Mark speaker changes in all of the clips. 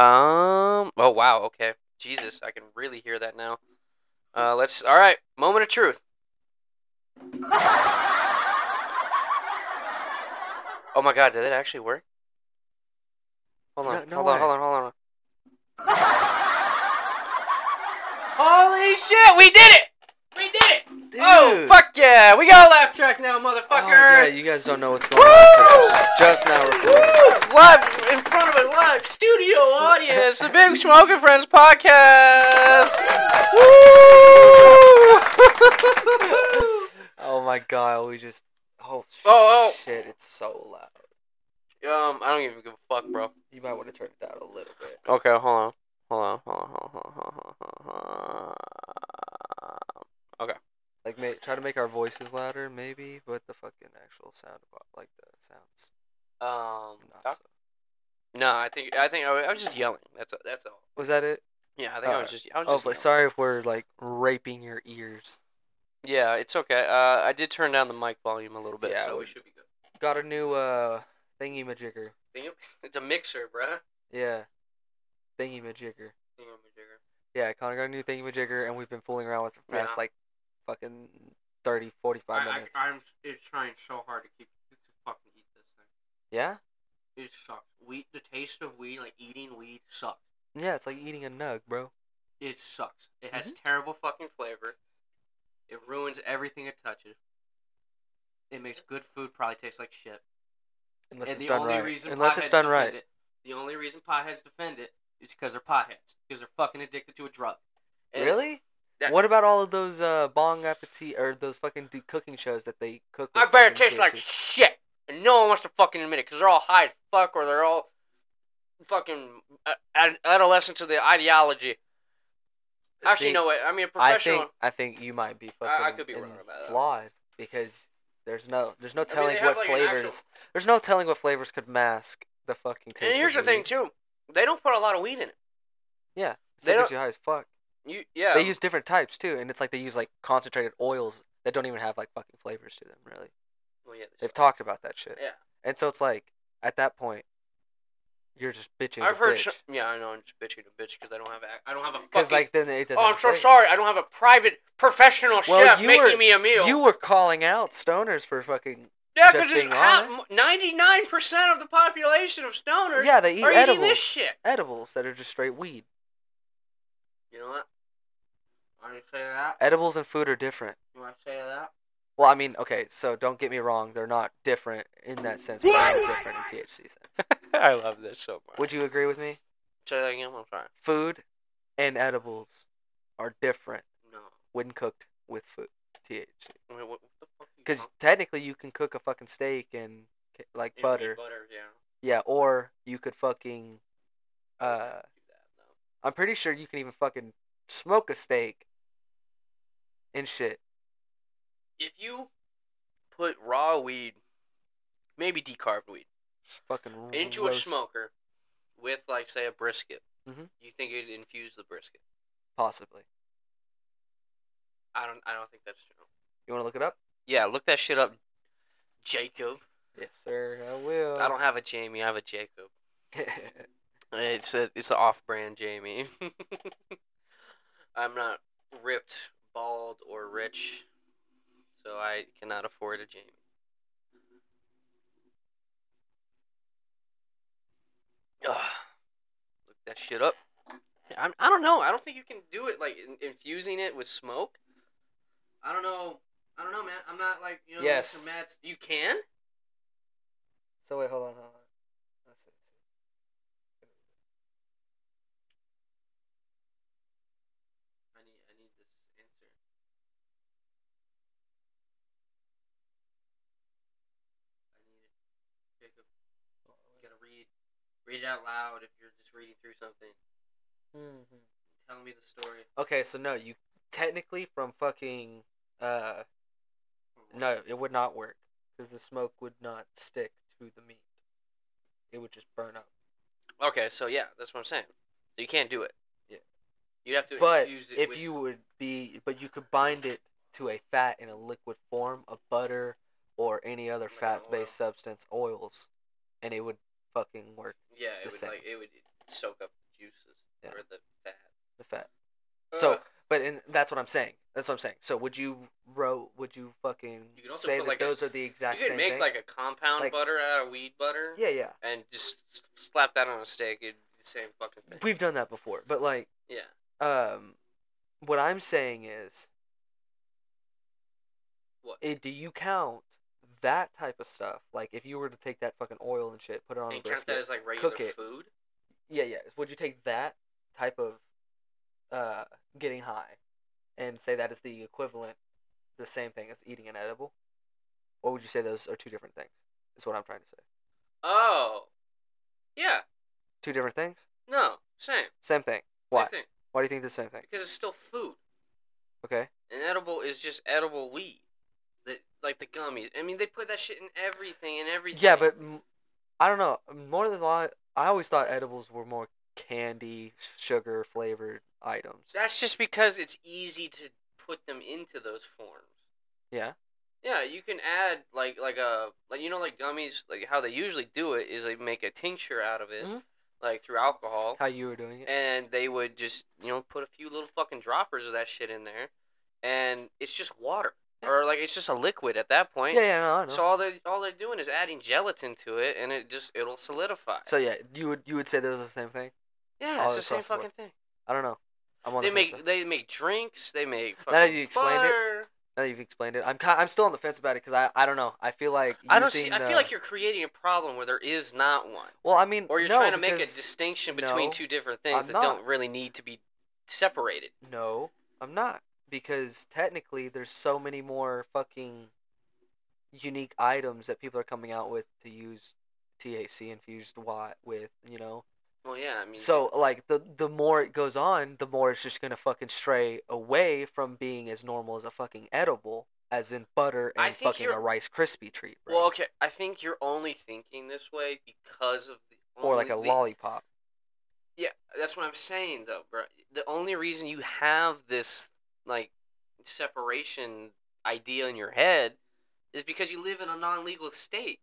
Speaker 1: Um. Oh wow. Okay. Jesus, I can really hear that now. Uh, let's. All right. Moment of truth. Oh my God! Did it actually work? Hold on.
Speaker 2: No- no
Speaker 1: hold on.
Speaker 2: way.
Speaker 1: Hold on. Hold on. Holy shit! We did it! We did it! Oh
Speaker 2: Dude.
Speaker 1: fuck yeah! We got a laugh track now,
Speaker 2: Oh, yeah,
Speaker 1: motherfuckers!
Speaker 2: you guys don't know what's going on because this is just now recording.
Speaker 1: Woo! Live in front of a live studio audience, the Big Smoking Friends podcast. Woo!
Speaker 2: Oh my god, we just. Oh, sh-
Speaker 1: Oh, oh.
Speaker 2: shit, it's so loud.
Speaker 1: um, I don't even give a fuck, bro.
Speaker 2: You might want to turn it down a little bit.
Speaker 1: Okay, hold on, hold on, hold on, hold on, hold on, hold on.
Speaker 2: Like, ma- try to make our voices louder, maybe, but the fucking actual sound, about, like, the sounds.
Speaker 1: Um,
Speaker 2: Not so.
Speaker 1: no, I think I think I was, I was just yelling. That's that's all.
Speaker 2: Was that it?
Speaker 1: Yeah, I think I was
Speaker 2: Alright.
Speaker 1: just I was
Speaker 2: Oh,
Speaker 1: just.
Speaker 2: but
Speaker 1: yelling.
Speaker 2: sorry if we're, like, raping your ears.
Speaker 1: Yeah, it's okay. Uh, I did turn down the mic volume a little bit,
Speaker 2: Yeah,
Speaker 1: so we
Speaker 2: we-
Speaker 1: should be good.
Speaker 2: Got a new, uh, thingy majigger.
Speaker 1: It's a mixer, bruh.
Speaker 2: Yeah. Thingy majigger. Yeah, Connor got a new thingy majigger, and we've been fooling around with it for the
Speaker 1: Yeah.
Speaker 2: past, like, fucking 30, 45 minutes.
Speaker 1: am it's trying so hard to keep to fucking eat this thing.
Speaker 2: Yeah?
Speaker 1: It sucks. Wheat, the taste of weed, like eating weed, sucks.
Speaker 2: Yeah, it's like eating a nug, bro.
Speaker 1: It sucks. It has
Speaker 2: Mm-hmm.
Speaker 1: terrible fucking flavor. It ruins everything it touches. It makes good food probably taste like shit.
Speaker 2: Unless
Speaker 1: and
Speaker 2: it's
Speaker 1: the
Speaker 2: done
Speaker 1: only
Speaker 2: right.
Speaker 1: reason
Speaker 2: Unless
Speaker 1: potheads
Speaker 2: it's done
Speaker 1: defend
Speaker 2: right.
Speaker 1: it- the only reason potheads defend it is because they're potheads because they're fucking addicted to a drug. And-
Speaker 2: Really?
Speaker 1: Yeah.
Speaker 2: What about all of those uh, Bong Appetit or those fucking d- cooking shows that they cook?
Speaker 1: I
Speaker 2: with
Speaker 1: bet it
Speaker 2: fucking
Speaker 1: tastes like
Speaker 2: juices?
Speaker 1: shit, and no one wants to fucking admit it because they're all high as fuck or they're all fucking uh, ad- adolescent to the ideology. Actually,
Speaker 2: See,
Speaker 1: no way. I mean, a
Speaker 2: I
Speaker 1: professional.
Speaker 2: think I think you might be fucking
Speaker 1: I- I could be wrong
Speaker 2: in-
Speaker 1: about that.
Speaker 2: flawed because there's no there's no
Speaker 1: they
Speaker 2: telling
Speaker 1: have,
Speaker 2: what
Speaker 1: like, an actual-
Speaker 2: flavors there's no telling what flavors could mask the fucking taste.
Speaker 1: and here's the
Speaker 2: of
Speaker 1: thing
Speaker 2: weed.
Speaker 1: too, they don't put a lot of weed in it.
Speaker 2: Yeah,
Speaker 1: They
Speaker 2: they
Speaker 1: don't-
Speaker 2: get you high as fuck.
Speaker 1: You yeah.
Speaker 2: They use different types too, and it's like they use like concentrated oils that don't even have like fucking flavors to them. Really,
Speaker 1: Well, yeah, they
Speaker 2: they've
Speaker 1: suck.
Speaker 2: talked about that shit.
Speaker 1: Yeah.
Speaker 2: and so it's like at that point, you're just bitching.
Speaker 1: I've
Speaker 2: to
Speaker 1: heard.
Speaker 2: bitch.
Speaker 1: sh- yeah, I know. I'm just bitching a bitch because I don't have. A, I don't have a
Speaker 2: Because
Speaker 1: fucking.
Speaker 2: like then it
Speaker 1: oh, I'm so sorry. I don't have a private professional
Speaker 2: Well,
Speaker 1: chef
Speaker 2: you
Speaker 1: making
Speaker 2: were-
Speaker 1: me a meal.
Speaker 2: You were calling out stoners for fucking
Speaker 1: yeah, because
Speaker 2: just
Speaker 1: it's
Speaker 2: being
Speaker 1: half, 99% of the population of stoners
Speaker 2: yeah. They eat
Speaker 1: are eating
Speaker 2: edibles,
Speaker 1: this shit.
Speaker 2: edibles that are just straight weed.
Speaker 1: You know what? I want to say that.
Speaker 2: Edibles and food are different.
Speaker 1: You want to say that?
Speaker 2: Well, I mean, okay, so don't get me wrong, they're not different in that sense, but they're different in THC sense.
Speaker 1: I love this so much.
Speaker 2: Would you agree with me?
Speaker 1: say that again? I'm sorry.
Speaker 2: Food and edibles are different
Speaker 1: No.
Speaker 2: when cooked with food THC.
Speaker 1: Wait, what, what the fuck? you
Speaker 2: Because
Speaker 1: talking-
Speaker 2: technically, you can cook a fucking steak and like
Speaker 1: It would be
Speaker 2: butter,
Speaker 1: Butter, yeah.
Speaker 2: yeah, or you could fucking
Speaker 1: I wouldn't
Speaker 2: uh,
Speaker 1: do that, no.
Speaker 2: I'm pretty sure you can even fucking smoke a steak and shit.
Speaker 1: If you put raw weed, maybe decarbed weed,
Speaker 2: Just fucking
Speaker 1: into a
Speaker 2: roast-
Speaker 1: smoker with, like, say, a brisket,
Speaker 2: Mhm.
Speaker 1: you think it'd infuse the brisket?
Speaker 2: Possibly.
Speaker 1: I don't. I don't think that's true.
Speaker 2: You want to look it up?
Speaker 1: Yeah, look that shit up, Jacob.
Speaker 2: Yes, sir. I will.
Speaker 1: I don't have a Jamie. I have a Jacob. It's a it's an off-brand Jamie. I'm not ripped, bald, or rich, so I cannot afford a Jamie. Ugh. Look that shit up. I'm, I don't know. I don't think you can do it like in, infusing it with smoke. I don't know. I don't know, man. I'm not like you know.
Speaker 2: Yes.
Speaker 1: Mr. Matt's. You can.
Speaker 2: so wait, hold on, hold on. Let's see, let's see.
Speaker 1: I need, I need this answer. I need it. Jacob,
Speaker 2: Oh,
Speaker 1: you gotta read. Read it out loud if you're just reading through something.
Speaker 2: Hmm,
Speaker 1: Tell me the story.
Speaker 2: Okay, so no, you technically from fucking uh no, it would not work because the smoke would not stick to the meat. It would just burn up.
Speaker 1: Okay, so yeah, that's what I'm saying. So you can't do it.
Speaker 2: Yeah.
Speaker 1: You'd have to
Speaker 2: But
Speaker 1: infuse it
Speaker 2: if
Speaker 1: with
Speaker 2: you would be, but you could bind it to a fat in a liquid form of butter or any other
Speaker 1: Like an oil.
Speaker 2: fat-based substance, oils, and it would fucking work.
Speaker 1: yeah,
Speaker 2: the
Speaker 1: it would
Speaker 2: same.
Speaker 1: like it would soak up the Uh,
Speaker 2: and that's what I'm saying. That's what I'm saying. So would you row? Would you fucking
Speaker 1: You could also
Speaker 2: say
Speaker 1: put,
Speaker 2: that
Speaker 1: like, a-
Speaker 2: those are the exact
Speaker 1: you could
Speaker 2: same
Speaker 1: make
Speaker 2: thing?
Speaker 1: like a compound
Speaker 2: Like-
Speaker 1: butter out of weed butter.
Speaker 2: yeah, yeah.
Speaker 1: And just s- slap that on a steak. It'd be the same fucking thing.
Speaker 2: We've done that before, but like,
Speaker 1: yeah.
Speaker 2: um, what I'm saying is,
Speaker 1: What?
Speaker 2: eh, do you count that type of stuff? Like, if you were to take that fucking oil and shit, put it on a
Speaker 1: And count
Speaker 2: brisket,
Speaker 1: that as like regular
Speaker 2: cook it.
Speaker 1: food.
Speaker 2: yeah, yeah. Would you take that type of uh, getting high and say that is the equivalent, the same thing as eating an edible? Or would you say those are two different things? Is what I'm trying to say.
Speaker 1: Oh. Yeah.
Speaker 2: Two different things?
Speaker 1: No. Same.
Speaker 2: Same thing.
Speaker 1: Why?
Speaker 2: Why? Why do you think the same thing?
Speaker 1: Because it's still food.
Speaker 2: Okay.
Speaker 1: An edible is just edible weed. The, like the gummies. I mean, they put that shit in everything and everything.
Speaker 2: Yeah, but m- I don't know. More than lot, I always thought edibles were more candy, sugar flavored items.
Speaker 1: That's just because it's easy to put them into those forms.
Speaker 2: Yeah.
Speaker 1: Yeah, you can add like like a like you know like gummies like how they usually do it is they make a tincture out of it
Speaker 2: Mhm.
Speaker 1: like through alcohol
Speaker 2: How you were doing it?
Speaker 1: and they would just you know put a few little fucking droppers of that shit in there and it's just water
Speaker 2: Yeah.
Speaker 1: or like it's just a liquid at that point.
Speaker 2: Yeah, yeah, no, I know.
Speaker 1: So all they all they're doing is adding gelatin to it and it just it'll solidify.
Speaker 2: So oh, yeah, you would you would say those are the same thing?
Speaker 1: yeah,
Speaker 2: all
Speaker 1: it's the
Speaker 2: across
Speaker 1: same
Speaker 2: the board.
Speaker 1: fucking thing.
Speaker 2: I don't know. I'm on
Speaker 1: They
Speaker 2: the fence.
Speaker 1: make they make drinks. They make fucking
Speaker 2: that you explained it,
Speaker 1: butter.
Speaker 2: Now that you've explained it, I'm ki I'm still on the fence about it because I, I don't know. I feel like
Speaker 1: I don't see.
Speaker 2: using
Speaker 1: I
Speaker 2: the-
Speaker 1: feel like you're creating a problem where there is not one,
Speaker 2: well, I mean,
Speaker 1: or you're
Speaker 2: no,
Speaker 1: trying to make a
Speaker 2: because-
Speaker 1: distinction between
Speaker 2: no,
Speaker 1: two different things
Speaker 2: I'm
Speaker 1: that don't
Speaker 2: not.
Speaker 1: really need to be separated.
Speaker 2: No, I'm not because technically there's so many more fucking unique items that people are coming out with to use THC infused watt with, you know.
Speaker 1: Well, yeah, I mean,
Speaker 2: So like the the more it goes on, the more it's just gonna fucking stray away from being as normal as a fucking edible, as in butter
Speaker 1: I
Speaker 2: and
Speaker 1: think
Speaker 2: fucking
Speaker 1: you're-
Speaker 2: a Rice crispy treat, bro.
Speaker 1: well, okay. I think you're only thinking this way because of the
Speaker 2: or like a
Speaker 1: only- the-
Speaker 2: lollipop.
Speaker 1: Yeah, that's what I'm saying though, bro. The only reason you have this like separation idea in your head is because you live in a non-legal state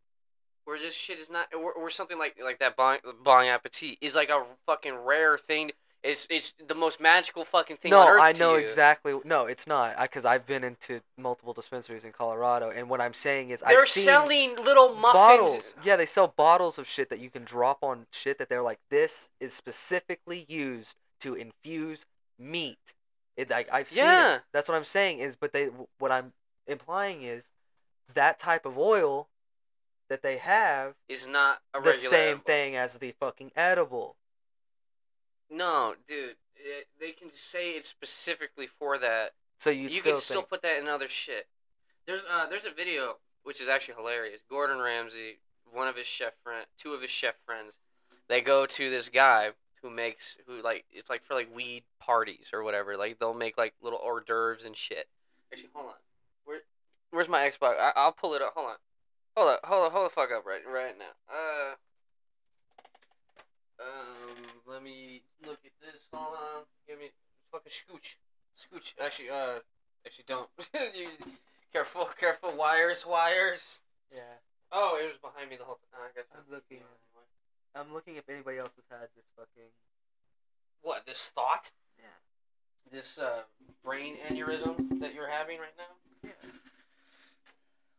Speaker 1: where this shit is not, or, or something like like that. Bon, bon appetit is like a fucking rare thing. It's it's the most magical fucking thing.
Speaker 2: no,
Speaker 1: on earth
Speaker 2: I
Speaker 1: to
Speaker 2: know
Speaker 1: you.
Speaker 2: exactly. No, it's not. Because I've been into multiple dispensaries in Colorado, and what I'm saying is
Speaker 1: They're
Speaker 2: I've seen
Speaker 1: selling little muffins.
Speaker 2: bottles. Yeah, they sell bottles of shit that you can drop on shit that they're like, this is specifically used to infuse meat. It, like I've seen. it.
Speaker 1: Yeah.
Speaker 2: That's what I'm saying is, but they what I'm implying is that type of oil that they have
Speaker 1: Is not a
Speaker 2: the
Speaker 1: regular
Speaker 2: same
Speaker 1: edible.
Speaker 2: thing as the fucking edible.
Speaker 1: No, dude, it, they can say it's specifically for that.
Speaker 2: So you,
Speaker 1: you
Speaker 2: still
Speaker 1: can still
Speaker 2: think,
Speaker 1: put that in other shit. There's uh there's a video which is actually hilarious. Gordon Ramsay, one of his chef friend, two of his chef friends, they go to this guy who makes who like it's like for like weed parties or whatever. Like they'll make like little hors d'oeuvres and shit. Actually, hold on. Where where's my Xbox? I, I'll pull it up. Hold on. Hold up. Hold up. Hold the fuck up right right now. Uh. Um, let me look at this. Hold on. Give me fucking scooch. Scooch. Actually, uh, actually don't. You- careful, careful. Wires, wires.
Speaker 2: yeah,
Speaker 1: Oh, it was behind me the whole time. I got
Speaker 2: I'm looking. I'm looking if anybody else has had this fucking.
Speaker 1: What, this thought?
Speaker 2: Yeah.
Speaker 1: This, uh, brain aneurysm that you're having right now?
Speaker 2: Yeah.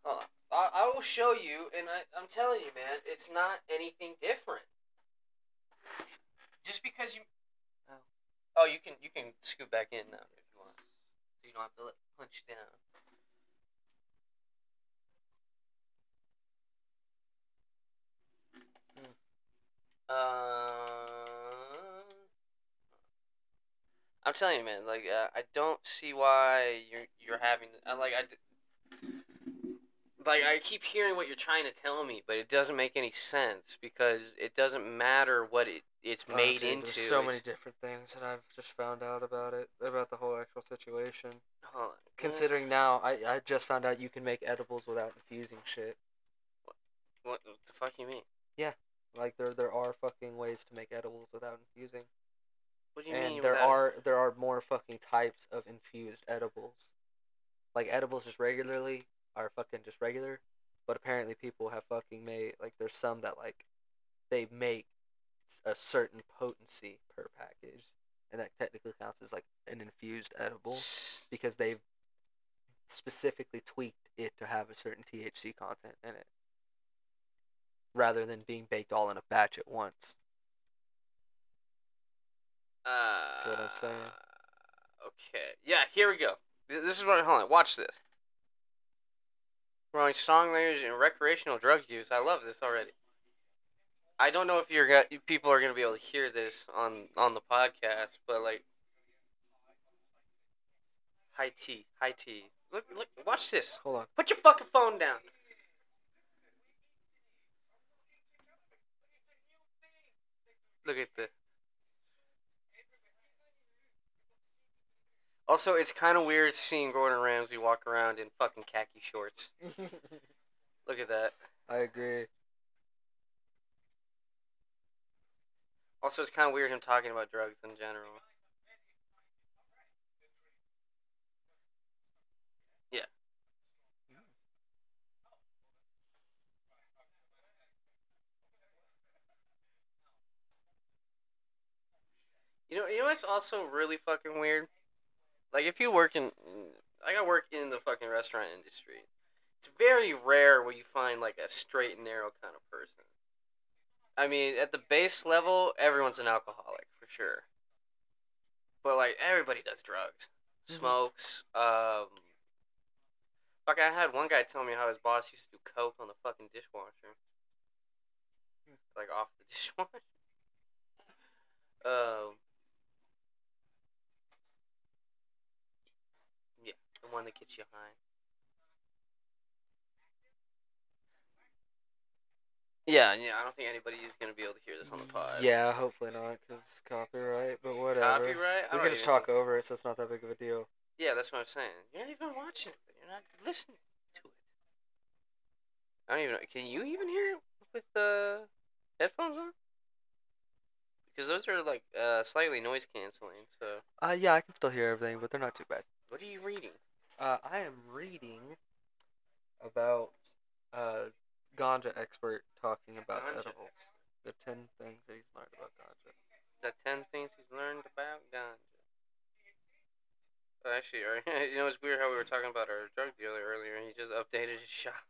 Speaker 1: Hold on. I, I will show you, and I, I'm telling you, man, it's not anything different. Just because you.
Speaker 2: Oh.
Speaker 1: Oh, you can you can scoot back in now if you want. So you don't have to like, punch down. Hmm. Uh, I'm telling you, man. Like, uh, I don't see why you're you're having. I like I. d- Like I keep hearing what you're trying to tell me, but it doesn't make any sense because it doesn't matter what it it's
Speaker 2: Oh,
Speaker 1: made
Speaker 2: dude,
Speaker 1: into.
Speaker 2: There's so
Speaker 1: It's-
Speaker 2: many different things that I've just found out about it, about the whole actual situation.
Speaker 1: Hold on.
Speaker 2: Considering now, I, I just found out you can make edibles without infusing shit.
Speaker 1: what the fuck you mean?
Speaker 2: Like there there are fucking ways to make edibles without infusing,
Speaker 1: What do you
Speaker 2: and
Speaker 1: mean?
Speaker 2: there
Speaker 1: without-
Speaker 2: are there are more fucking types of infused edibles. Like edibles just regularly are fucking just regular, but apparently people have fucking made like there's some that like they make a certain potency per package and that technically counts as like an infused edible because they've specifically tweaked it to have a certain THC content in it rather than being baked all in a batch at once.
Speaker 1: Uh,
Speaker 2: what I'm saying?
Speaker 1: Okay. Yeah, here we go. Th- This is what. Hold on. Watch this. Growing strong layers and recreational drug use. I love this already. I don't know if you're go- you people are gonna be able to hear this on on the podcast, but like, high tea, high tea. Look, look, watch this.
Speaker 2: Hold on.
Speaker 1: Put your fucking phone down. Look at this. Also, it's kind of weird seeing Gordon Ramsay walk around in fucking khaki shorts. Look at that.
Speaker 2: I agree.
Speaker 1: Also, it's kind of weird him talking about drugs in general. Yeah. You know, you know what's also really fucking weird? Like, if you work in. Like, I work in the fucking restaurant industry. It's very rare where you find, like, a straight and narrow kind of person. I mean, at the base level, everyone's an alcoholic for sure. But like everybody does drugs,
Speaker 2: Mhm.
Speaker 1: smokes. Um, fuck, I had one guy tell me how his boss used to do coke on the fucking dishwasher, like off the dishwasher. Um, yeah, the one that gets you high. Yeah, yeah. I don't think anybody's gonna be able to hear this on the pod.
Speaker 2: Yeah, hopefully not because copyright, but whatever.
Speaker 1: Copyright? I
Speaker 2: We
Speaker 1: don't
Speaker 2: can
Speaker 1: even
Speaker 2: just talk
Speaker 1: think-
Speaker 2: over it, so it's not that big of a deal.
Speaker 1: Yeah, that's what I'm saying. You're not even watching it. You're not listening to it. I don't even know. Can you even hear it with the headphones on? Because those are like uh, slightly noise canceling. So,
Speaker 2: Uh, yeah, I can still hear everything, but they're not too bad.
Speaker 1: what are you reading?
Speaker 2: Uh, I am reading about uh, ganja expert talking about
Speaker 1: Ganja.
Speaker 2: edibles. The ten things that he's learned about ganja.
Speaker 1: The 10 things he's learned about ganja. Oh, actually, our- you know, it's weird how we were talking about our drug dealer earlier and he just updated his shop.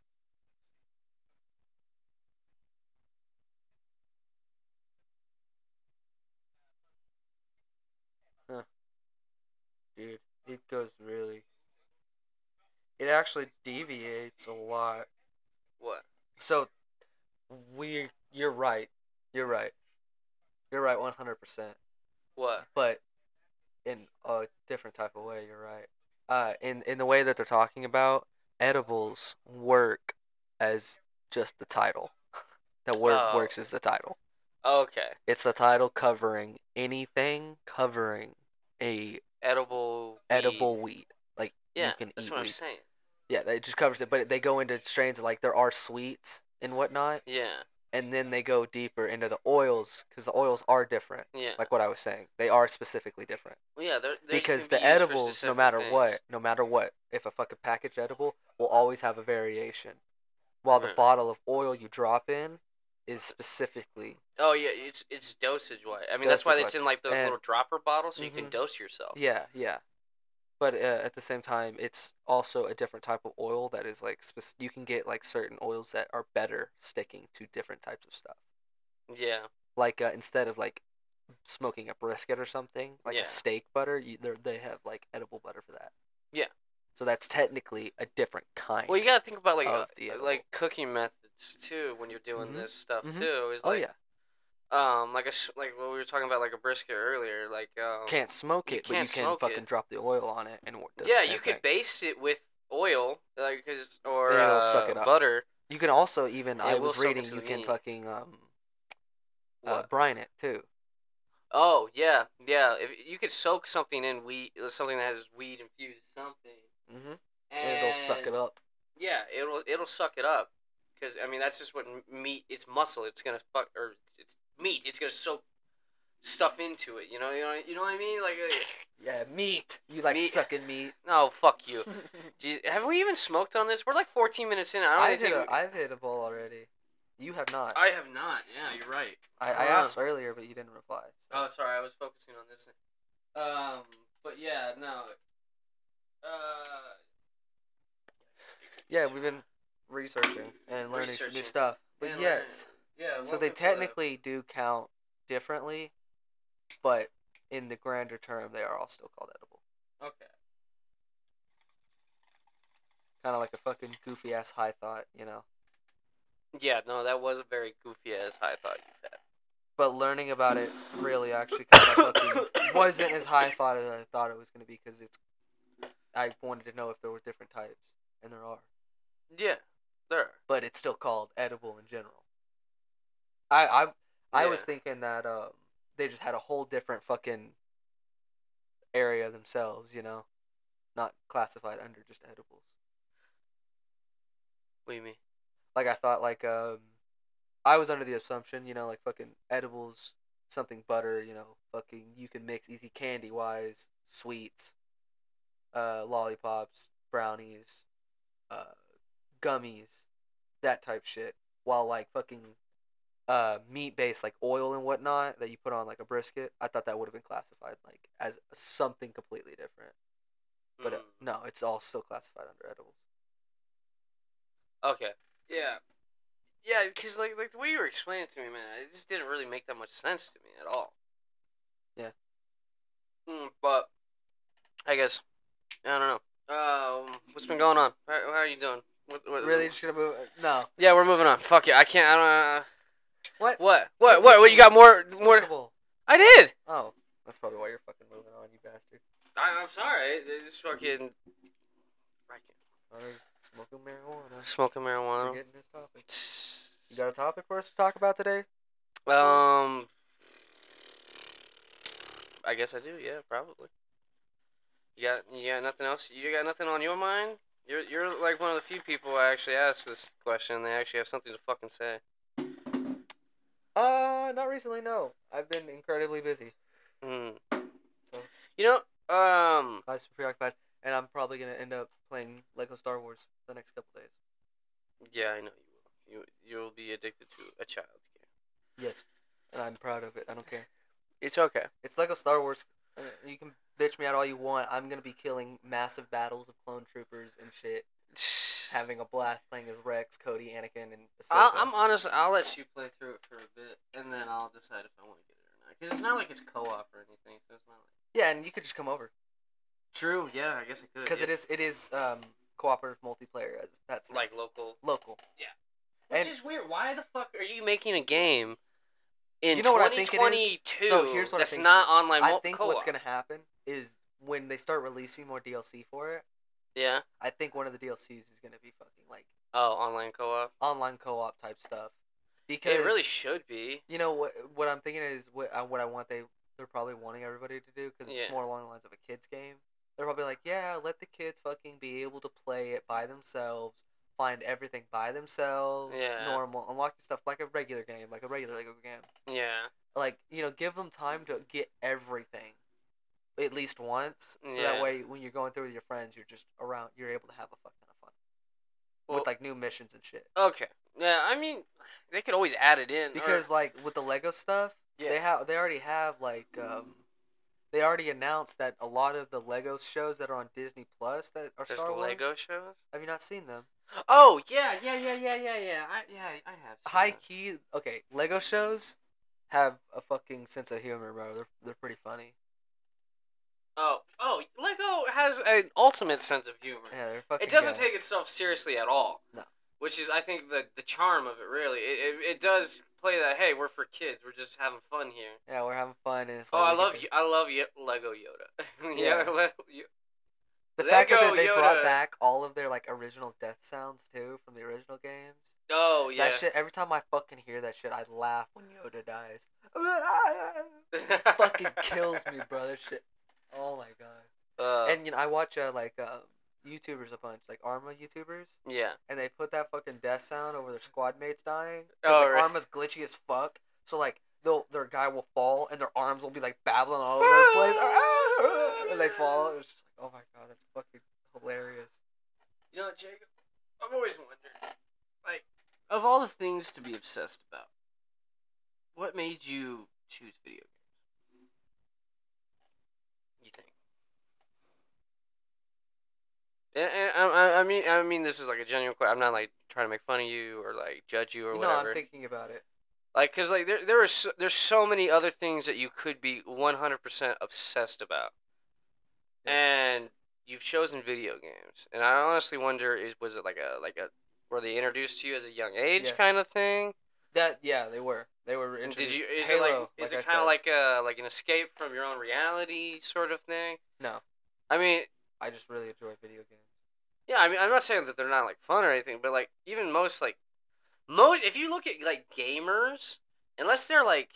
Speaker 2: Dude, it goes really. It actually deviates a lot.
Speaker 1: What?
Speaker 2: So, we. You're right. You're right. You're right. One hundred percent.
Speaker 1: What?
Speaker 2: but in a different type of way. You're right. Uh, in in the way that they're talking about edibles work as just the title. The word
Speaker 1: Oh.
Speaker 2: works as the title.
Speaker 1: Okay.
Speaker 2: It's the title covering anything covering a
Speaker 1: Edible.
Speaker 2: edible
Speaker 1: weed.
Speaker 2: weed. Like
Speaker 1: Yeah,
Speaker 2: you can
Speaker 1: that's
Speaker 2: eat
Speaker 1: what I'm
Speaker 2: weed.
Speaker 1: saying.
Speaker 2: Yeah, it just covers it. But they go into strains like there are sweets and whatnot,
Speaker 1: Yeah,
Speaker 2: and then they go deeper into the oils because the oils are different.
Speaker 1: yeah.
Speaker 2: Like what I was saying, they are specifically different.
Speaker 1: Well, yeah, they're, they
Speaker 2: because
Speaker 1: can
Speaker 2: the
Speaker 1: be used for
Speaker 2: edibles, no
Speaker 1: specific
Speaker 2: matter
Speaker 1: things.
Speaker 2: what, no matter what, if a fucking packaged edible will always have a variation, while the
Speaker 1: Right.
Speaker 2: bottle of oil you drop in is specifically
Speaker 1: Oh yeah, it's it's dosage wise. I mean, that's why
Speaker 2: Dosage-wise.
Speaker 1: it's in like those
Speaker 2: And-
Speaker 1: little dropper bottles, so you can
Speaker 2: Mhm.
Speaker 1: dose yourself.
Speaker 2: yeah yeah. But uh, at the same time, it's also a different type of oil that is like spec- you can get like certain oils that are better sticking to different types of stuff.
Speaker 1: Yeah,
Speaker 2: Like uh, instead of like smoking a brisket or something, like
Speaker 1: Yeah.
Speaker 2: a steak butter, you, they're- they have like edible butter for that.
Speaker 1: Yeah.
Speaker 2: So that's technically a different kind.
Speaker 1: Well, you gotta think about like
Speaker 2: Of
Speaker 1: uh,
Speaker 2: the edible.
Speaker 1: like cooking methods too when you're doing
Speaker 2: Mhm.
Speaker 1: this stuff
Speaker 2: Mhm.
Speaker 1: too. Is
Speaker 2: oh
Speaker 1: like
Speaker 2: yeah.
Speaker 1: um like a s- like what we were talking about like a brisket earlier. Like um,
Speaker 2: can't smoke
Speaker 1: you
Speaker 2: it, but you
Speaker 1: can't
Speaker 2: can
Speaker 1: smoke
Speaker 2: fucking
Speaker 1: it.
Speaker 2: drop the oil on it and it does the
Speaker 1: yeah,
Speaker 2: same
Speaker 1: you could
Speaker 2: thing.
Speaker 1: base it with oil like 'cause- or
Speaker 2: And it'll
Speaker 1: uh,
Speaker 2: suck it up.
Speaker 1: butter.
Speaker 2: You can also even I
Speaker 1: It will
Speaker 2: was
Speaker 1: soak it
Speaker 2: reading
Speaker 1: to
Speaker 2: you
Speaker 1: the
Speaker 2: can
Speaker 1: meat.
Speaker 2: fucking um uh,
Speaker 1: What?
Speaker 2: brine it too.
Speaker 1: Oh yeah, yeah. If you could soak something in wheat, something that has weed infused something,
Speaker 2: Mm-hmm.
Speaker 1: and,
Speaker 2: And it'll suck it up.
Speaker 1: Yeah, it'll it'll suck it up, because I mean that's just what m- meat. It's muscle. It's gonna fuck or it's meat. It's gonna soak stuff into it. You know. You know. You know what I mean? Like, uh,
Speaker 2: Yeah, meat. You like
Speaker 1: Meat.
Speaker 2: sucking meat.
Speaker 1: no, fuck you. Jeez, have we even smoked on this? We're like 14 minutes in. I don't
Speaker 2: I've
Speaker 1: even
Speaker 2: hit
Speaker 1: think.
Speaker 2: a I've hit a ball already. You have not.
Speaker 1: I have not. Yeah, you're right.
Speaker 2: I, I
Speaker 1: Wow.
Speaker 2: asked earlier, but you didn't reply. so.
Speaker 1: Oh, sorry. I was focusing on this. Um, but yeah, no. Uh,
Speaker 2: Yeah, we've been researching and learning some
Speaker 1: Researching.
Speaker 2: new stuff. But
Speaker 1: and
Speaker 2: yes,
Speaker 1: learning- Yeah.
Speaker 2: so
Speaker 1: what
Speaker 2: they
Speaker 1: was the-
Speaker 2: technically do count differently, but in the grander term, they are all still called edible.
Speaker 1: Okay.
Speaker 2: Kind of like a fucking goofy ass high thought, you know.
Speaker 1: Yeah, no, that was a very goofy as I thought you
Speaker 2: But learning about it really actually kind of fucking wasn't as high thought as I thought it was gonna be because it's. I wanted to know if there were different types, and there are.
Speaker 1: had. Yeah, there.
Speaker 2: but it's still called edible in general. I I I was
Speaker 1: Yeah.
Speaker 2: thinking that um they just had a whole different fucking area themselves, you know, not classified under just edibles.
Speaker 1: What do you mean?
Speaker 2: Like I thought, like um, I was under the assumption, you know, like fucking edibles, something butter, you know, fucking you can mix easy candy wise, sweets, uh, lollipops, brownies, uh, gummies, that type shit. While like fucking, uh, meat based like oil and whatnot that you put on like a brisket, I thought that would have been classified like as something completely different. But uh,
Speaker 1: Mm.
Speaker 2: no, it's all still classified under edibles. uh,
Speaker 1: Okay. Yeah. Yeah, because like like the way you were explaining it to me, man, it just didn't really make that much sense to me at all.
Speaker 2: Yeah.
Speaker 1: Mm, but I guess I don't know. Um, what's been going on? How, how are you doing? What, what,
Speaker 2: Really, just gonna move? uh, No,
Speaker 1: Yeah, we're moving on. Fuck you. I can't. I
Speaker 2: what?
Speaker 1: don't. Uh, what? What? What? What? You got more? More?
Speaker 2: Despicable.
Speaker 1: I did.
Speaker 2: Oh, that's probably why you're fucking moving on, you bastard.
Speaker 1: I, I'm sorry. This fucking. I can't-
Speaker 2: Alright, smoking marijuana.
Speaker 1: Smoking marijuana.
Speaker 2: Forgetting this topic. You got a topic for us to talk about today?
Speaker 1: Um, I guess I do. Yeah, probably. You got you got nothing else? You got nothing on your mind? You're you're like one of the few people I actually asked this question. and They actually have something to fucking say.
Speaker 2: Uh, not recently. No, I've been incredibly busy.
Speaker 1: Mm.
Speaker 2: So-
Speaker 1: You know, um,
Speaker 2: I've been preoccupied, and I'm probably gonna end up playing Lego Star Wars the next couple days.
Speaker 1: yeah, I know you will. You you'll be addicted to a child.
Speaker 2: Yes, and I'm proud of it. I don't care.
Speaker 1: It's okay.
Speaker 2: It's Lego Star Wars. Uh, You can bitch me out all you want. I'm gonna be killing massive battles of clone troopers and shit, having a blast playing as Rex, Cody, Anakin, and
Speaker 1: I'll,
Speaker 2: Ahsoka.
Speaker 1: I'm honest. I'll let you play through it for a bit, and then I'll decide if I want to get it or not. Because it's not like it's co-op or anything, so it's not. Like...
Speaker 2: Yeah, and you could just come over.
Speaker 1: True. Yeah, I guess I could.
Speaker 2: because
Speaker 1: yeah.
Speaker 2: it is it is um cooperative multiplayer. as- That's
Speaker 1: like
Speaker 2: that's
Speaker 1: local.
Speaker 2: local.
Speaker 1: Yeah. Which
Speaker 2: And
Speaker 1: is weird. Why the fuck are you making a game in
Speaker 2: You know what I think it is?
Speaker 1: 2022
Speaker 2: So here's what I
Speaker 1: that's
Speaker 2: think,
Speaker 1: not online
Speaker 2: I
Speaker 1: mul-
Speaker 2: think
Speaker 1: co-op?
Speaker 2: what's gonna happen is when they start releasing more DLC for it,
Speaker 1: Yeah.
Speaker 2: I think one of the DLCs is gonna be fucking like
Speaker 1: Oh, online co-op.
Speaker 2: online co-op type stuff. Because
Speaker 1: It really should be.
Speaker 2: you know what what I'm thinking is what I, what I want they they're probably wanting everybody to do because it's
Speaker 1: Yeah.
Speaker 2: more along the lines of a kids game. They're probably like, yeah, let the kids fucking be able to play it by themselves, find everything by themselves,
Speaker 1: Yeah.
Speaker 2: normal, unlock the stuff like a regular game, like a regular Lego game.
Speaker 1: Yeah.
Speaker 2: Like you know, give them time to get everything at least once, so that
Speaker 1: Yeah.
Speaker 2: way when you're going through with your friends, you're just around, you're able to have a fuck ton of fun
Speaker 1: Well,
Speaker 2: with like new missions and shit.
Speaker 1: okay. Yeah, I mean, they could always add it in. or-
Speaker 2: because like with the Lego stuff,
Speaker 1: Yeah.
Speaker 2: they have they already have like um, they already announced that a lot of the Lego shows that are on Disney Plus that are
Speaker 1: there's
Speaker 2: Star
Speaker 1: the
Speaker 2: Wars.
Speaker 1: Lego shows.
Speaker 2: Have you not seen them?
Speaker 1: Oh yeah, yeah, yeah, yeah, yeah, yeah. I yeah, I have. seen
Speaker 2: High
Speaker 1: that.
Speaker 2: key, okay. Lego shows have a fucking sense of humor, bro. They're they're pretty funny.
Speaker 1: Oh, oh, Lego has an ultimate sense of humor.
Speaker 2: Yeah, they're fucking.
Speaker 1: Hmm. it doesn't
Speaker 2: gas.
Speaker 1: take itself seriously at all.
Speaker 2: No.
Speaker 1: Which is, I think, the the charm of it. Really, it, it, it does play that. Hey, we're for kids. We're just having fun here.
Speaker 2: Yeah, we're having fun. And it's
Speaker 1: Oh,
Speaker 2: like
Speaker 1: I
Speaker 2: we can
Speaker 1: love
Speaker 2: do-
Speaker 1: you. I love you, Lego Yoda. yeah.
Speaker 2: Yeah.
Speaker 1: Le- you-
Speaker 2: The fact that
Speaker 1: Lego
Speaker 2: they, they brought
Speaker 1: Yoda.
Speaker 2: back all of their like original death sounds too from the original games.
Speaker 1: oh yeah.
Speaker 2: That shit. Every time I fucking hear that shit, I laugh when Yoda dies. fucking kills me, bro. That shit. Oh my god.
Speaker 1: Uh,
Speaker 2: And you know, I watch uh, like uh, YouTubers a bunch, like Arma YouTubers,
Speaker 1: yeah.
Speaker 2: and they put that fucking death sound over their squad mates dying. 'Cause,
Speaker 1: Oh,
Speaker 2: like,
Speaker 1: right.
Speaker 2: Arma's glitchy as fuck, so like they'll their guy will fall and their arms will be like babbling all over the place, ah, and they fall. It's just like, oh my god, that's fucking hilarious.
Speaker 1: You know, what, Jacob, I've always wondered, like, of all the things to be obsessed about, what made you choose video games? And, and I- I, I mean, I mean, this is like a genuine. que- I'm not like trying to make fun of you or like judge you or
Speaker 2: no,
Speaker 1: whatever.
Speaker 2: I'm thinking about it.
Speaker 1: Like, cause like there there are so, there's so many other things that you could be 100 percent obsessed about,
Speaker 2: Yeah.
Speaker 1: and you've chosen video games. And I honestly wonder is was it like a like a were they introduced to you as a young age
Speaker 2: Yes.
Speaker 1: kind of thing?
Speaker 2: That yeah, they were. They were
Speaker 1: And
Speaker 2: introduced.
Speaker 1: did you is
Speaker 2: Halo,
Speaker 1: it like is
Speaker 2: I
Speaker 1: it kind
Speaker 2: said.
Speaker 1: of like a like an escape from your own reality sort of thing?
Speaker 2: No.
Speaker 1: I mean,
Speaker 2: I just really enjoy video games.
Speaker 1: Yeah, I mean, I'm not saying that they're not like fun or anything, but like even most like most if you look at like gamers, unless they're like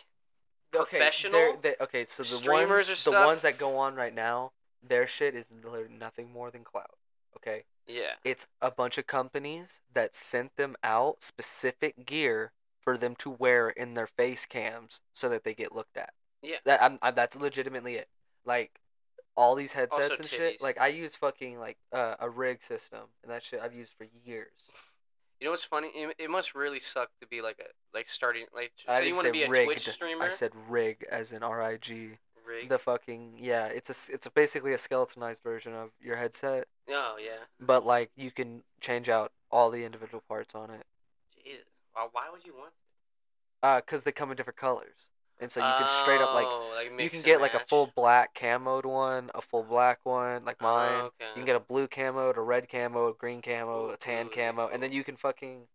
Speaker 1: Professional
Speaker 2: Okay, they're- they, okay so the
Speaker 1: streamers
Speaker 2: ones
Speaker 1: or
Speaker 2: the ones
Speaker 1: stuff?
Speaker 2: that go on right now, their shit is literally nothing more than clout. Okay,
Speaker 1: yeah,
Speaker 2: it's a bunch of companies that sent them out specific gear for them to wear in their face cams so that they get looked at.
Speaker 1: Yeah.
Speaker 2: That I'm, I, that's legitimately it. Like all these headsets and
Speaker 1: titties.
Speaker 2: shit. Like I use fucking like uh, a rig system and that shit I've used for years.
Speaker 1: you know what's funny? It, it must really suck to be like a like starting like so
Speaker 2: I
Speaker 1: you
Speaker 2: didn't
Speaker 1: want
Speaker 2: say
Speaker 1: to be a
Speaker 2: rigged.
Speaker 1: Twitch streamer.
Speaker 2: I said rig as in R I G.
Speaker 1: Rigged?
Speaker 2: The fucking yeah, it's a s- it's basically a skeletonized version of your headset,
Speaker 1: oh yeah,
Speaker 2: but like you can change out all the individual parts on it.
Speaker 1: Jesus, Wow, why would you want?
Speaker 2: Uh, 'cause they come in different colors, and so you can straight up like
Speaker 1: Oh, like
Speaker 2: you
Speaker 1: mix
Speaker 2: can
Speaker 1: and
Speaker 2: get like a
Speaker 1: match?
Speaker 2: full black camoed one, a full black one, like
Speaker 1: Oh,
Speaker 2: mine.
Speaker 1: okay.
Speaker 2: You can get a blue camo, a red camo, a green camo,
Speaker 1: Ooh,
Speaker 2: a tan
Speaker 1: ooh, yeah,
Speaker 2: camo, and then you can fucking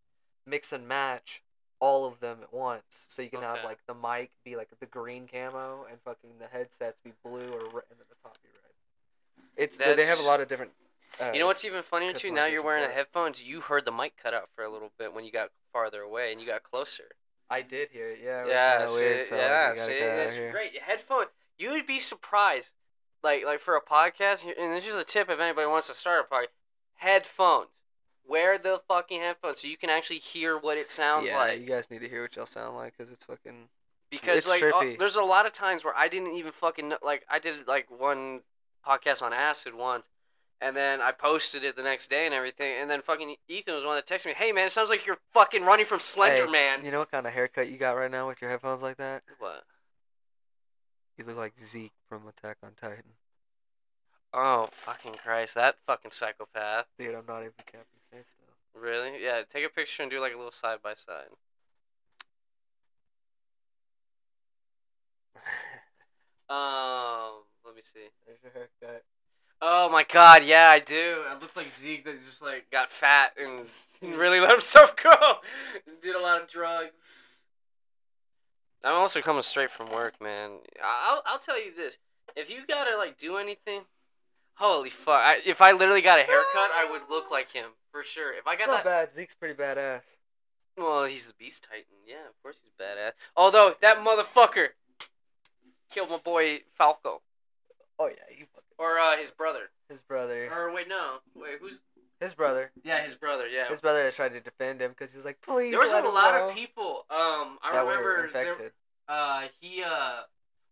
Speaker 2: mix and match all of them at once. So you can have
Speaker 1: Okay.
Speaker 2: like the mic be like the green camo, and fucking the headsets be blue or red, and then the top be red. It's they- they have a
Speaker 1: That's-
Speaker 2: lot of different. Uh,
Speaker 1: You know what's even funnier too? Now you're
Speaker 2: customizations
Speaker 1: wearing
Speaker 2: for
Speaker 1: the
Speaker 2: it.
Speaker 1: headphones. You heard the mic cut out for a little bit when you got farther away and you got closer.
Speaker 2: I did hear it. Yeah, it was
Speaker 1: Yeah,
Speaker 2: kinda
Speaker 1: see,
Speaker 2: weird. So
Speaker 1: yeah,
Speaker 2: you gotta
Speaker 1: see,
Speaker 2: cut it out
Speaker 1: it's
Speaker 2: here.
Speaker 1: great. Headphone, you would be surprised, like like for a podcast. And this is a tip if anybody wants to start a podcast. Headphones, wear the fucking headphones so you can actually hear what it sounds
Speaker 2: yeah,
Speaker 1: like.
Speaker 2: you guys need to hear what y'all sound like because it's fucking.
Speaker 1: because
Speaker 2: it's
Speaker 1: like uh,
Speaker 2: trippy.
Speaker 1: there's a lot of times where I didn't even fucking know, like I did like one podcast on acid once. And then I posted it the next day and everything. And then fucking Ethan was the one that texted me, "Hey man, it sounds like you're fucking running from Slender Man."
Speaker 2: You know what kind of haircut you got right now with your headphones like that?
Speaker 1: What?
Speaker 2: You look like Zeke from Attack on Titan.
Speaker 1: Oh fucking Christ! That fucking psychopath.
Speaker 2: Dude, I'm not even capping. Stay still.
Speaker 1: Really? Yeah, take a picture and do like a little side by side. Um, let me see.
Speaker 2: There's your haircut.
Speaker 1: Oh my god, yeah, I do. I look like Zeke that just like got fat and didn't really let himself go. Did a lot of drugs. I'm also coming straight from work, man. I- I'll I'll tell you this: if you gotta like do anything, holy fuck! I, if I literally got a haircut, I would look like him for sure. If I
Speaker 2: It's
Speaker 1: got
Speaker 2: not
Speaker 1: that,
Speaker 2: bad. Zeke's pretty badass.
Speaker 1: well, he's the Beast Titan. Yeah, of course he's badass. Although that motherfucker killed my boy Falco
Speaker 2: Oh yeah, he fucking.
Speaker 1: or uh, his brother.
Speaker 2: his brother.
Speaker 1: Or wait, no, wait, who's?
Speaker 2: His brother.
Speaker 1: Yeah, his brother. Yeah.
Speaker 2: His brother that tried to defend him because he's like, please.
Speaker 1: there was a
Speaker 2: let him
Speaker 1: lot
Speaker 2: go,"
Speaker 1: of people. Um, I
Speaker 2: that were
Speaker 1: remember. there-
Speaker 2: infected.
Speaker 1: uh, he uh,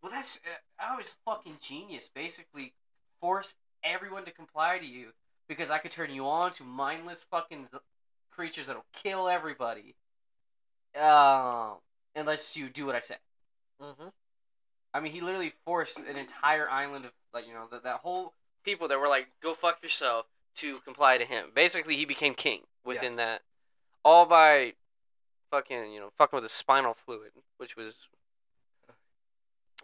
Speaker 1: well, that's uh, I was fucking genius. Basically, force everyone to comply to you because I could turn you on to mindless fucking z- creatures that'll kill everybody. Um, unless you do what I say.
Speaker 2: Mm-hmm.
Speaker 1: I mean, he literally forced an entire island of like you know that that whole people that were like go fuck yourself to comply to him. Basically, he became king within that, all by fucking you know fucking with his spinal fluid, which was.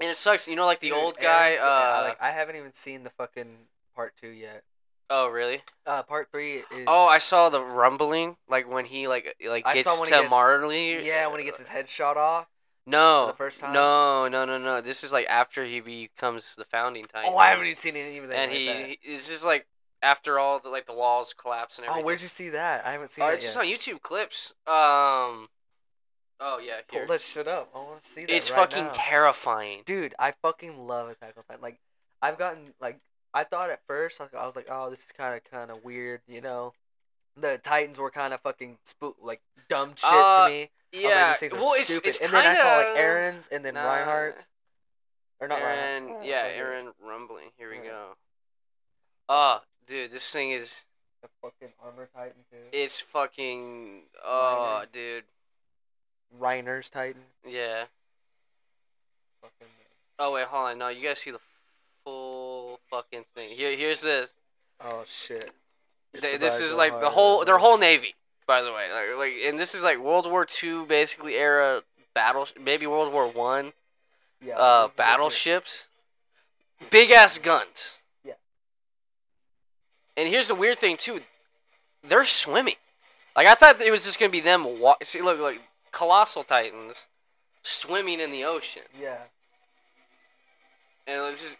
Speaker 1: And it sucks, you know, like the old guy. Uh,
Speaker 2: like I haven't even seen the fucking part two yet.
Speaker 1: oh, really?
Speaker 2: Uh, part three is.
Speaker 1: Oh, I saw the rumbling, like when he like like
Speaker 2: I
Speaker 1: gets
Speaker 2: saw
Speaker 1: to
Speaker 2: when he gets-
Speaker 1: Marley.
Speaker 2: Yeah, when he gets his head shot off.
Speaker 1: no
Speaker 2: for the first time?
Speaker 1: No, no, no, no. This is like after he becomes the founding titan.
Speaker 2: Oh, I haven't even seen anything of
Speaker 1: and
Speaker 2: like
Speaker 1: he,
Speaker 2: that.
Speaker 1: he it's just like after all the like the walls collapse and
Speaker 2: Oh,
Speaker 1: everything.
Speaker 2: where'd you see that? I haven't seen
Speaker 1: Oh,
Speaker 2: it
Speaker 1: it's
Speaker 2: yet.
Speaker 1: just on YouTube clips. Um. Oh yeah,
Speaker 2: Pull
Speaker 1: here.
Speaker 2: that shit up. I want to see that.
Speaker 1: It's
Speaker 2: right
Speaker 1: fucking
Speaker 2: now.
Speaker 1: terrifying.
Speaker 2: dude. I fucking love Attack on Titan. Like, I've gotten like I thought at first like, I was like, oh, this is kind of kind of weird, you know. The Titans were kind of fucking spook like dumb shit
Speaker 1: Uh,
Speaker 2: to me. I was like,
Speaker 1: Yeah.
Speaker 2: these things are
Speaker 1: well, it's
Speaker 2: stupid.
Speaker 1: it's
Speaker 2: and
Speaker 1: kind
Speaker 2: then
Speaker 1: of.
Speaker 2: I saw like Aaron's and then
Speaker 1: Nah.
Speaker 2: Reinhardt's, or not Oh,
Speaker 1: Aaron,
Speaker 2: Reinhardt.
Speaker 1: yeah,
Speaker 2: fuck it.
Speaker 1: Aaron rumbling. Here we
Speaker 2: Yeah.
Speaker 1: go. Oh, dude, this thing is
Speaker 2: The fucking armor Titan too.
Speaker 1: it's fucking. Oh,
Speaker 2: Minor.
Speaker 1: dude.
Speaker 2: Reiner's Titan.
Speaker 1: Yeah.
Speaker 2: Fucking.
Speaker 1: Oh wait, hold on. No, you guys see the full fucking thing. Here, here's this.
Speaker 2: Oh shit. It
Speaker 1: They, this
Speaker 2: survives
Speaker 1: is
Speaker 2: on
Speaker 1: like the
Speaker 2: hard
Speaker 1: whole their
Speaker 2: work.
Speaker 1: whole navy, by the way. Like, like and this is like World War Two basically era battle, maybe World War One
Speaker 2: yeah,
Speaker 1: uh,
Speaker 2: legit.
Speaker 1: battleships, big ass guns.
Speaker 2: Yeah.
Speaker 1: And here's the weird thing too, they're swimming. Like I thought it was just gonna be them walk. See, look like colossal titans swimming in the ocean,
Speaker 2: Yeah,
Speaker 1: and it's just.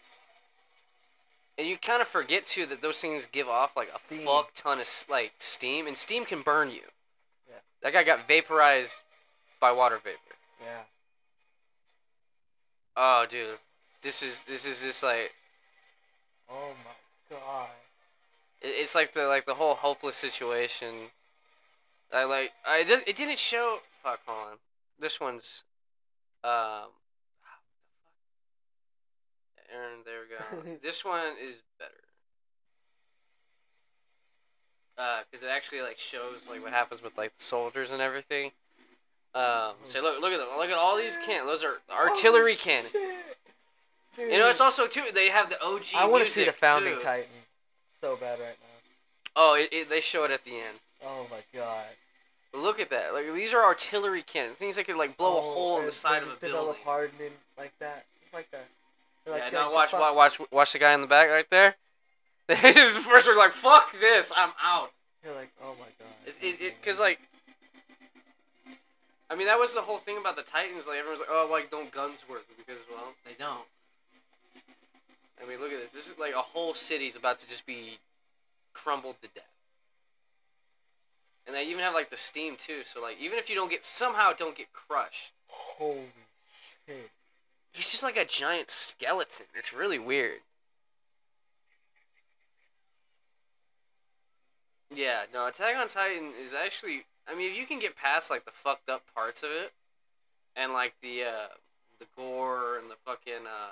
Speaker 1: And you kind of forget too that those things give off like a
Speaker 2: Steam.
Speaker 1: fuck ton of s- like steam, and steam can burn you.
Speaker 2: Yeah.
Speaker 1: That guy got vaporized by water vapor.
Speaker 2: yeah.
Speaker 1: Oh, dude, this is this is just like
Speaker 2: Oh my god.
Speaker 1: It- It's like the like the whole hopeless situation. I like I did, it didn't show. Fuck, hold on. This one's, um, Aaron. There we go. this one is better. Uh, because it actually like shows like what happens with like the soldiers and everything. Um, so look, look at them. Look at all these cannons. Those are artillery
Speaker 2: Holy
Speaker 1: cannon.
Speaker 2: Oh, shit. Dude,
Speaker 1: You know, it's also too. They have the OG.
Speaker 2: I
Speaker 1: want to
Speaker 2: see the founding
Speaker 1: too.
Speaker 2: titan so bad right now.
Speaker 1: Oh, it, it, they show it at the end.
Speaker 2: Oh my god.
Speaker 1: Look at that! Like these are artillery cannons, things that could like blow a
Speaker 2: Oh,
Speaker 1: hole in the
Speaker 2: and
Speaker 1: side of
Speaker 2: they
Speaker 1: a
Speaker 2: just develop
Speaker 1: building.
Speaker 2: hard and like that, just like that. They're
Speaker 1: yeah,
Speaker 2: like,
Speaker 1: now
Speaker 2: "Yo,
Speaker 1: watch,
Speaker 2: fuck."
Speaker 1: watch, watch, watch the guy in the back right there. He was the first one like, "Fuck this, I'm out."
Speaker 2: You're like, oh my god.
Speaker 1: It, it, it, cause like, I mean, that was the whole thing about the Titans. Like everyone's like, "Oh, like don't guns work?" Because well, they don't. I mean, look at this. This is like a whole city's about to just be crumbled to death. And they even have like the steam too. So like, even if you don't get somehow don't get crushed.
Speaker 2: holy shit.
Speaker 1: He's just like a giant skeleton. It's really weird. Yeah, no, Attack on Titan is actually. I mean, if you can get past like the fucked up parts of it, and like the uh, the gore and the fucking, uh,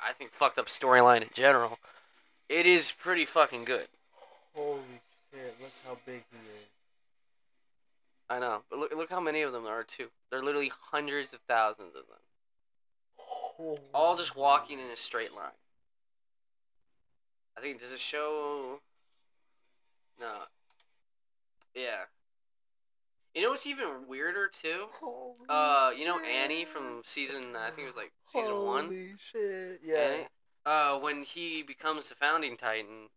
Speaker 1: I think fucked up storyline in general, it is pretty fucking good.
Speaker 2: Holy shit! Look how big he is.
Speaker 1: I know, but look look how many of them there are too. There are literally hundreds of thousands of them,
Speaker 2: Holy
Speaker 1: all just walking in a straight line. I think does it show? No. Yeah. You know what's even weirder too?
Speaker 2: Holy
Speaker 1: Uh, you know Annie
Speaker 2: shit.
Speaker 1: from season I think it was like season one.
Speaker 2: Holy shit! Yeah.
Speaker 1: Annie? Uh, when he becomes the founding titan,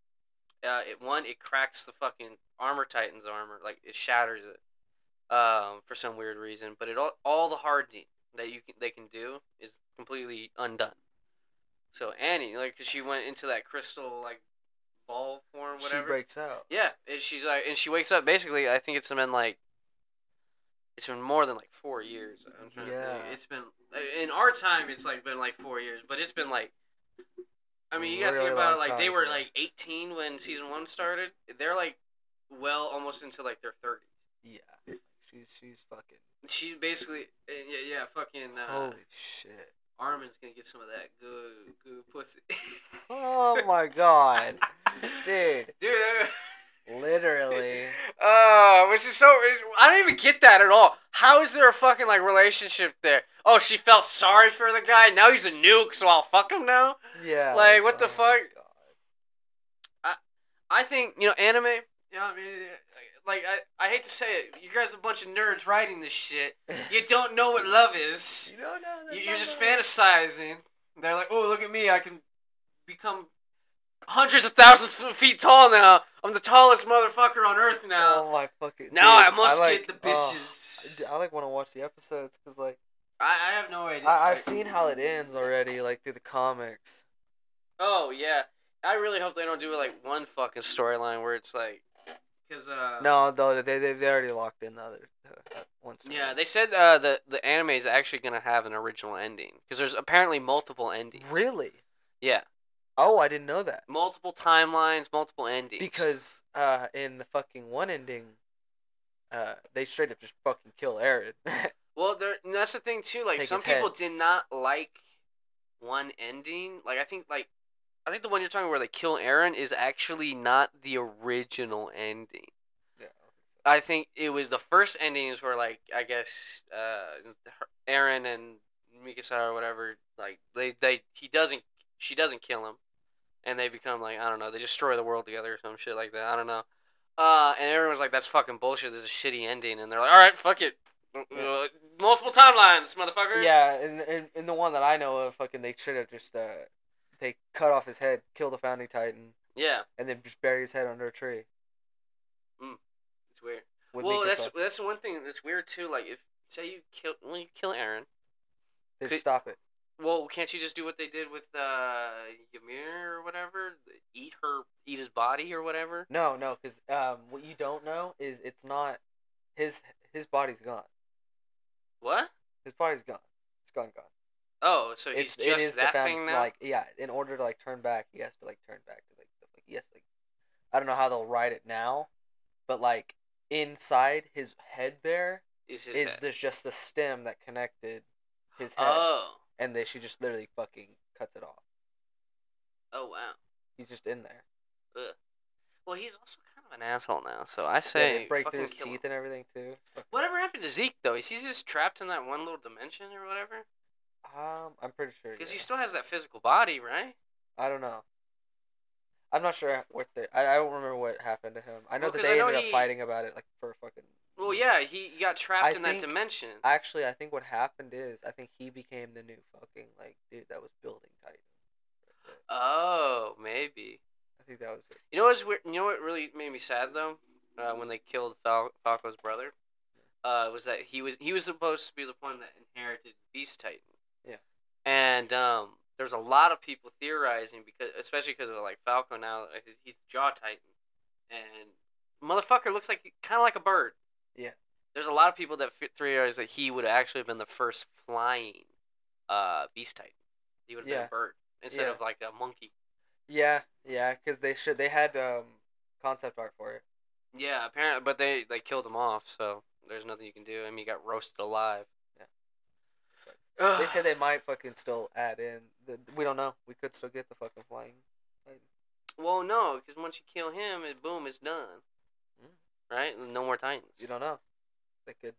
Speaker 1: uh, it one it cracks the fucking armor titan's armor, like it shatters it, um, for some weird reason. But it all all the hardening that you can, they can do is completely undone. So Annie, like, 'cause she went into that crystal like ball form,
Speaker 2: She
Speaker 1: whatever.
Speaker 2: breaks out.
Speaker 1: Yeah, and she's like, and she wakes up. Basically, I think it's been like, it's been more than like four years. I'm trying to
Speaker 2: Yeah.
Speaker 1: think. It's been uh, in our time. It's like been like four years, but it's been like, I mean, you gotta
Speaker 2: Really
Speaker 1: think about it.
Speaker 2: long
Speaker 1: Like they
Speaker 2: time,
Speaker 1: were
Speaker 2: yeah.
Speaker 1: like 18 when season one started. They're like, well, almost into like their 30s.
Speaker 2: Yeah. She's she's fucking.
Speaker 1: She basically, yeah, yeah, fucking uh,
Speaker 2: Holy shit!
Speaker 1: Armin's gonna get some of that good, good pussy.
Speaker 2: Oh my god, dude!
Speaker 1: dude.
Speaker 2: Literally.
Speaker 1: Uh, which is so. I don't even get that at all. How is there a fucking like relationship there? Oh, she felt sorry for the guy. Now he's a nuke, so I'll fuck him now.
Speaker 2: Yeah.
Speaker 1: Like, what the
Speaker 2: oh my
Speaker 1: fuck?
Speaker 2: God.
Speaker 1: I think you know anime. You know, what I mean, like I, I hate to say it. You guys are a bunch of nerds writing this shit. You don't know what love is.
Speaker 2: You don't know.
Speaker 1: You-
Speaker 2: that
Speaker 1: You're just
Speaker 2: number.
Speaker 1: fantasizing. They're like, oh, look at me. I can become hundreds of thousands of feet tall now. I'm the tallest motherfucker on earth now.
Speaker 2: Oh my fucking.
Speaker 1: Now
Speaker 2: dude,
Speaker 1: I must
Speaker 2: like-
Speaker 1: get the
Speaker 2: oh,
Speaker 1: bitches.
Speaker 2: d- I like want to watch the episodes because like
Speaker 1: I, I have no idea.
Speaker 2: I, I've
Speaker 1: like-
Speaker 2: seen how it ends already, like through the comics.
Speaker 1: Oh yeah, I really hope they don't do like one fucking storyline where it's like, cause uh.
Speaker 2: No, though they they they already locked in the other uh, one. story.
Speaker 1: Yeah, they said uh, the the anime is actually gonna have an original ending because there's apparently multiple endings.
Speaker 2: really.
Speaker 1: Yeah,
Speaker 2: Oh, I didn't know that
Speaker 1: multiple timelines, multiple endings.
Speaker 2: because uh, in the fucking one ending, uh, they straight up just fucking kill Aaron.
Speaker 1: well, there and that's the thing too. Like
Speaker 2: Take
Speaker 1: some
Speaker 2: his head.
Speaker 1: people did not like one ending. Like I think like I think the one you're talking where they kill Aaron is actually not the original ending.
Speaker 2: yeah.
Speaker 1: I think it was the first endings where like I guess uh her- Aaron and Mikasa or whatever like they they he doesn't she doesn't kill him and they become like I don't know, they destroy the world together or some shit like that. I don't know. Uh, and everyone's like, "That's fucking bullshit. This is a shitty ending." And they're like, "All right, fuck it, Uh,
Speaker 2: Yeah.
Speaker 1: multiple timelines, motherfuckers."
Speaker 2: Yeah, and, and and the one that I know of, fucking, they should have just uh, they cut off his head, kill the founding titan,
Speaker 1: yeah,
Speaker 2: and then just bury his head under a tree.
Speaker 1: it's weird.
Speaker 2: With
Speaker 1: well,
Speaker 2: Mika's
Speaker 1: that's
Speaker 2: sauce.
Speaker 1: that's one thing that's weird too. Like, if say you kill, well, you kill Aaron.
Speaker 2: They
Speaker 1: could-
Speaker 2: stop it.
Speaker 1: Well, can't you just do what they did with uh, Ymir or whatever? Eat her, eat his body or whatever.
Speaker 2: No, no, because um, what you don't know is it's not his his body's gone.
Speaker 1: What?
Speaker 2: His body's gone. It's gone, gone.
Speaker 1: Oh, so he's
Speaker 2: it's it is
Speaker 1: just that
Speaker 2: the found,
Speaker 1: thing now.
Speaker 2: Like yeah, in order to like turn back, he has to like turn back to like, the- like he has to, like I don't know how they'll write it now, but like inside his head there
Speaker 1: is his
Speaker 2: is
Speaker 1: head.
Speaker 2: there's just the stem that connected his head,
Speaker 1: oh,
Speaker 2: and they she just literally fucking cuts it off.
Speaker 1: oh wow.
Speaker 2: He's just in there.
Speaker 1: Well, he's also kind of an asshole now. So I
Speaker 2: Yeah,
Speaker 1: say
Speaker 2: they break
Speaker 1: fucking
Speaker 2: through his
Speaker 1: kill
Speaker 2: teeth
Speaker 1: him.
Speaker 2: and everything too. It's fucking-
Speaker 1: Whatever happened to Zeke though? Is he just trapped in that one little dimension or whatever?
Speaker 2: Um, I'm pretty sure.
Speaker 1: Because
Speaker 2: yeah.
Speaker 1: he still has that physical body, right?
Speaker 2: I don't know. I'm not sure what the I, I don't remember what happened to him. I know
Speaker 1: Well,
Speaker 2: that
Speaker 1: 'cause I
Speaker 2: they
Speaker 1: know
Speaker 2: ended up
Speaker 1: he-
Speaker 2: fighting about it like for a fucking.
Speaker 1: Well, yeah, he he got trapped
Speaker 2: Mm-hmm. I
Speaker 1: in that
Speaker 2: think-
Speaker 1: dimension.
Speaker 2: Actually, I think what happened is I think he became the new fucking like dude that was building Titan.
Speaker 1: Oh, maybe.
Speaker 2: I think that was it.
Speaker 1: You know what's weird? You know what really made me sad though, uh, when they killed Fal- Falco's brother, uh, was that he was he was supposed to be the one that inherited Beast Titan.
Speaker 2: Yeah.
Speaker 1: And um, there's a lot of people theorizing because, especially because of like Falco now, like, he's- he's Jaw Titan, and motherfucker looks like kind of like a bird.
Speaker 2: Yeah.
Speaker 1: There's a lot of people that f- theorize that he would actually have been the first flying, uh, Beast Titan. He would have been
Speaker 2: Yeah.
Speaker 1: a bird instead
Speaker 2: Yeah.
Speaker 1: of like a monkey.
Speaker 2: Yeah, yeah, because they should they had um concept art for it.
Speaker 1: Yeah, apparently, but they they killed him off, so there's nothing you can do. I mean, he got roasted alive.
Speaker 2: So they said they might fucking still add in. The, we don't know. We could still get the fucking flying. Titan.
Speaker 1: Well, no, because once you kill him, it boom, it's done.
Speaker 2: Mm.
Speaker 1: Right? No more Titans.
Speaker 2: You don't know. They could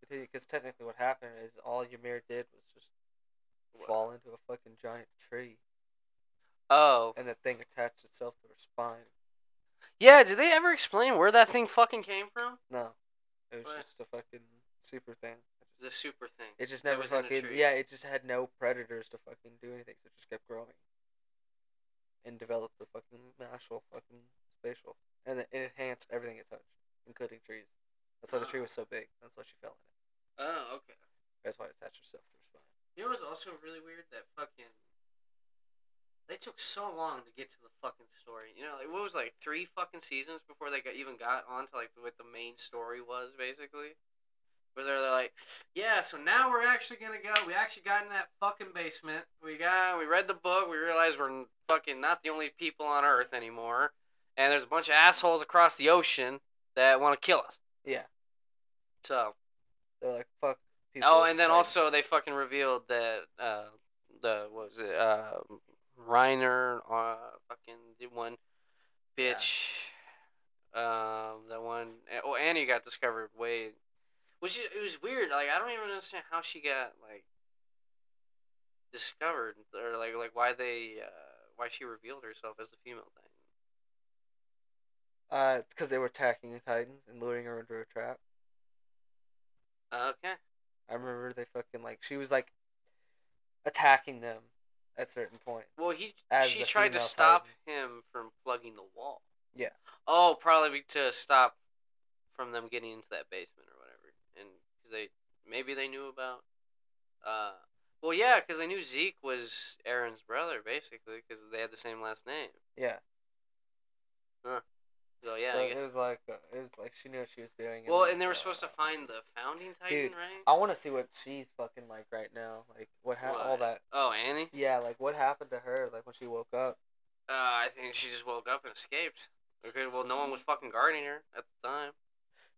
Speaker 2: continue because technically what happened is all Ymir did was just
Speaker 1: Wow.
Speaker 2: fall into a fucking giant tree.
Speaker 1: Oh,
Speaker 2: and the thing attached itself to her spine.
Speaker 1: yeah. Did they ever explain where that thing fucking came from?
Speaker 2: No, it was
Speaker 1: What?
Speaker 2: just a fucking super thing.
Speaker 1: The super thing.
Speaker 2: It just
Speaker 1: That
Speaker 2: never
Speaker 1: was in a
Speaker 2: fucking
Speaker 1: tree.
Speaker 2: yeah. It just had no predators to fucking do anything, so it just kept growing and developed the fucking actual fucking spatial, and it it enhanced everything it touched, including trees. That's why the tree was so big. That's why she fell in it.
Speaker 1: Oh, okay.
Speaker 2: That's why it attached herself to her spine.
Speaker 1: You know what's also really weird? That fucking. They took so long to get to the fucking story. You know, like, what was like three fucking seasons before they got, even got onto like what the main story was, basically. Where they're they're like, yeah, so now we're actually gonna go. We actually got in that fucking basement. We got, we read the book. We realized we're fucking not the only people on Earth anymore. And there's a bunch of assholes across the ocean that want to kill us.
Speaker 2: Yeah,
Speaker 1: So
Speaker 2: they're like fuck. People
Speaker 1: oh, and then
Speaker 2: Titans.
Speaker 1: also they fucking revealed that uh, the what was it uh, Reiner uh, fucking the one
Speaker 2: Yeah.
Speaker 1: bitch, uh, that one. Oh, Annie got discovered way, which is, it was weird. Like I don't even understand how she got like discovered or like like why they uh, why she revealed herself as a female thing.
Speaker 2: uh, it's because they were attacking the Titans and luring her into a trap.
Speaker 1: Okay.
Speaker 2: I remember they fucking like she was like attacking them at certain points.
Speaker 1: Well, he
Speaker 2: as
Speaker 1: she
Speaker 2: the
Speaker 1: tried to
Speaker 2: female
Speaker 1: stop
Speaker 2: Titan.
Speaker 1: him from plugging the wall.
Speaker 2: Yeah.
Speaker 1: Oh, probably be- to stop from them getting into that basement or whatever, and because they maybe they knew about. Uh, well, yeah, because they knew Zeke was Aaron's brother basically, because they had the same last name.
Speaker 2: yeah
Speaker 1: So yeah.
Speaker 2: So
Speaker 1: I
Speaker 2: it
Speaker 1: guess-
Speaker 2: was like uh, it was like she knew what she was doing.
Speaker 1: well,
Speaker 2: then,
Speaker 1: and they were
Speaker 2: uh,
Speaker 1: supposed to find the founding titan,
Speaker 2: Dude,
Speaker 1: right?
Speaker 2: I want to see what she's fucking like right now. Like what happened? All
Speaker 1: What?
Speaker 2: that.
Speaker 1: Oh, Annie.
Speaker 2: Yeah, like what happened to her? Like when she woke up.
Speaker 1: Uh, I think she just woke up and escaped. Okay, well, no
Speaker 2: Mm.
Speaker 1: one was fucking guarding her at the time.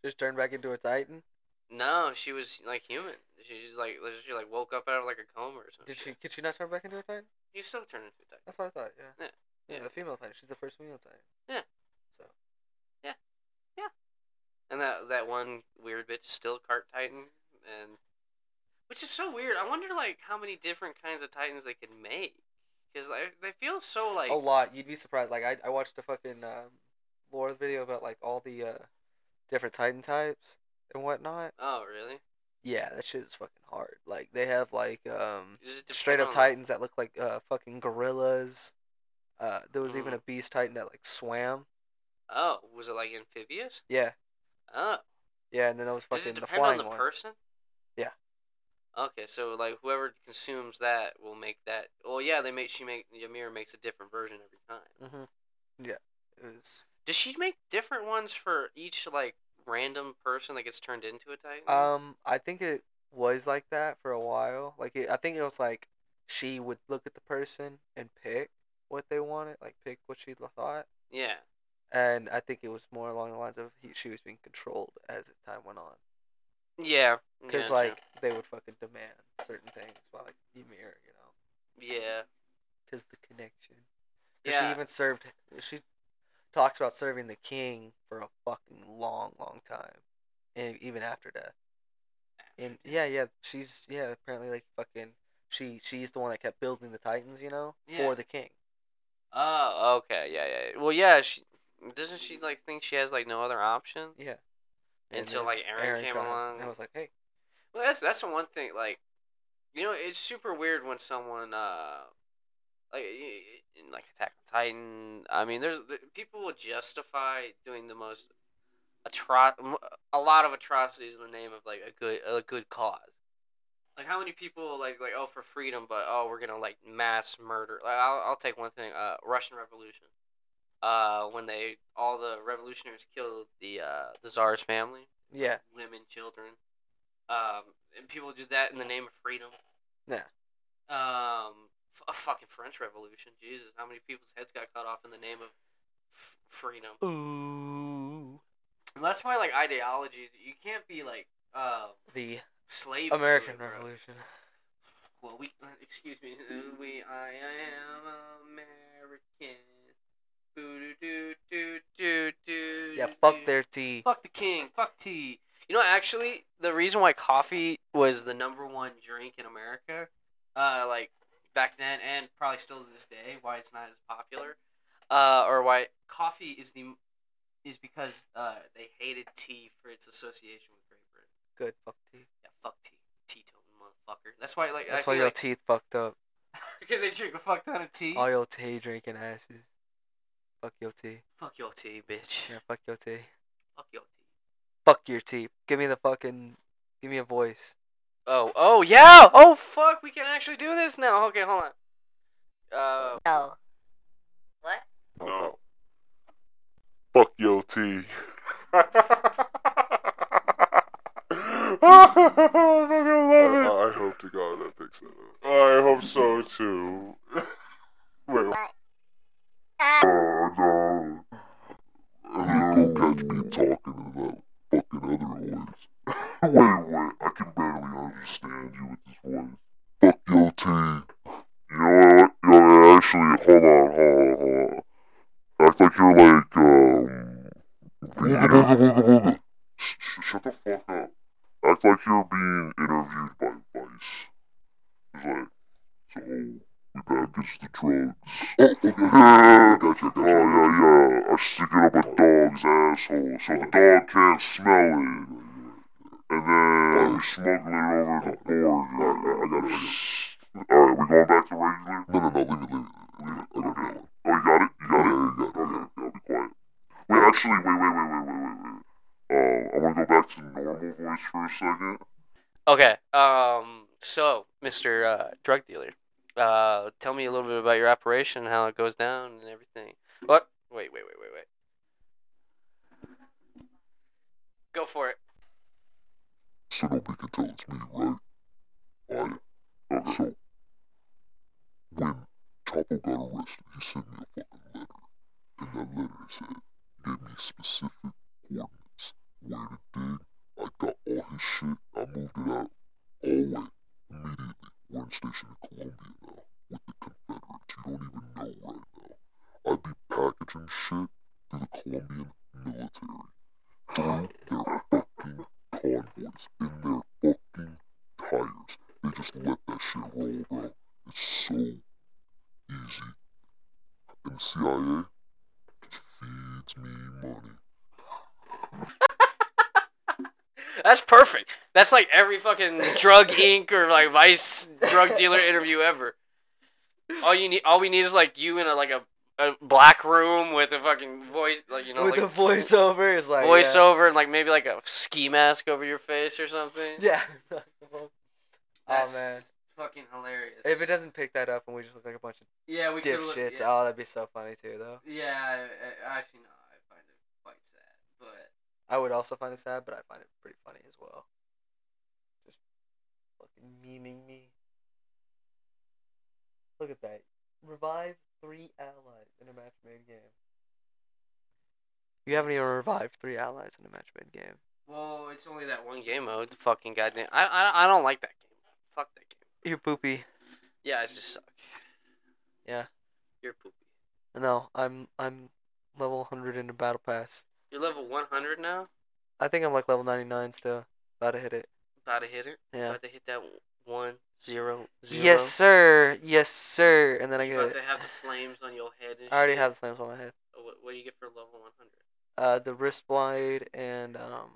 Speaker 2: Just turned back into a Titan.
Speaker 1: No, she was like human. She just like was- she like woke up out of like a coma or something.
Speaker 2: Did she? Could she not turn back into a Titan?
Speaker 1: You still turn into a titan.
Speaker 2: That's what I thought. Yeah.
Speaker 1: Yeah, yeah.
Speaker 2: The female Titan. She's the first female Titan.
Speaker 1: Yeah.
Speaker 2: So
Speaker 1: And that that one weird bitch still cart titan, and which is so weird. I wonder like how many different kinds of titans they could make. because like, they feel so like
Speaker 2: a lot. You'd be surprised. Like I, I watched a fucking um, lore video about like all the uh, different Titan types and whatnot.
Speaker 1: Oh, really?
Speaker 2: Yeah, that shit is fucking hard. Like they have like um,
Speaker 1: Does it depend
Speaker 2: straight up
Speaker 1: on-
Speaker 2: Titans that look like uh, fucking gorillas. Uh, there was even
Speaker 1: Mhm.
Speaker 2: a beast Titan that like swam.
Speaker 1: Oh, was it like amphibious?
Speaker 2: Yeah,
Speaker 1: Oh,
Speaker 2: yeah, and then there was
Speaker 1: does it
Speaker 2: fucking the
Speaker 1: depend on
Speaker 2: flying
Speaker 1: the
Speaker 2: one.
Speaker 1: person?
Speaker 2: Yeah.
Speaker 1: Okay, so like whoever consumes that will make that. Well, yeah, they make she make Ymir makes a different version every time.
Speaker 2: hmm Yeah, it was.
Speaker 1: Does she make different ones for each like random person that gets turned into a titan?
Speaker 2: Um, I think it was like that for a while. Like it, I think it was like she would look at the person and pick what they wanted, like pick what she thought.
Speaker 1: yeah.
Speaker 2: And I think it was more along the lines of he, she was being controlled as time went on,
Speaker 1: Yeah.
Speaker 2: because
Speaker 1: yeah,
Speaker 2: like they would fucking demand certain things by like Ymir, you know,
Speaker 1: yeah. Yeah.
Speaker 2: because the connection. 'Cause
Speaker 1: Yeah.
Speaker 2: She even served. She talks about serving the king for a fucking long, long time, and even after death. And yeah, yeah, she's yeah. Apparently, like fucking, she she's the one that kept building the Titans, you know,
Speaker 1: Yeah.
Speaker 2: for the king.
Speaker 1: Oh, okay. Yeah, yeah. Well, yeah. She doesn't she like think she has like no other option
Speaker 2: Yeah.
Speaker 1: until
Speaker 2: then
Speaker 1: like Aaron, came
Speaker 2: got-
Speaker 1: along.
Speaker 2: and was like, hey,
Speaker 1: Well, that's that's the one thing. Like, you know, it's super weird when someone, uh, like, y- y- in, like Attack on Titan. I mean, there's the, people will justify doing the most atro- m- a lot of atrocities in the name of like a good a good cause. Like, how many people like like oh for freedom, but oh we're gonna like mass murder. Like, I'll I'll take one thing. Uh, Russian Revolution. Uh, when they all the revolutionaries killed the uh the czar's family
Speaker 2: yeah,
Speaker 1: women, children. Um, and people do that in the name of freedom.
Speaker 2: Yeah.
Speaker 1: Um, f- a fucking French Revolution. Jesus, how many people's heads got cut off in the name of f- freedom?
Speaker 2: ooh,
Speaker 1: And that's why, like, ideologies, you can't be like uh,
Speaker 2: the
Speaker 1: slave. to
Speaker 2: American
Speaker 1: it, bro.
Speaker 2: Revolution.
Speaker 1: Well, we uh, excuse me. uh, We I am American. Boo doo doo doo doo.
Speaker 2: Yeah,
Speaker 1: doo
Speaker 2: fuck
Speaker 1: doo.
Speaker 2: their tea.
Speaker 1: Fuck the king. Fuck tea. You know, actually, the reason why coffee was the number one drink in America, uh, like back then and probably still to this day, why it's not as popular, uh, or why coffee is the is because uh, they hated tea for its association with Great Britain.
Speaker 2: Good fuck tea.
Speaker 1: Yeah, fuck tea, teetotal motherfucker. That's why, like,
Speaker 2: That's
Speaker 1: I
Speaker 2: why
Speaker 1: feel
Speaker 2: your
Speaker 1: like
Speaker 2: teeth fucked up.
Speaker 1: because they drink a fuck ton of tea.
Speaker 2: All your tea drinking asses. Fuck your tea.
Speaker 1: Fuck your tea, bitch.
Speaker 2: Yeah, fuck your tea.
Speaker 1: Fuck your tea.
Speaker 2: Fuck your tea. Give me the fucking. Give me a voice.
Speaker 1: Oh, oh yeah. Oh fuck, we can actually do this now. Okay, hold on. Uh,
Speaker 3: No. What?
Speaker 4: No. Fuck your tea. I I hope to God that picks that up. I hope so too. Wait. Oh no. Don't catch me talking to that fucking other voice. wait, wait, I can barely understand you with this voice. Fuck your tea. You know what? You know, what, actually, hold on, hold on, hold on uh, act like you're like um Sh- sh- shut the fuck up act like you're being interviewed by vice he's like so we package the drugs oh okay. yeah, oh yeah yeah i stick it up a dog's asshole so the dog can't smell it and then we smuggle it over the border. I got it. All right, we going back to regular? No, no, no, leave it, leave it, leave it. Okay. Oh, you got it? You got it? Yeah, Okay, yeah, be quiet. Wait, actually, wait, wait, wait, wait, wait, wait, wait. Uh, I want to go back to normal voice for a second.
Speaker 1: okay. Um. So, Mister uh, Drug Dealer, uh, tell me a little bit about your operation, how it goes down, and everything. What? Wait, wait, wait, wait, wait. Go for it.
Speaker 4: So nobody can tell it's me, right? Oh, yeah. Okay. So, when Chapo got arrested, he sent me a fucking letter. And that letter said, gave me specific coordinates. Where to dig, I got all his shit, I moved it out, all went, immediately. We're in station in Columbia now, with the Confederates. You don't even know right now. I'd be packaging shit to the Colombian military. Through their fucking convoys in their fucking tires. They just let that shit roll, bro. It's so easy. CIA just feeds me money.
Speaker 1: That's perfect. That's like every fucking drug inc or like vice drug dealer interview ever. All you need, all we need is like you in a like a, a black room with a fucking voice, like you know,
Speaker 2: With
Speaker 1: like
Speaker 2: the voiceover is like yeah.
Speaker 1: voiceover and like maybe like a ski mask over your face or something.
Speaker 2: Yeah. oh
Speaker 1: That's
Speaker 2: man.
Speaker 1: fucking hilarious.
Speaker 2: If it doesn't pick that up and we just look like a bunch of
Speaker 1: yeah, we could look-
Speaker 2: dipshits,
Speaker 1: Yeah,
Speaker 2: oh, that'd be so funny too, though.
Speaker 1: yeah I- I, actually, no, I find it quite sad, but.
Speaker 2: I would also find it sad, but I find it pretty funny as well. Just fucking memeing me. Look at that. Revive three allies in a match made game. You haven't even revived three allies in a match made game.
Speaker 1: Well, it's only that one game mode. The fucking goddamn. I, I, I don't like that game. Fuck that game.
Speaker 2: You're poopy.
Speaker 1: Yeah, it just suck.
Speaker 2: Yeah.
Speaker 1: You're poopy.
Speaker 2: No, I'm I'm level hundred into battle pass.
Speaker 1: You're level 100 now.
Speaker 2: I think I'm like level ninety nine still. About to hit it.
Speaker 1: About to hit it.
Speaker 2: Yeah.
Speaker 1: About to hit that one zero zero.
Speaker 2: Yes sir. Yes sir. And then I
Speaker 1: You
Speaker 2: get.
Speaker 1: about to have the flames on your head. And
Speaker 2: I already
Speaker 1: shit.
Speaker 2: have the flames on my head.
Speaker 1: Oh, What, what do you get for level 100?
Speaker 2: Uh, the wrist blade and um.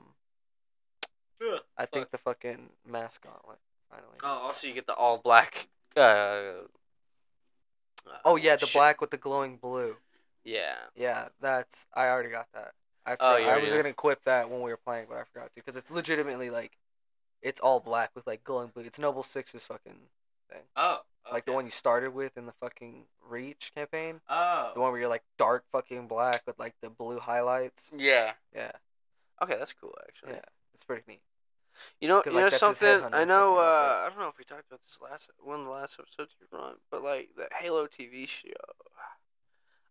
Speaker 2: I
Speaker 1: Fuck.
Speaker 2: think the fucking mask gauntlet. Finally.
Speaker 1: Oh, also you get the all black. Uh, uh,
Speaker 2: oh yeah, the
Speaker 1: shit.
Speaker 2: black with the glowing blue.
Speaker 1: Yeah.
Speaker 2: Yeah, that's I already got that.
Speaker 1: Oh,
Speaker 2: I forgot-
Speaker 1: you
Speaker 2: I
Speaker 1: already
Speaker 2: was
Speaker 1: got-
Speaker 2: gonna equip that when we were playing, but I forgot to because it's legitimately like, it's all black with like glowing blue. It's Noble Six's fucking
Speaker 1: Oh.
Speaker 2: like the
Speaker 1: okay.
Speaker 2: one you started with in the fucking Reach campaign.
Speaker 1: Oh.
Speaker 2: The one where you're like dark fucking black with like the blue highlights.
Speaker 1: Yeah.
Speaker 2: Yeah,
Speaker 1: Okay, that's cool actually.
Speaker 2: yeah, it's pretty neat.
Speaker 1: You know,
Speaker 2: 'Cause,
Speaker 1: you
Speaker 2: like,
Speaker 1: know
Speaker 2: that's his headhunter
Speaker 1: something.
Speaker 2: and
Speaker 1: I know.
Speaker 2: something else, like-
Speaker 1: Uh, I don't know if we talked about this last one of the last episodes you're on, but like the Halo TV show,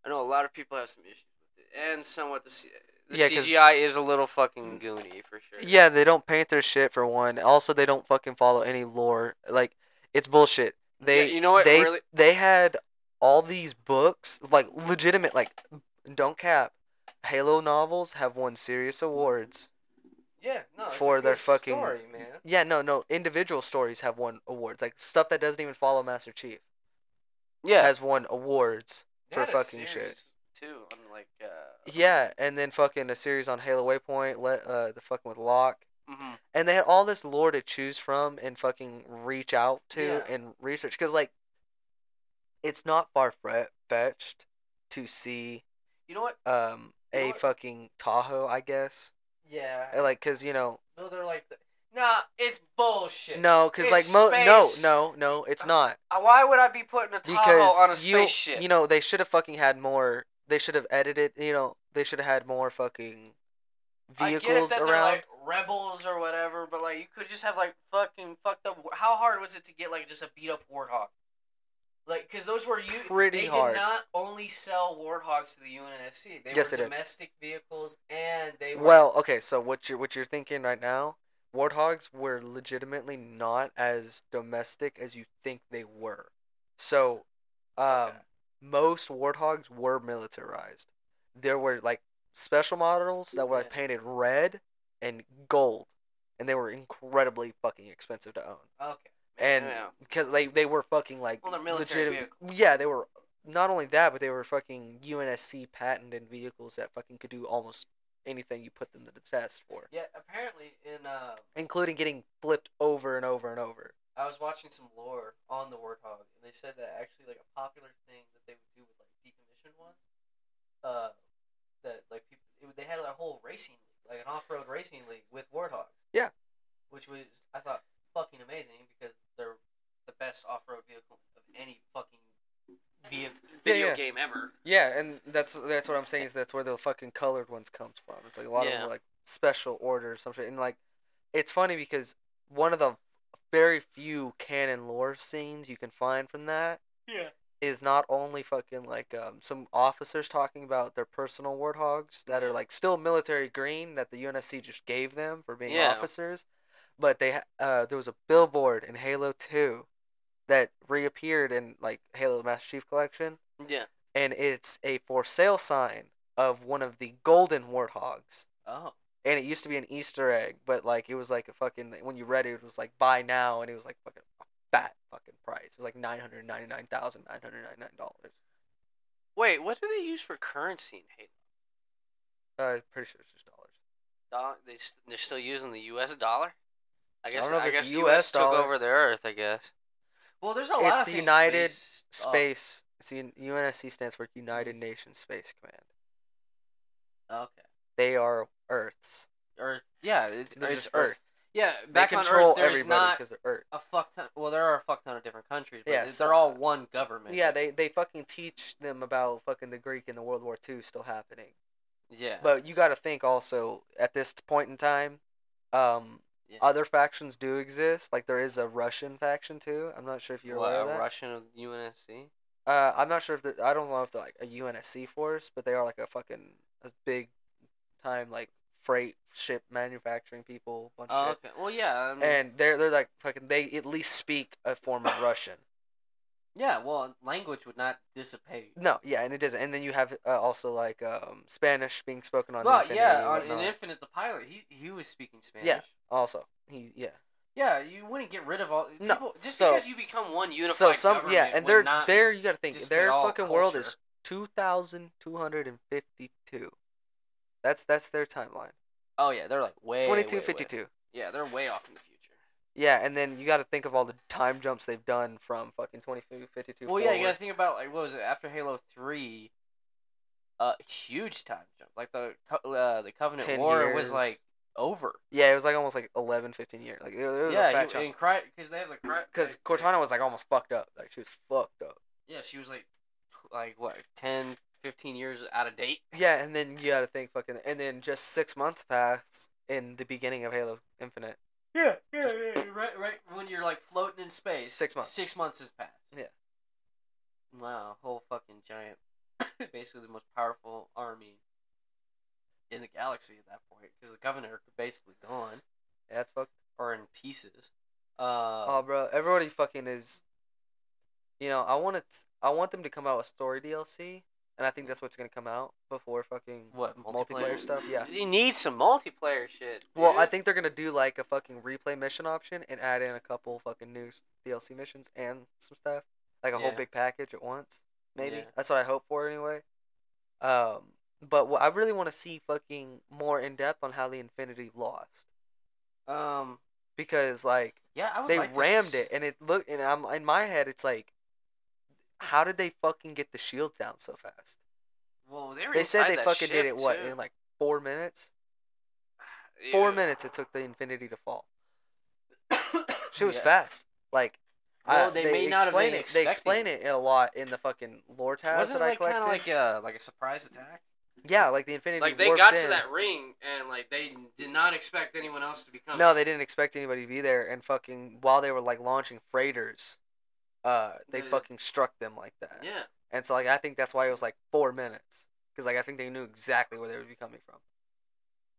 Speaker 1: I know a lot of people have some issues with it, and somewhat the, C- the
Speaker 2: Yeah, 'cause- Mm.
Speaker 1: CGI is a little fucking goony for sure.
Speaker 2: Yeah, they don't paint their shit for one. Also, they don't fucking follow any lore. Like, it's bullshit. They,
Speaker 1: Yeah, you know what,
Speaker 2: They,
Speaker 1: really-
Speaker 2: they had all these books, like legitimate, like, don't cap. Halo novels have won serious awards.
Speaker 1: yeah, no,
Speaker 2: it's a For their good fucking- story,
Speaker 1: man.
Speaker 2: Yeah, no, no. Individual stories have won awards. Like stuff that doesn't even follow Master Chief
Speaker 1: Yeah,
Speaker 2: has won awards for fucking shit.
Speaker 1: too. On like, uh,
Speaker 2: Yeah, and then fucking a series on Halo Waypoint, let uh, the fucking with Locke.
Speaker 1: mhm.
Speaker 2: and they had all this lore to choose from and fucking reach out to
Speaker 1: Yeah.
Speaker 2: and research because like it's not far fre- fetched to see
Speaker 1: you know what?
Speaker 2: um
Speaker 1: You know
Speaker 2: a
Speaker 1: what?
Speaker 2: fucking Tahoe, I guess,
Speaker 1: Yeah,
Speaker 2: Uh, like because you know
Speaker 1: no, they're like, nah, it's bullshit.
Speaker 2: no, because like
Speaker 1: It's
Speaker 2: mo- no,
Speaker 1: space.
Speaker 2: no, no, it's not
Speaker 1: Uh, Why would I be putting a Tahoe
Speaker 2: because
Speaker 1: on a
Speaker 2: you
Speaker 1: spaceship?
Speaker 2: you know they should have fucking had more. They should have edited. You know they should have had more fucking
Speaker 1: I get it
Speaker 2: vehicles
Speaker 1: that They're
Speaker 2: around.
Speaker 1: like rebels or whatever, but like you could just have like fucking fucked up. How hard was it to get like just a beat up warthog? Like, because those were you.
Speaker 2: Pretty
Speaker 1: they
Speaker 2: hard.
Speaker 1: did not only sell warthogs to the UNSC. They
Speaker 2: Yes,
Speaker 1: were
Speaker 2: they did.
Speaker 1: domestic vehicles, and they were
Speaker 2: Well, okay, so what you're what you're thinking right now, warthogs were legitimately not as domestic as you think they were. So, um,
Speaker 1: Okay.
Speaker 2: most warthogs were militarized. There were like special models that were like
Speaker 1: Yeah.
Speaker 2: painted red and gold, and they were incredibly fucking expensive to own.
Speaker 1: okay.
Speaker 2: And
Speaker 1: yeah.
Speaker 2: because they they were fucking like
Speaker 1: Well, they're military
Speaker 2: legit- Yeah, they were. Not only that, but they were fucking UNSC patented vehicles that fucking could do almost anything you put them to the test for,
Speaker 1: Yeah, apparently in uh,
Speaker 2: including getting flipped over and over and over.
Speaker 1: I was watching some lore on the warthog, and they said that actually like a popular thing that they would do with like decommissioned ones, uh, that like people it, would- they had a whole racing league, like an off-road racing league with warthogs.
Speaker 2: Yeah.
Speaker 1: Which was I thought fucking amazing because they're the best off-road vehicle of any fucking vehi- video
Speaker 2: yeah.
Speaker 1: game ever.
Speaker 2: Yeah, and that's that's what I'm saying is that's where the fucking colored ones comes from. It's like a lot of
Speaker 1: Yeah.
Speaker 2: them were like special order or some shit, and like it's funny because one of the very few canon lore scenes you can find from that
Speaker 1: Yeah.
Speaker 2: is not only fucking like um, some officers talking about their personal warthogs that are like still military green that the UNSC just gave them for being
Speaker 1: Yeah.
Speaker 2: officers, but they ha- uh, there was a billboard in Halo Two that reappeared in like Halo Master Chief Collection,
Speaker 1: Yeah.
Speaker 2: and it's a for sale sign of one of the golden warthogs.
Speaker 1: Oh.
Speaker 2: And it used to be an Easter egg, but like it was like a fucking when you read it, it was like buy now, and it was like fucking a fat fucking price. It was like nine hundred ninety nine thousand nine hundred ninety nine dollars.
Speaker 1: Wait, what do they use for currency in Haiti?
Speaker 2: Uh, pretty sure it's just dollars.
Speaker 1: Dollar? They st- they're still using the U.S. dollar. I guess I,
Speaker 2: don't know if it's
Speaker 1: guess
Speaker 2: US
Speaker 1: U.S.
Speaker 2: dollar.
Speaker 1: took over the Earth. I guess. Well, there's a lot.
Speaker 2: It's
Speaker 1: of
Speaker 2: the
Speaker 1: things oh,
Speaker 2: United
Speaker 1: based off-
Speaker 2: Space. See, UNSC stands for
Speaker 1: Mm-hmm.
Speaker 2: United Nations Space Command.
Speaker 1: Okay.
Speaker 2: They are Earth's.
Speaker 1: Earth. Yeah, it's,
Speaker 2: They're
Speaker 1: it's
Speaker 2: just
Speaker 1: Earth. Yeah,
Speaker 2: They
Speaker 1: back on
Speaker 2: control
Speaker 1: Earth, there's
Speaker 2: everybody
Speaker 1: not
Speaker 2: because they're Earth.
Speaker 1: a fuck ton. Well, there are a fuck ton of different countries, but
Speaker 2: Yeah,
Speaker 1: th-
Speaker 2: so-
Speaker 1: they're all one government.
Speaker 2: Yeah, they they fucking teach them about fucking the Greek and the World War II still happening.
Speaker 1: Yeah.
Speaker 2: But you got to think also at this point in time, um,
Speaker 1: Yeah.
Speaker 2: other factions do exist. Like there is a Russian faction too. I'm not sure if you're
Speaker 1: What,
Speaker 2: aware of
Speaker 1: a
Speaker 2: that.
Speaker 1: Russian of UNSC.
Speaker 2: uh, I'm not sure if they're- I don't know if they're like a UNSC force, but they are like a fucking a big time like freight ship manufacturing people. Bunch of
Speaker 1: Oh,
Speaker 2: shit.
Speaker 1: okay. Well, yeah. I mean,
Speaker 2: And they're they're like fucking. They at least speak a form of Russian.
Speaker 1: yeah. Well, language would not dissipate.
Speaker 2: No, yeah, and it doesn't. And then you have uh, also like um, Spanish being spoken on. the
Speaker 1: well,
Speaker 2: Infinity
Speaker 1: yeah.
Speaker 2: and
Speaker 1: On
Speaker 2: whatnot.
Speaker 1: in Infinite, the pilot, he he was speaking Spanish.
Speaker 2: also, he yeah.
Speaker 1: Yeah, you wouldn't get rid of all people,
Speaker 2: No,
Speaker 1: just
Speaker 2: so-
Speaker 1: because you become one unified
Speaker 2: so some
Speaker 1: government.
Speaker 2: yeah, and
Speaker 1: would
Speaker 2: they're
Speaker 1: not,
Speaker 2: they're you gotta think
Speaker 1: just
Speaker 2: their
Speaker 1: fit all
Speaker 2: fucking world
Speaker 1: culture.
Speaker 2: is two thousand two hundred and fifty two. That's that's their timeline.
Speaker 1: Oh yeah, they're like way way,
Speaker 2: Twenty two
Speaker 1: way.
Speaker 2: fifty two.
Speaker 1: Yeah, they're way off in the future.
Speaker 2: Yeah, and then you got to think of all the time jumps they've done from fucking twenty two fifty two.
Speaker 1: well,
Speaker 2: forward.
Speaker 1: yeah, you gotta think about like what was it after Halo Three? Uh, huge time jump. Like the co- uh, the Covenant
Speaker 2: 10
Speaker 1: War was
Speaker 2: years.
Speaker 1: like over.
Speaker 2: Yeah, it was like almost like 11, 15 years. Like it, it was a
Speaker 1: yeah,
Speaker 2: fat
Speaker 1: because
Speaker 2: jump.
Speaker 1: they have the cry.
Speaker 2: Because
Speaker 1: like,
Speaker 2: Cortana was like almost fucked up. Like she was fucked up.
Speaker 1: Yeah, she was like, tw- like what 10, 15 years out of date.
Speaker 2: Yeah, and then you gotta think fucking, and then just six months passed in the beginning of Halo Infinite.
Speaker 1: Yeah, yeah, yeah. Right, right. When you're like floating in space,
Speaker 2: Six months.
Speaker 1: Six months has passed.
Speaker 2: Yeah.
Speaker 1: Wow, whole fucking giant, basically the most powerful army in the galaxy at that point, because the Covenant are basically gone
Speaker 2: Yeah, that's fucked.
Speaker 1: or in pieces. Uh,
Speaker 2: Oh, bro, everybody fucking is. You know, I want it. I want them to come out with story DLC, and I think that's what's gonna come out before fucking.
Speaker 1: Mm. what multiplayer?
Speaker 2: multiplayer stuff, yeah.
Speaker 1: You need some multiplayer shit.
Speaker 2: Well, I
Speaker 1: dude.
Speaker 2: think they're gonna do like a fucking replay mission option and add in a couple fucking new s- DLC missions and some stuff, like a whole
Speaker 1: Yeah.
Speaker 2: big package at once. Maybe
Speaker 1: Yeah.
Speaker 2: that's what I hope for anyway. Um, but what I really want to see fucking more in depth on how the Infinity lost
Speaker 1: Um.
Speaker 2: because like
Speaker 1: Yeah, I would
Speaker 2: they
Speaker 1: like to
Speaker 2: rammed
Speaker 1: s-
Speaker 2: it and it looked and I'm in my head it's like how did they fucking get the shield down so fast?
Speaker 1: Well, they, were
Speaker 2: They said
Speaker 1: inside
Speaker 2: they
Speaker 1: that
Speaker 2: fucking
Speaker 1: ship,
Speaker 2: did it what
Speaker 1: too.
Speaker 2: in like 4 minutes? 4
Speaker 1: Yeah.
Speaker 2: minutes it took the Infinity to fall. She was
Speaker 1: Yeah.
Speaker 2: fast. Like
Speaker 1: Well,
Speaker 2: I-
Speaker 1: they may not have
Speaker 2: explain
Speaker 1: been
Speaker 2: it. They explain it
Speaker 1: expecting
Speaker 2: a lot in the fucking lore tabs
Speaker 1: Wasn't
Speaker 2: that
Speaker 1: it
Speaker 2: I
Speaker 1: like kind of
Speaker 2: collected.
Speaker 1: like a like a surprise attack?
Speaker 2: yeah, like the Infinity.
Speaker 1: like they
Speaker 2: warped
Speaker 1: got to
Speaker 2: in.
Speaker 1: that ring and like they did not expect anyone else to be coming.
Speaker 2: No, they didn't expect anybody to be there, and fucking while they were like launching freighters, uh, they
Speaker 1: Yeah.
Speaker 2: fucking struck them like that.
Speaker 1: Yeah.
Speaker 2: And so like I think that's why it was like four minutes, because like I think they knew exactly where they would be coming from.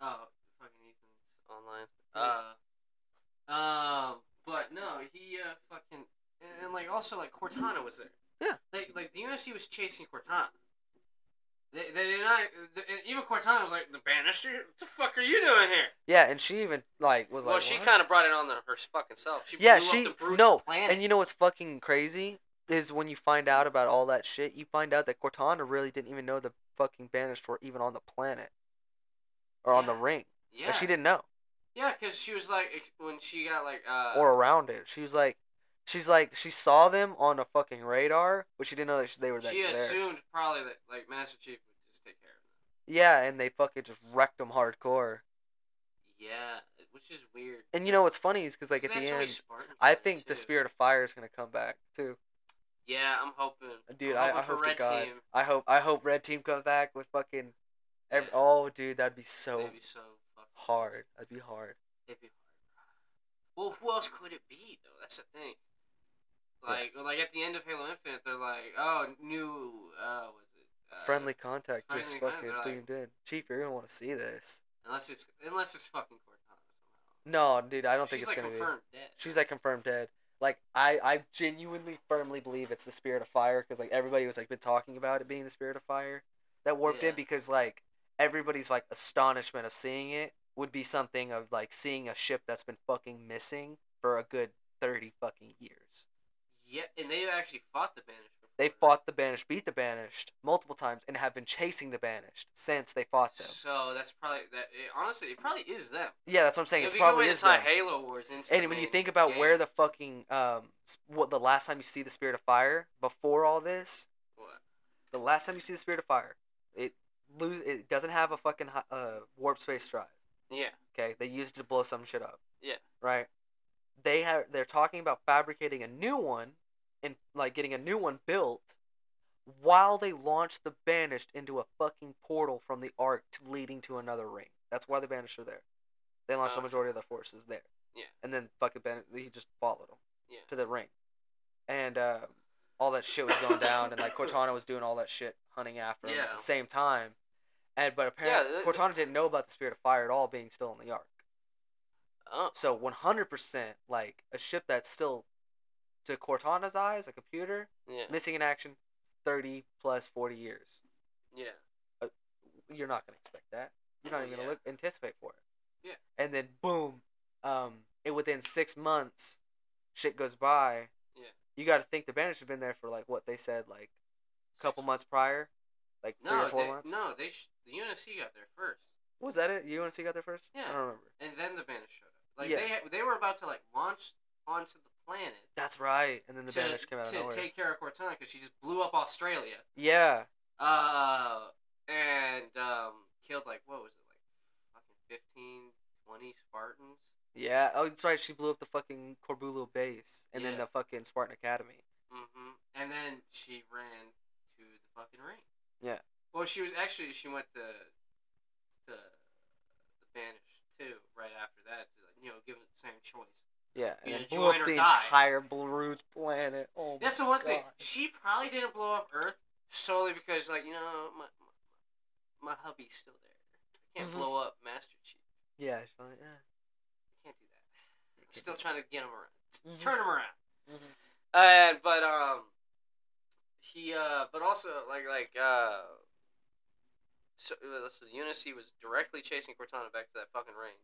Speaker 1: Oh, fucking Ethan's online. Uh, um, but no, he uh fucking and, and like also like Cortana was there.
Speaker 2: Yeah.
Speaker 1: Like like the UNSC was chasing Cortana. They, they did not. The, and even Cortana was like, "The Banister, what the fuck are you doing here?"
Speaker 2: Yeah, and she even like was
Speaker 1: well,
Speaker 2: like,
Speaker 1: she
Speaker 2: "What?"
Speaker 1: kind of brought it on the, her fucking self. She
Speaker 2: yeah,
Speaker 1: blew
Speaker 2: she
Speaker 1: up the brute's
Speaker 2: no,
Speaker 1: planet.
Speaker 2: and you know what's fucking crazy is when you find out about all that shit, you find out that Cortana really didn't even know the fucking banished were even on the planet or on the
Speaker 1: Yeah.
Speaker 2: ring.
Speaker 1: yeah,
Speaker 2: Like, she didn't know
Speaker 1: Yeah, because she was like ex- when she got like uh
Speaker 2: or around it. She was like, she's like, she saw them on a fucking radar, but she didn't know that sh- they were like,
Speaker 1: she
Speaker 2: there.
Speaker 1: assumed probably that like Master Chief would just take care of
Speaker 2: Yeah, and they fucking just wrecked them hardcore.
Speaker 1: it. Yeah, which is weird.
Speaker 2: And you know what's funny is because like
Speaker 1: 'Cause
Speaker 2: at
Speaker 1: they
Speaker 2: the
Speaker 1: have so many
Speaker 2: end,
Speaker 1: Spartans
Speaker 2: I
Speaker 1: in there,
Speaker 2: think the
Speaker 1: too.
Speaker 2: spirit of fire is gonna come back too.
Speaker 1: Yeah, I'm hoping.
Speaker 2: Uh, Dude,
Speaker 1: I'm
Speaker 2: I,
Speaker 1: hoping
Speaker 2: I
Speaker 1: for
Speaker 2: hope to
Speaker 1: Red
Speaker 2: God.
Speaker 1: Team.
Speaker 2: I hope I hope Red Team comes back with fucking. Every,
Speaker 1: Yeah.
Speaker 2: oh, dude, that'd be so
Speaker 1: They'd be so fucking
Speaker 2: hard. That'd be hard.
Speaker 1: They'd be hard. Well, who else could it be though? That's the thing. Like, like at the end of Halo Infinite, they're like, "Oh, new, uh, was it uh,
Speaker 2: Friendly contact just
Speaker 1: friendly
Speaker 2: fucking
Speaker 1: contact, like-
Speaker 2: beamed in. Chief, you're gonna want to see this.
Speaker 1: Unless it's unless it's fucking Cortana somehow.
Speaker 2: No, dude, I don't think
Speaker 1: She's like
Speaker 2: it's gonna
Speaker 1: confirmed dead.
Speaker 2: be. She's like confirmed dead. Like I, I genuinely firmly believe it's the spirit of fire because like everybody was like been talking about it being the spirit of fire that warped
Speaker 1: Yeah.
Speaker 2: in because like everybody's like astonishment of seeing it would be something of like seeing a ship that's been fucking missing for a good thirty fucking years.
Speaker 1: Yeah, and they actually fought the Banished before
Speaker 2: They fought the Banished, beat the Banished multiple times, and have been chasing the Banished since they fought them.
Speaker 1: So that's probably that. It, honestly, it probably is them.
Speaker 2: Yeah, that's what I'm saying.
Speaker 1: It'd
Speaker 2: It's
Speaker 1: be a good
Speaker 2: probably
Speaker 1: way to
Speaker 2: is
Speaker 1: tie
Speaker 2: them.
Speaker 1: Halo Wars into the
Speaker 2: And when you
Speaker 1: main
Speaker 2: think about
Speaker 1: game.
Speaker 2: where the fucking um, s- what the last time you see the Spirit of Fire before all this,
Speaker 1: What?
Speaker 2: the last time you see the Spirit of Fire, it lose it doesn't have a fucking hi- uh, warp space drive.
Speaker 1: Yeah.
Speaker 2: Okay, they used it to blow some shit up.
Speaker 1: Yeah.
Speaker 2: Right. They have. They're talking about fabricating a new one, and like getting a new one built, while they launch the Banished into a fucking portal from the Ark, to, leading to another ring. That's why the Banished are there. They launched the
Speaker 1: Oh, Okay.
Speaker 2: majority of their forces there.
Speaker 1: Yeah.
Speaker 2: And then fucking Banished, he just followed them
Speaker 1: Yeah.
Speaker 2: to the ring, and uh, all that shit was going down, and like Cortana was doing all that shit hunting after him at
Speaker 1: Yeah.
Speaker 2: the same time. And but apparently
Speaker 1: Yeah, the-
Speaker 2: Cortana didn't know about the Spirit of Fire at all being still in the Ark.
Speaker 1: Oh.
Speaker 2: So one hundred percent, like a ship that's still, to Cortana's eyes, a computer
Speaker 1: Yeah.
Speaker 2: missing in action, thirty plus forty years.
Speaker 1: Yeah.
Speaker 2: You're not gonna expect that. You're not even gonna
Speaker 1: Oh, Yeah.
Speaker 2: look anticipate for it.
Speaker 1: Yeah.
Speaker 2: And then boom, um, and within six months, shit goes by.
Speaker 1: Yeah.
Speaker 2: You got to think the Banished have been there for like what they said, like a couple months prior, like three
Speaker 1: No,
Speaker 2: or four
Speaker 1: they,
Speaker 2: months.
Speaker 1: no, they sh- the UNSC got there first,
Speaker 2: Was that it? You want to see got there first? I
Speaker 1: Yeah.
Speaker 2: don't remember.
Speaker 1: and then the Banished showed up. Like
Speaker 2: Yeah.
Speaker 1: they ha- they were about to like launch onto the planet.
Speaker 2: That's right. And then the
Speaker 1: to,
Speaker 2: Banished came out of
Speaker 1: to
Speaker 2: nowhere.
Speaker 1: take care of Cortana because she just blew up Australia.
Speaker 2: Yeah.
Speaker 1: Uh, and um, killed like what was it like fucking 15, 20 Spartans.
Speaker 2: Yeah, oh, that's right. She blew up the fucking Corbulo base and then
Speaker 1: Yeah.
Speaker 2: the fucking Spartan Academy.
Speaker 1: Mm-hmm. And then she ran to the fucking ring.
Speaker 2: Yeah.
Speaker 1: Well, she was actually she went to to the Banished too right after that. To, like, you know, give it the same choice.
Speaker 2: Yeah, and
Speaker 1: Yeah,
Speaker 2: then
Speaker 1: join
Speaker 2: blew
Speaker 1: or
Speaker 2: up the
Speaker 1: die.
Speaker 2: entire Blue Rouge planet. Oh, my
Speaker 1: That's the one
Speaker 2: God.
Speaker 1: thing. She probably didn't blow up Earth solely because, like, you know, my my, my hubby's still there. I can't
Speaker 2: Mhm.
Speaker 1: blow up Master Chief.
Speaker 2: Yeah, she's like, eh.
Speaker 1: I can't do that. Still trying to get him around.
Speaker 2: Mhm.
Speaker 1: Turn him around.
Speaker 2: Mhm.
Speaker 1: Mm-hmm, And but um, he uh, but also like like uh, so uh, this is Unicy was directly chasing Cortana back to that fucking ring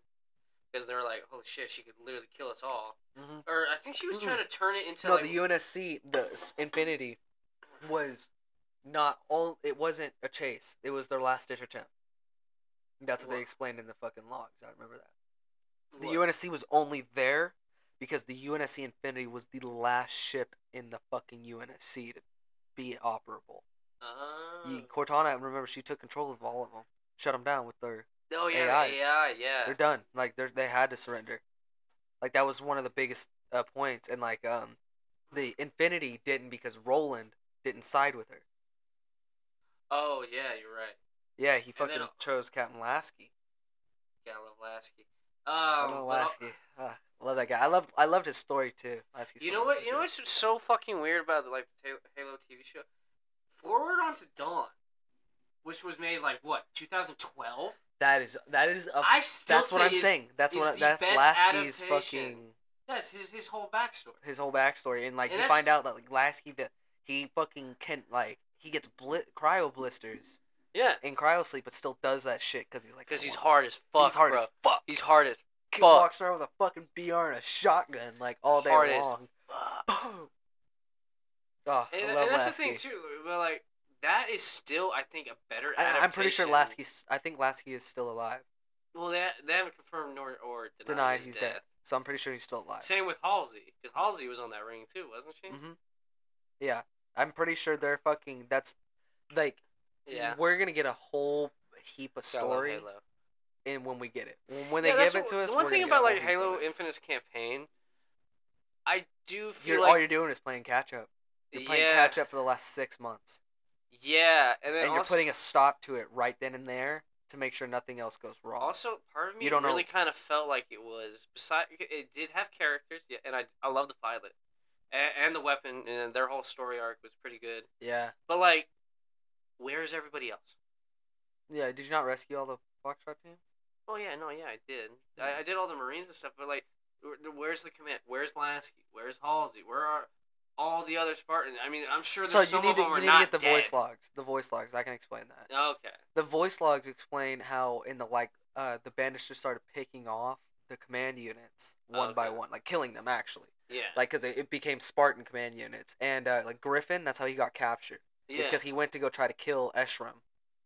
Speaker 1: because they were like, holy shit, she could literally kill us all.
Speaker 2: Mhm.
Speaker 1: Or I think she was
Speaker 2: Mhm.
Speaker 1: trying mm-hmm. to turn it into
Speaker 2: No,
Speaker 1: like
Speaker 2: the UNSC, the s- Infinity, was not all. It wasn't a chase. It was their last ditch attempt. That's what
Speaker 1: Wha-
Speaker 2: they explained in the fucking logs. I remember that. The
Speaker 1: what?
Speaker 2: UNSC was only there because the UNSC Infinity was the last ship in the fucking UNSC to be operable.
Speaker 1: Oh.
Speaker 2: Ye- Cortana, remember, she took control of all of them, shut them down with their.
Speaker 1: Oh yeah,
Speaker 2: AIs.
Speaker 1: the AI, yeah.
Speaker 2: They're done. Like they are they had to surrender. Like that was one of the biggest uh, points, and like um, the Infinity didn't because Roland didn't side with her.
Speaker 1: Oh yeah, you're right.
Speaker 2: Yeah, he
Speaker 1: And
Speaker 2: fucking
Speaker 1: then-
Speaker 2: chose Captain Lasky.
Speaker 1: Gotta love Lasky.
Speaker 2: I
Speaker 1: Um,
Speaker 2: know
Speaker 1: but I'll-
Speaker 2: Lasky. Ah, I love that guy. I love I loved his story too. Lasky's
Speaker 1: You
Speaker 2: story
Speaker 1: know
Speaker 2: was
Speaker 1: what?
Speaker 2: so
Speaker 1: You know
Speaker 2: good.
Speaker 1: what's so fucking weird about like the Ta- Halo TV show? Forward onto Dawn, which was made like what 2012.
Speaker 2: That is that is a.
Speaker 1: I still
Speaker 2: that's what
Speaker 1: say
Speaker 2: I'm
Speaker 1: is-
Speaker 2: saying. That's
Speaker 1: is
Speaker 2: what
Speaker 1: the
Speaker 2: that's
Speaker 1: best
Speaker 2: Lasky's
Speaker 1: adaptation.
Speaker 2: fucking
Speaker 1: That's his his whole backstory.
Speaker 2: his whole backstory, and like
Speaker 1: And
Speaker 2: you
Speaker 1: that's-
Speaker 2: find out that like Lasky that he fucking can like he gets bli- cryo blisters.
Speaker 5: Yeah,
Speaker 2: in cryo sleep, but still does that shit because he's like,
Speaker 5: because
Speaker 2: "I
Speaker 5: he's
Speaker 2: want-
Speaker 5: hard as fuck,
Speaker 2: he's hard
Speaker 5: bro.
Speaker 2: as fuck.
Speaker 5: He's hard as
Speaker 2: Kid
Speaker 5: fuck.
Speaker 2: walks around with a fucking BR and a shotgun like all day
Speaker 5: Hard as
Speaker 2: long.
Speaker 5: fuck.
Speaker 2: Boom. Oh,
Speaker 1: And,
Speaker 2: I
Speaker 1: and
Speaker 2: love
Speaker 1: that's
Speaker 2: Lasky.
Speaker 1: the thing too. But like that is still, I think, a better.
Speaker 2: I, I'm pretty sure
Speaker 1: adaptation.
Speaker 2: Lasky's. I think Lasky is still alive.
Speaker 1: Well, they, they haven't confirmed nor or denied,
Speaker 2: Denied
Speaker 1: his
Speaker 2: he's
Speaker 1: death.
Speaker 2: dead. so I'm pretty sure he's still alive.
Speaker 1: Same with Halsey, because Halsey was on that ring too, wasn't she?
Speaker 2: hmm Yeah, I'm pretty sure they're fucking. That's like
Speaker 1: Yeah.
Speaker 2: we're gonna get a whole heap of
Speaker 5: Gotta love
Speaker 2: story,
Speaker 5: Halo.
Speaker 2: and when we get it, when they
Speaker 1: Yeah,
Speaker 2: give
Speaker 1: that's
Speaker 2: it
Speaker 1: the-
Speaker 2: to us,
Speaker 1: The one
Speaker 2: we're
Speaker 1: thing
Speaker 2: gonna
Speaker 1: about like
Speaker 2: get a whole
Speaker 1: Halo
Speaker 2: heap of it.
Speaker 1: Infinite's campaign, I do feel
Speaker 2: You're-
Speaker 1: like
Speaker 2: all you're doing is playing catch up. You're playing
Speaker 1: yeah,
Speaker 2: catch up for the last six months.
Speaker 1: Yeah, and then
Speaker 2: and you're
Speaker 1: also,
Speaker 2: putting a stop to it right then and there to make sure nothing else goes wrong.
Speaker 1: also part of me
Speaker 2: You don't know-
Speaker 1: really kind of felt like it was. Beside, it did have characters, yeah, and I I love the pilot, and, and the weapon, and their whole story arc was pretty good.
Speaker 2: yeah,
Speaker 1: But like, where is everybody else?
Speaker 2: yeah. Did you not rescue all the Foxtrot teams?
Speaker 1: Oh yeah, no, yeah, I did. I, I did all the Marines and stuff, but like, where- the- where's the command? Where's Lasky? Where's Halsey? Where are all the other Spartans? I mean, I'm sure
Speaker 2: So
Speaker 1: there's
Speaker 2: you
Speaker 1: some
Speaker 2: need
Speaker 1: of
Speaker 2: to
Speaker 1: them
Speaker 2: you
Speaker 1: are
Speaker 2: need to
Speaker 1: not
Speaker 2: get the
Speaker 1: dead.
Speaker 2: voice logs. The voice logs. I can explain that.
Speaker 1: Okay.
Speaker 2: The voice logs explain how in the like uh the bandits just started picking off the command units one by
Speaker 1: Oh, Okay.
Speaker 2: one, like killing them actually,
Speaker 1: Yeah.
Speaker 2: like because it, it became Spartan command units. And uh, like Griffin, that's how he got captured.
Speaker 1: yeah.
Speaker 2: It's because he went to go try to kill Eshram,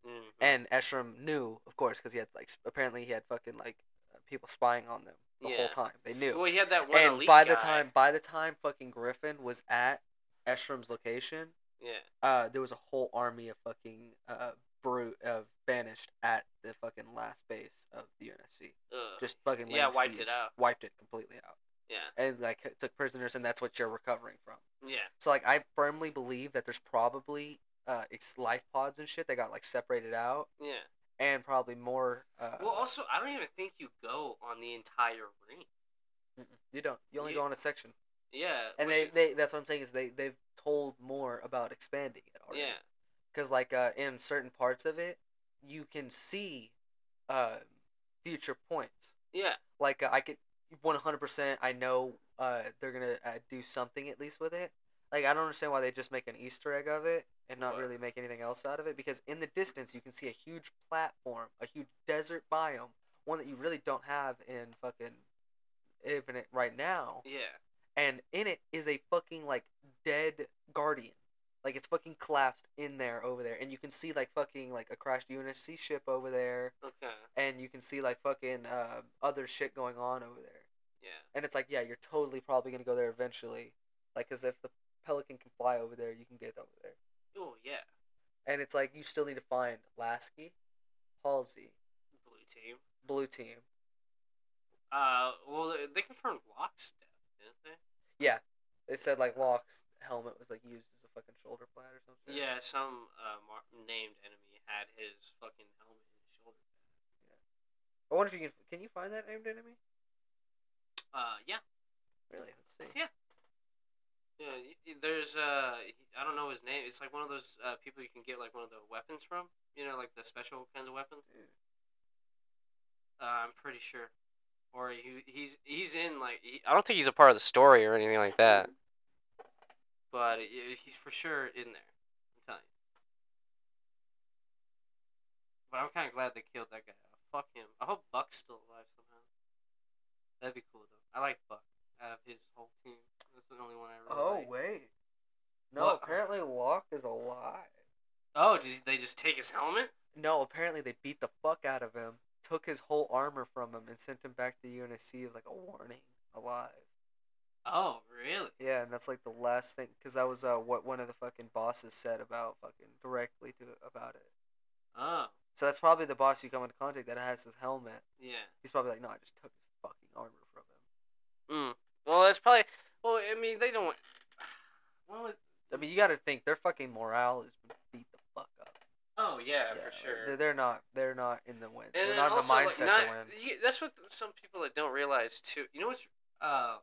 Speaker 1: Mhm.
Speaker 2: and Eshram knew, of course, because he had like s- apparently he had fucking like uh, people spying on them the
Speaker 1: Yeah.
Speaker 2: whole time. They knew.
Speaker 1: Well, he had that one
Speaker 2: and
Speaker 1: elite
Speaker 2: by the
Speaker 1: guy.
Speaker 2: time by the time fucking Griffin was at Eshram's location,
Speaker 1: Yeah.
Speaker 2: uh, there was a whole army of fucking uh, brute of banished at the fucking last base of the UNSC.
Speaker 1: Ugh.
Speaker 2: Just fucking
Speaker 1: Uh, Yeah,
Speaker 2: laying
Speaker 1: wiped it
Speaker 2: siege.
Speaker 1: out.
Speaker 2: wiped it completely out,
Speaker 1: Yeah.
Speaker 2: and like took prisoners, and that's what you're recovering from.
Speaker 1: Yeah.
Speaker 2: So like I firmly believe that there's probably uh ex- life pods and shit that got like separated out,
Speaker 1: Yeah.
Speaker 2: and probably more. Uh,
Speaker 1: Well, also, I don't even think you go on the entire ring.
Speaker 2: mm-mm, mm, you don't. You only
Speaker 1: You-
Speaker 2: go on a section,
Speaker 1: Yeah.
Speaker 2: and they,
Speaker 1: which-
Speaker 2: they that's what I'm saying is they they've told more about expanding it already.
Speaker 1: Yeah.
Speaker 2: because like uh, in certain parts of it, you can see uh, future points.
Speaker 1: Yeah.
Speaker 2: Like uh, I could one hundred percent. I know uh, they're gonna uh, do something at least with it. Like I don't understand why they just make an Easter egg of it and not
Speaker 1: What?
Speaker 2: really make anything else out of it. Because in the distance, you can see a huge platform, a huge desert biome, one that you really don't have in fucking Infinite right now
Speaker 1: Yeah.
Speaker 2: and in it is a fucking like dead guardian like it's fucking collapsed in there over there and you can see like fucking like a crashed UNSC ship over there
Speaker 1: Okay.
Speaker 2: and you can see like fucking uh, other shit going on over there
Speaker 1: Yeah.
Speaker 2: and it's like yeah you're totally probably gonna go there eventually like as if the pelican can fly over there you can get over there
Speaker 1: Oh yeah.
Speaker 2: and it's like you still need to find Lasky Halsey
Speaker 1: Blue team.
Speaker 2: blue team
Speaker 1: Uh. Well, they- they confirmed lockstep, didn't they?
Speaker 2: they said like Locke's helmet was like used as a fucking shoulder pad or something
Speaker 1: Yeah, some uh, mar- named enemy had his fucking helmet and shoulder.
Speaker 2: I wonder if you can can you find that named enemy
Speaker 1: Uh, yeah,
Speaker 2: really let's see
Speaker 1: yeah. y- y- There's uh, I don't know his name. It's like one of those uh, people you can get like one of the weapons from. You know, like the special kinds of weapons. Uh, I'm pretty sure. Or he he's he's in like he, I don't think he's a part of the story or anything like that. But y he's for sure in there. I'm telling you. But I'm kind of glad they killed that guy. Fuck him. I hope Buck's still alive somehow. That'd be cool though. I like Buck out of his whole team. That's the only one I really.
Speaker 2: Oh
Speaker 1: like.
Speaker 2: wait. No,
Speaker 1: What?
Speaker 2: apparently Locke is alive.
Speaker 1: Oh, did they just take his helmet?
Speaker 2: No, apparently they beat the fuck out of him, took his whole armor from him, and sent him back to UNSC as like a warning. Alive.
Speaker 1: Oh, really?
Speaker 2: Yeah, and that's like the last thing, because that was uh, what one of the fucking bosses said about fucking directly to about it.
Speaker 1: Oh,
Speaker 2: So that's probably the boss you come into contact that has his helmet.
Speaker 1: yeah.
Speaker 2: He's probably like, no, I just took his fucking armor from him.
Speaker 1: Mm. Well, that's probably. Well, I mean, they don't. What was?
Speaker 2: I mean, you got to think their fucking morale is beat the fuck up.
Speaker 1: Oh yeah,
Speaker 2: Yeah,
Speaker 1: for
Speaker 2: like,
Speaker 1: sure.
Speaker 2: they're- They're not. They're not in the win.
Speaker 1: and
Speaker 2: they're
Speaker 1: then
Speaker 2: not in the
Speaker 1: also, like,
Speaker 2: mindset
Speaker 1: not-
Speaker 2: to win.
Speaker 1: yeah, that's what some people that don't realize too. You know what's? Uh,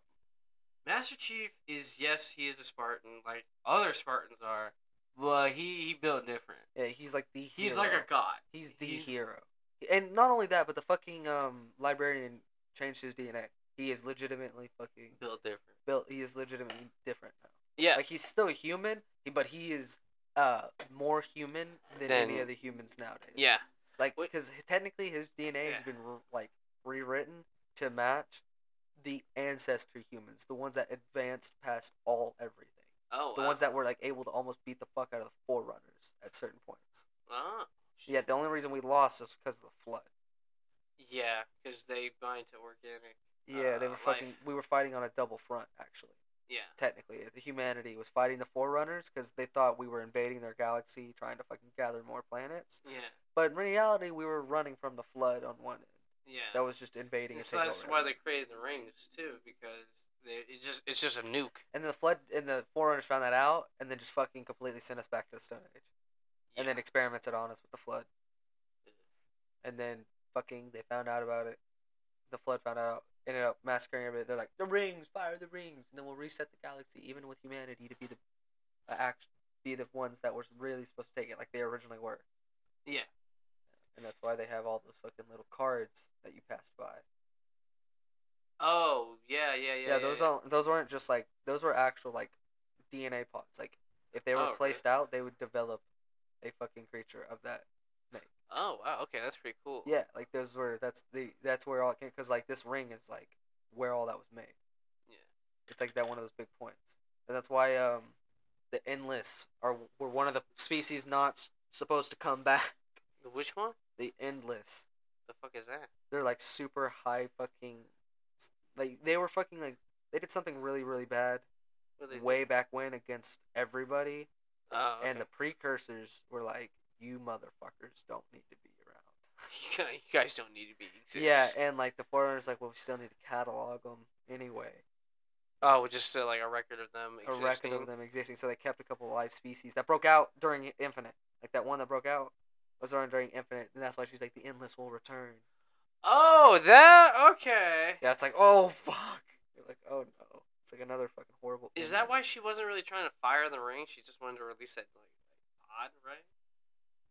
Speaker 1: Master Chief is yes, he is a Spartan, like other Spartans are, but he he built different.
Speaker 2: Yeah, he's like the.
Speaker 1: He's
Speaker 2: hero.
Speaker 1: like a god.
Speaker 2: He's the
Speaker 1: he's-
Speaker 2: hero. And not only that, but the fucking um librarian changed his DNA. He is legitimately fucking
Speaker 1: Built different.
Speaker 2: built. He is legitimately different now.
Speaker 1: Yeah.
Speaker 2: Like he's still human, he- but he is uh more human than any
Speaker 1: Then-
Speaker 2: of the humans nowadays.
Speaker 1: yeah.
Speaker 2: Like
Speaker 1: Wait.
Speaker 2: because technically his DNA has
Speaker 1: Yeah.
Speaker 2: been re- like rewritten to match the ancestry humans, the ones that advanced past all everything,
Speaker 1: Oh.
Speaker 2: the
Speaker 1: wow.
Speaker 2: ones that were like able to almost beat the fuck out of the forerunners at certain points.
Speaker 1: Oh,
Speaker 2: Yeah, the only reason we lost is because of the flood.
Speaker 1: yeah, because they bind to organic.
Speaker 2: Yeah, they
Speaker 1: uh,
Speaker 2: were fucking.
Speaker 1: life.
Speaker 2: We were fighting on a double front, actually.
Speaker 1: Yeah.
Speaker 2: Technically, the humanity was fighting the Forerunners because they thought we were invading their galaxy, trying to fucking gather more planets.
Speaker 1: Yeah.
Speaker 2: But in reality, we were running from the flood on one end.
Speaker 1: Yeah.
Speaker 2: That was just invading and
Speaker 1: And so
Speaker 2: taking
Speaker 1: that's
Speaker 2: over.
Speaker 1: why
Speaker 2: another.
Speaker 1: they created the rings too, because they, it just it's just a nuke.
Speaker 2: And the flood and the Forerunners found that out, and then just fucking completely sent us back to the Stone Age, and then experimented on us with the flood, and then fucking they found out about it. The flood found out, ended up massacring everybody. They're like, the rings, fire the rings, and then we'll reset the galaxy, even with humanity, to be the uh, act, be the ones that were really supposed to take it, like they originally were.
Speaker 1: Yeah.
Speaker 2: And that's why they have all those fucking little cards that you passed by.
Speaker 1: Oh yeah, yeah, yeah.
Speaker 2: Yeah, those
Speaker 1: yeah.
Speaker 2: aren't those weren't just like those were actual like DNA pods. Like if they were
Speaker 1: Oh, okay.
Speaker 2: placed out, they would develop a fucking creature of that.
Speaker 1: Oh wow, okay, that's pretty cool.
Speaker 2: Yeah, like those were that's the that's where all it came because like this ring is like where all that was made.
Speaker 1: Yeah.
Speaker 2: it's like that one of those big points, and that's why um the endless are were one of the species not s- supposed to come back.
Speaker 1: Which one?
Speaker 2: The endless,
Speaker 1: The fuck is that?
Speaker 2: they're like super high fucking, s- like they were fucking like they did something really really bad
Speaker 1: What do they do?
Speaker 2: way back when against everybody,
Speaker 1: Oh, okay.
Speaker 2: and the precursors were like you motherfuckers don't need to be around.
Speaker 1: You guy- you guys don't need to be. Exist.
Speaker 2: Yeah, and like the forerunner's like, well, we still need to catalog them anyway.
Speaker 1: oh, well, just uh, like a record of them
Speaker 2: A
Speaker 1: existing.
Speaker 2: record of them existing, so they kept a couple live species that broke out during Infinite. Like that one that broke out was around during Infinite, and that's why she's like, the endless will return.
Speaker 1: Oh, that okay.
Speaker 2: Yeah, it's like, oh fuck. You're like, oh no. It's like another fucking horrible.
Speaker 1: Is
Speaker 2: ending.
Speaker 1: that why she wasn't really trying to fire the ring? She just wanted to release that like pod, right?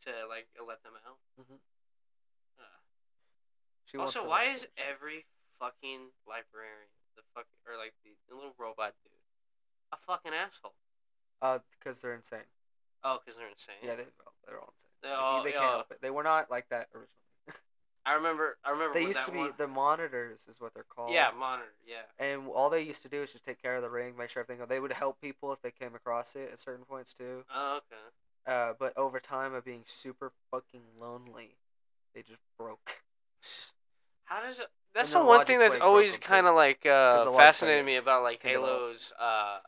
Speaker 1: To like let them out.
Speaker 2: Mhm.
Speaker 1: Uh,
Speaker 2: She wants
Speaker 1: also,
Speaker 2: to
Speaker 1: why
Speaker 2: learn
Speaker 1: is
Speaker 2: that shit.
Speaker 1: every fucking librarian the fuck or like the, the little robot dude a fucking asshole?
Speaker 2: Uh, because they're insane.
Speaker 1: Oh, because they're insane.
Speaker 2: Yeah, they, they're all insane.
Speaker 1: They're
Speaker 2: Like,
Speaker 1: all-
Speaker 2: they
Speaker 1: Oh, yeah.
Speaker 2: can't help it. They were not like that originally.
Speaker 1: I remember. I remember.
Speaker 2: They
Speaker 1: when
Speaker 2: used
Speaker 1: that
Speaker 2: to be
Speaker 1: one-
Speaker 2: the monitors, is what they're called.
Speaker 1: yeah, monitor. Yeah.
Speaker 2: and all they used to do is just take care of the ring, make sure everything. They would help people if they came across it at certain points too.
Speaker 1: Oh, okay.
Speaker 2: Uh, but over time of being super fucking lonely, they just broke.
Speaker 1: How does it? That's
Speaker 2: then
Speaker 1: the one
Speaker 2: Logic
Speaker 1: thing that's
Speaker 2: Plague
Speaker 1: always
Speaker 2: broke them,
Speaker 1: kind of
Speaker 2: too.
Speaker 1: like
Speaker 2: 'Cause the
Speaker 1: uh,
Speaker 2: Logic
Speaker 1: fascinated
Speaker 2: Plague
Speaker 1: me about like
Speaker 2: came about.
Speaker 1: Halo's uh,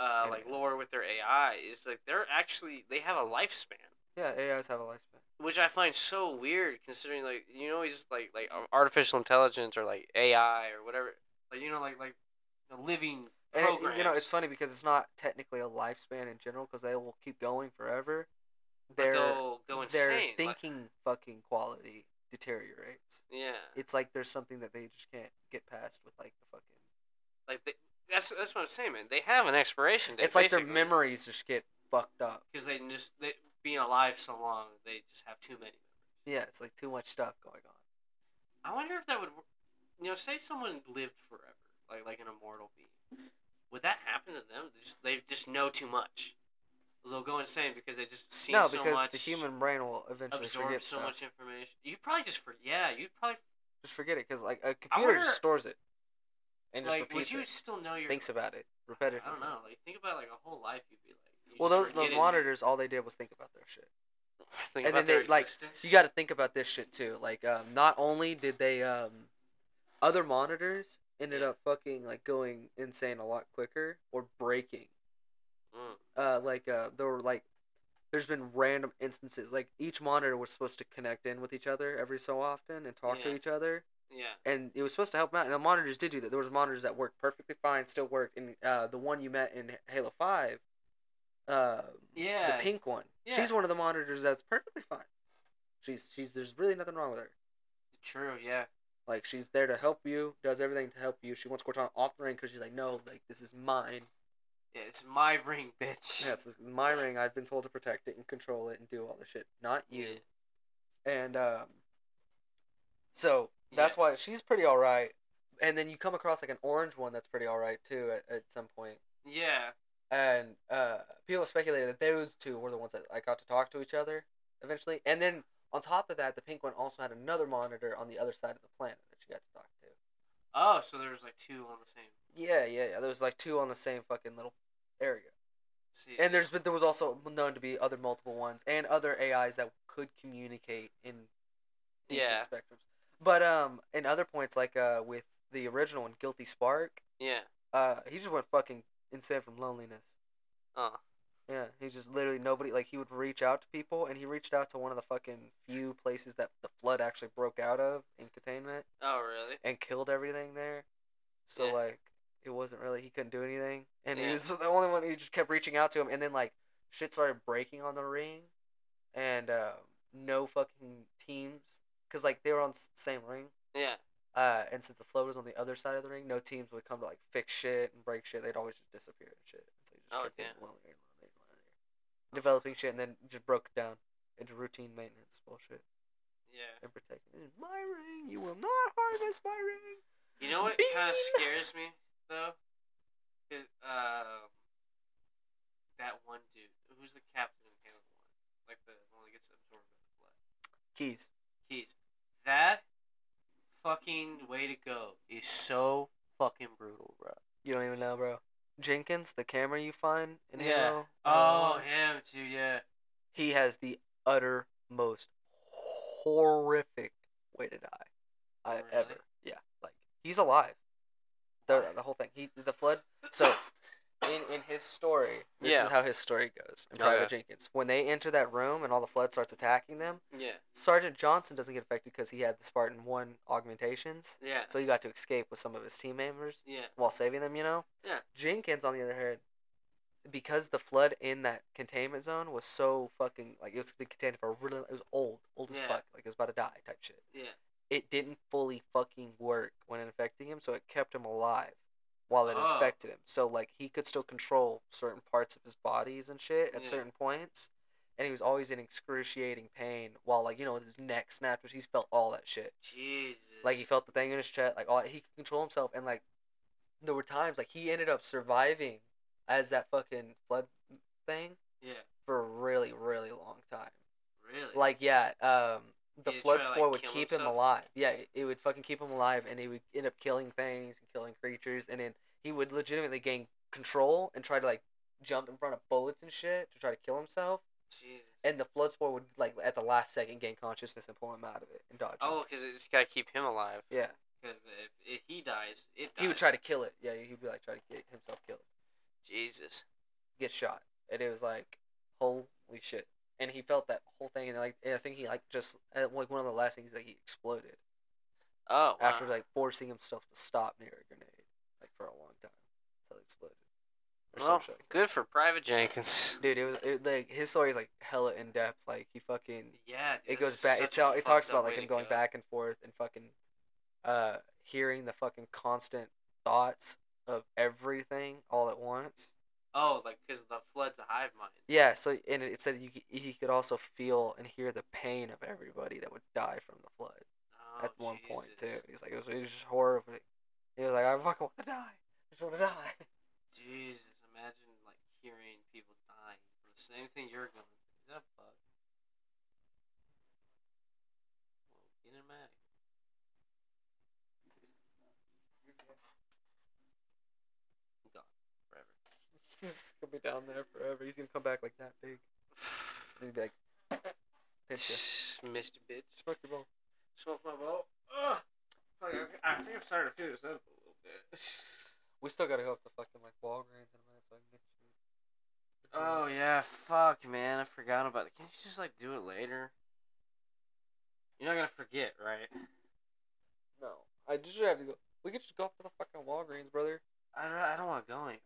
Speaker 1: uh, like
Speaker 2: AIs.
Speaker 1: lore with their AI is like they're actually they have a lifespan,
Speaker 2: Yeah, AIs have a lifespan.
Speaker 1: which I find so weird considering like you know he's like like um, artificial intelligence or like AI or whatever like you know like like the living
Speaker 2: And it-
Speaker 1: programs.
Speaker 2: you know, it's funny because it's not technically a lifespan in general because they will keep going forever.
Speaker 1: but
Speaker 2: Their
Speaker 1: they'll go insane.
Speaker 2: their
Speaker 1: like-
Speaker 2: thinking fucking quality deteriorates.
Speaker 1: yeah,
Speaker 2: It's like there's something that they just can't get past with like the fucking.
Speaker 1: like they, that's that's what I'm saying, man. They have an expiration date.
Speaker 2: it's like their
Speaker 1: basically.
Speaker 2: memories just get fucked up.
Speaker 1: because they just they being alive so long they just have too many.
Speaker 2: Yeah, it's like too much stuff going on.
Speaker 1: I wonder if that would, wor- you know, say someone lived forever, like like an immortal being, would that happen to them? They just, they just know too much. They'll go insane because they just see
Speaker 2: No,
Speaker 1: so
Speaker 2: because
Speaker 1: much,
Speaker 2: the human brain will eventually
Speaker 1: absorb
Speaker 2: forget
Speaker 1: so
Speaker 2: stuff.
Speaker 1: much information. You probably just for yeah, you probably
Speaker 2: Just forget it, because like a
Speaker 1: I
Speaker 2: computer
Speaker 1: wonder-
Speaker 2: just stores it and just
Speaker 1: like would
Speaker 2: repeats
Speaker 1: you
Speaker 2: it,
Speaker 1: still know your
Speaker 2: thinks about it
Speaker 1: I
Speaker 2: repetitively.
Speaker 1: don't know. Like think about like a whole life you'd be like. you
Speaker 2: Well,
Speaker 1: just
Speaker 2: those those
Speaker 1: forgetting-
Speaker 2: monitors, all they did was think about their shit.
Speaker 1: Think
Speaker 2: and
Speaker 1: about
Speaker 2: then
Speaker 1: their
Speaker 2: they, like,
Speaker 1: existence.
Speaker 2: You got to think about this shit too. Like, um, not only did they, um, other monitors ended up fucking like going insane a lot quicker or breaking.
Speaker 1: Mm.
Speaker 2: Uh, like uh, there were like, there's been random instances. Like each monitor was supposed to connect in with each other every so often and talk
Speaker 1: Yeah.
Speaker 2: to each other.
Speaker 1: Yeah.
Speaker 2: and it was supposed to help him out. And the monitors did do that. There was monitors that worked perfectly fine, still worked. And uh, the one you met in Halo Five, uh,
Speaker 1: Yeah.
Speaker 2: the pink one,
Speaker 1: Yeah.
Speaker 2: she's one of the monitors that's perfectly fine. She's she's there's really nothing wrong with her.
Speaker 1: True. Yeah.
Speaker 2: Like she's there to help you, does everything to help you. She wants Cortana off the ring because she's like, no, like this is mine.
Speaker 1: Yeah. It's my ring, bitch.
Speaker 2: Yeah, it's my ring. I've been told to protect it and control it and do all this shit, not you.
Speaker 1: Yeah.
Speaker 2: And um, so that's why she's pretty all right. And then you come across like an orange one that's pretty all right too at, at some point.
Speaker 1: Yeah.
Speaker 2: And uh, people speculated that those two were the ones that I got to talk to each other eventually. And then on top of that, the pink one also had another monitor on the other side of the planet that she got to talk to.
Speaker 1: Oh, so there's like two on the same.
Speaker 2: Yeah, yeah, yeah. There was like two on the same fucking little area.
Speaker 1: See.
Speaker 2: And there's been there was also known to be other multiple ones and other AIs that could communicate in decent
Speaker 1: Yeah.
Speaker 2: spectrums. But um, in other points like uh with the original one, Guilty Spark,
Speaker 1: Yeah.
Speaker 2: uh, he just went fucking insane from loneliness.
Speaker 1: Oh.
Speaker 2: Yeah, he just literally nobody like he would reach out to people, and he reached out to one of the fucking few places that the flood actually broke out of in containment
Speaker 1: Oh, really?
Speaker 2: and killed everything there. So
Speaker 1: Yeah.
Speaker 2: like it wasn't really he couldn't do anything, and
Speaker 1: Yeah.
Speaker 2: he was the only one who just kept reaching out to him, and then like shit started breaking on the ring, and uh, no fucking teams because like they were on s- the same ring.
Speaker 1: Yeah.
Speaker 2: Uh, and since the float was on the other side of the ring, no teams would come to like fix shit and break shit. They'd always just disappear and shit. So you just
Speaker 1: Oh,
Speaker 2: kept getting
Speaker 1: damn.
Speaker 2: lonelier and lonelier and lonelier. Developing shit and then just broke down into routine maintenance bullshit
Speaker 1: Yeah.
Speaker 2: and protecting. This is my ring. You will not harvest my ring.
Speaker 1: You know what kind of scares me though? Is uh, that one dude who's the captain in Halo One, like the one that gets absorbed by the blood.
Speaker 2: Keys.
Speaker 1: Keys. That fucking way to go is so fucking brutal, bro.
Speaker 2: You don't even know, bro. Jenkins, the camera you find in
Speaker 1: Yeah.
Speaker 2: Halo.
Speaker 1: Oh,
Speaker 2: uh,
Speaker 1: him too, yeah.
Speaker 2: He has the utter most horrific way to die I
Speaker 1: Really?
Speaker 2: ever. Yeah, like he's alive. The, the whole thing. He the flood. So in in his story, this
Speaker 1: Yeah. Oh,
Speaker 2: is how his story goes. In
Speaker 1: Okay.
Speaker 2: Private Jenkins, when they enter that room and all the flood starts attacking them,
Speaker 1: Yeah.
Speaker 2: Sergeant Johnson doesn't get affected because he had the Spartan One augmentations,
Speaker 1: Yeah.
Speaker 2: so he got to escape with some of his team members
Speaker 1: Yeah.
Speaker 2: while saving them, you know?
Speaker 1: Yeah.
Speaker 2: Jenkins, on the other hand, because the flood in that containment zone was so fucking like it was been contained for a really it was old, old as
Speaker 1: Yeah.
Speaker 2: fuck, like it was about to die type shit.
Speaker 1: Yeah.
Speaker 2: It didn't fully fucking work when infecting him, so it kept him alive while it
Speaker 1: Oh.
Speaker 2: infected him. So like he could still control certain parts of his bodies and shit at
Speaker 1: Yeah.
Speaker 2: certain points. And he was always in excruciating pain while like, you know, his neck snapped, which he felt all that shit.
Speaker 1: Jesus.
Speaker 2: Like he felt the thing in his chest, like all he could control himself, and like there were times like he ended up surviving as that fucking flood thing
Speaker 1: Yeah.
Speaker 2: for a really, really long time.
Speaker 1: Really.
Speaker 2: Like yeah, um, the
Speaker 1: He
Speaker 2: flood
Speaker 1: tried to,
Speaker 2: spore
Speaker 1: like,
Speaker 2: would
Speaker 1: kill
Speaker 2: keep him
Speaker 1: himself?
Speaker 2: alive. Yeah, it- it would fucking keep him alive, and he would end up killing things and killing creatures, and then he would legitimately gain control and try to like jump in front of bullets and shit to try to kill himself.
Speaker 1: Jesus.
Speaker 2: And the flood spore would like at the last second gain consciousness and pull him out of it and dodge.
Speaker 1: Oh,
Speaker 2: him.
Speaker 1: because it's gotta keep him alive.
Speaker 2: yeah.
Speaker 1: Because if, if he dies, it dies.
Speaker 2: He would try to kill it. Yeah, he would be like try to get himself killed,
Speaker 1: Jesus.
Speaker 2: get shot, and it was like, holy shit! And he felt that whole thing, and like and I think he like just at, like one of the last things like he exploded
Speaker 1: Oh. Wow.
Speaker 2: after like forcing himself to stop near a grenade like for a long time until it exploded. Or some
Speaker 1: Well,
Speaker 2: shit.
Speaker 1: good for Private Jenkins.
Speaker 2: dude, it was it, like his story is like hella in depth. Like he fucking
Speaker 1: Yeah. Dude,
Speaker 2: it
Speaker 1: that's
Speaker 2: goes back. It,
Speaker 1: such a
Speaker 2: tell, it talks
Speaker 1: fucked up
Speaker 2: about
Speaker 1: way
Speaker 2: like him
Speaker 1: to
Speaker 2: going
Speaker 1: go.
Speaker 2: back and forth and fucking, uh, hearing the fucking constant thoughts of everything all at once.
Speaker 1: Oh, like because the flood's a hive mind.
Speaker 2: Yeah, so and it said you he could also feel and hear the pain of everybody that would die from the flood
Speaker 1: Oh,
Speaker 2: at one point too.
Speaker 1: Jesus.
Speaker 2: He was like, it was, it was just horrible. He was like, I fucking want to die. I just want to die.
Speaker 1: Jesus, imagine like hearing people dying for the same thing you're going through. Is that fuck? Well, get him out of here. Gone forever.
Speaker 2: He's gonna be down there forever. He's gonna come back like that big. And he'd be like, pinch you.
Speaker 1: Mr. Bitch.
Speaker 2: Smoke your ball.
Speaker 1: Smoke my ball. Ugh. Fuck, I I think I'm starting to feel this up a little bit.
Speaker 2: We still gotta go up to fucking like Walgreens in a minute so I can get you.
Speaker 1: Oh yeah, fuck man, I forgot about it. Can't you just like do it later? You're not gonna forget, right?
Speaker 2: No, I just have to go. We could just go up to the fucking Walgreens, brother.
Speaker 1: I don't, I don't want to go anywhere.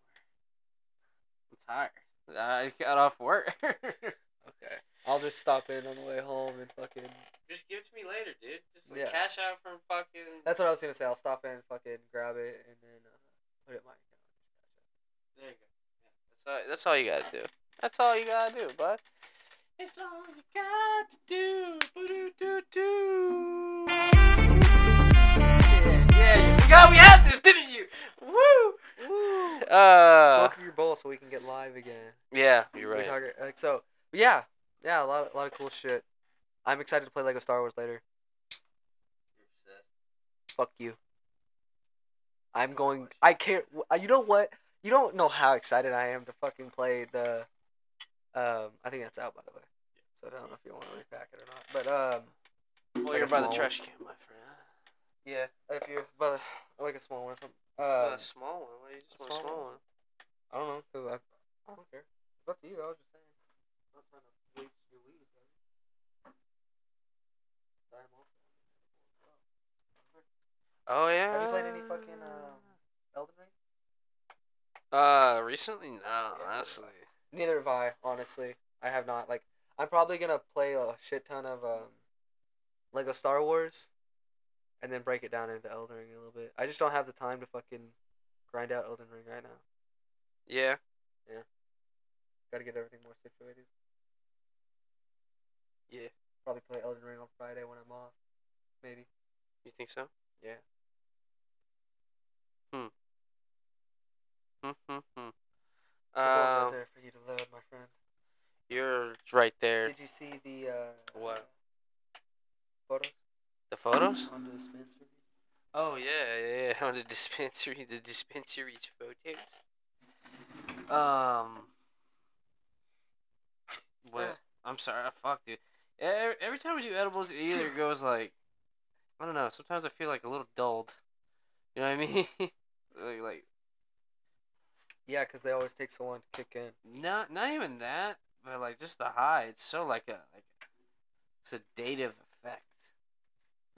Speaker 1: I'm tired. I got off work.
Speaker 2: Okay. I'll just stop in on the way home and fucking.
Speaker 1: Just give it to me later, dude. Just
Speaker 2: Yeah.
Speaker 1: cash out from fucking.
Speaker 2: That's what I was gonna say. I'll stop in, fucking grab it, and then uh, put it in my account.
Speaker 1: There you go. Yeah. That's all. That's all you gotta do. That's all you gotta do, bud. It's all you got to do. Boo doo doo. Yeah, you forgot we had this, didn't you? Woo. Woo. Uh.
Speaker 2: Smoke your bowl so we can get live again.
Speaker 1: Yeah, you're
Speaker 2: We
Speaker 1: right.
Speaker 2: talk- like, so, yeah, yeah, a lot, a lot of cool shit. I'm excited to play Lego Star Wars later. Fuck you. I'm going. I can't. uh, You know what? You don't know how excited I am to fucking play the. Um, I think that's out by the way. So I don't know if you want to repack it or not, but um,
Speaker 1: Well,
Speaker 2: Like
Speaker 1: you're
Speaker 2: a
Speaker 1: by the
Speaker 2: small-
Speaker 1: trash can, my friend.
Speaker 2: yeah, if you, but like a small one or something.
Speaker 1: Uh,
Speaker 2: Um,
Speaker 1: a small one. Why do you just
Speaker 2: a
Speaker 1: want a
Speaker 2: small
Speaker 1: small
Speaker 2: one.
Speaker 1: one?
Speaker 2: I don't know, cause I, I don't care. It's up to you. I was just saying. I'm not trying to waste your weed, buddy. I'm also-
Speaker 1: Oh yeah.
Speaker 2: Have you played any fucking um, Elden Ring?
Speaker 1: Uh, recently, no,
Speaker 2: Yeah.
Speaker 1: honestly.
Speaker 2: Neither have I, honestly. I have not. Like, I'm probably gonna play a shit ton of um, Lego Star Wars, and then break it down into Elden Ring a little bit. I just don't have the time to fucking grind out Elden Ring right now.
Speaker 1: Yeah.
Speaker 2: Got to get everything more situated.
Speaker 1: Yeah.
Speaker 2: Probably play Elden Ring on Friday when I'm off. Maybe.
Speaker 1: You think so?
Speaker 2: Yeah.
Speaker 1: Hmm. Hmm. Hmm.
Speaker 2: The ball's out
Speaker 1: Um,
Speaker 2: there for you to load, my friend.
Speaker 1: you're right there.
Speaker 2: Did you see the uh,
Speaker 1: What?
Speaker 2: photos?
Speaker 1: The photos?
Speaker 2: On the dispensary?
Speaker 1: Oh yeah, yeah, yeah, on the dispensary, the dispensary's photos. Um, what? I'm sorry, I fuck, dude. Every, every time we do edibles, it either goes like, I don't know. Sometimes I feel like a little dulled. You know what I mean? like, like
Speaker 2: Yeah, because they always take so long to kick in.
Speaker 1: not not even that, but like just the high. It's so like a like sedative effect.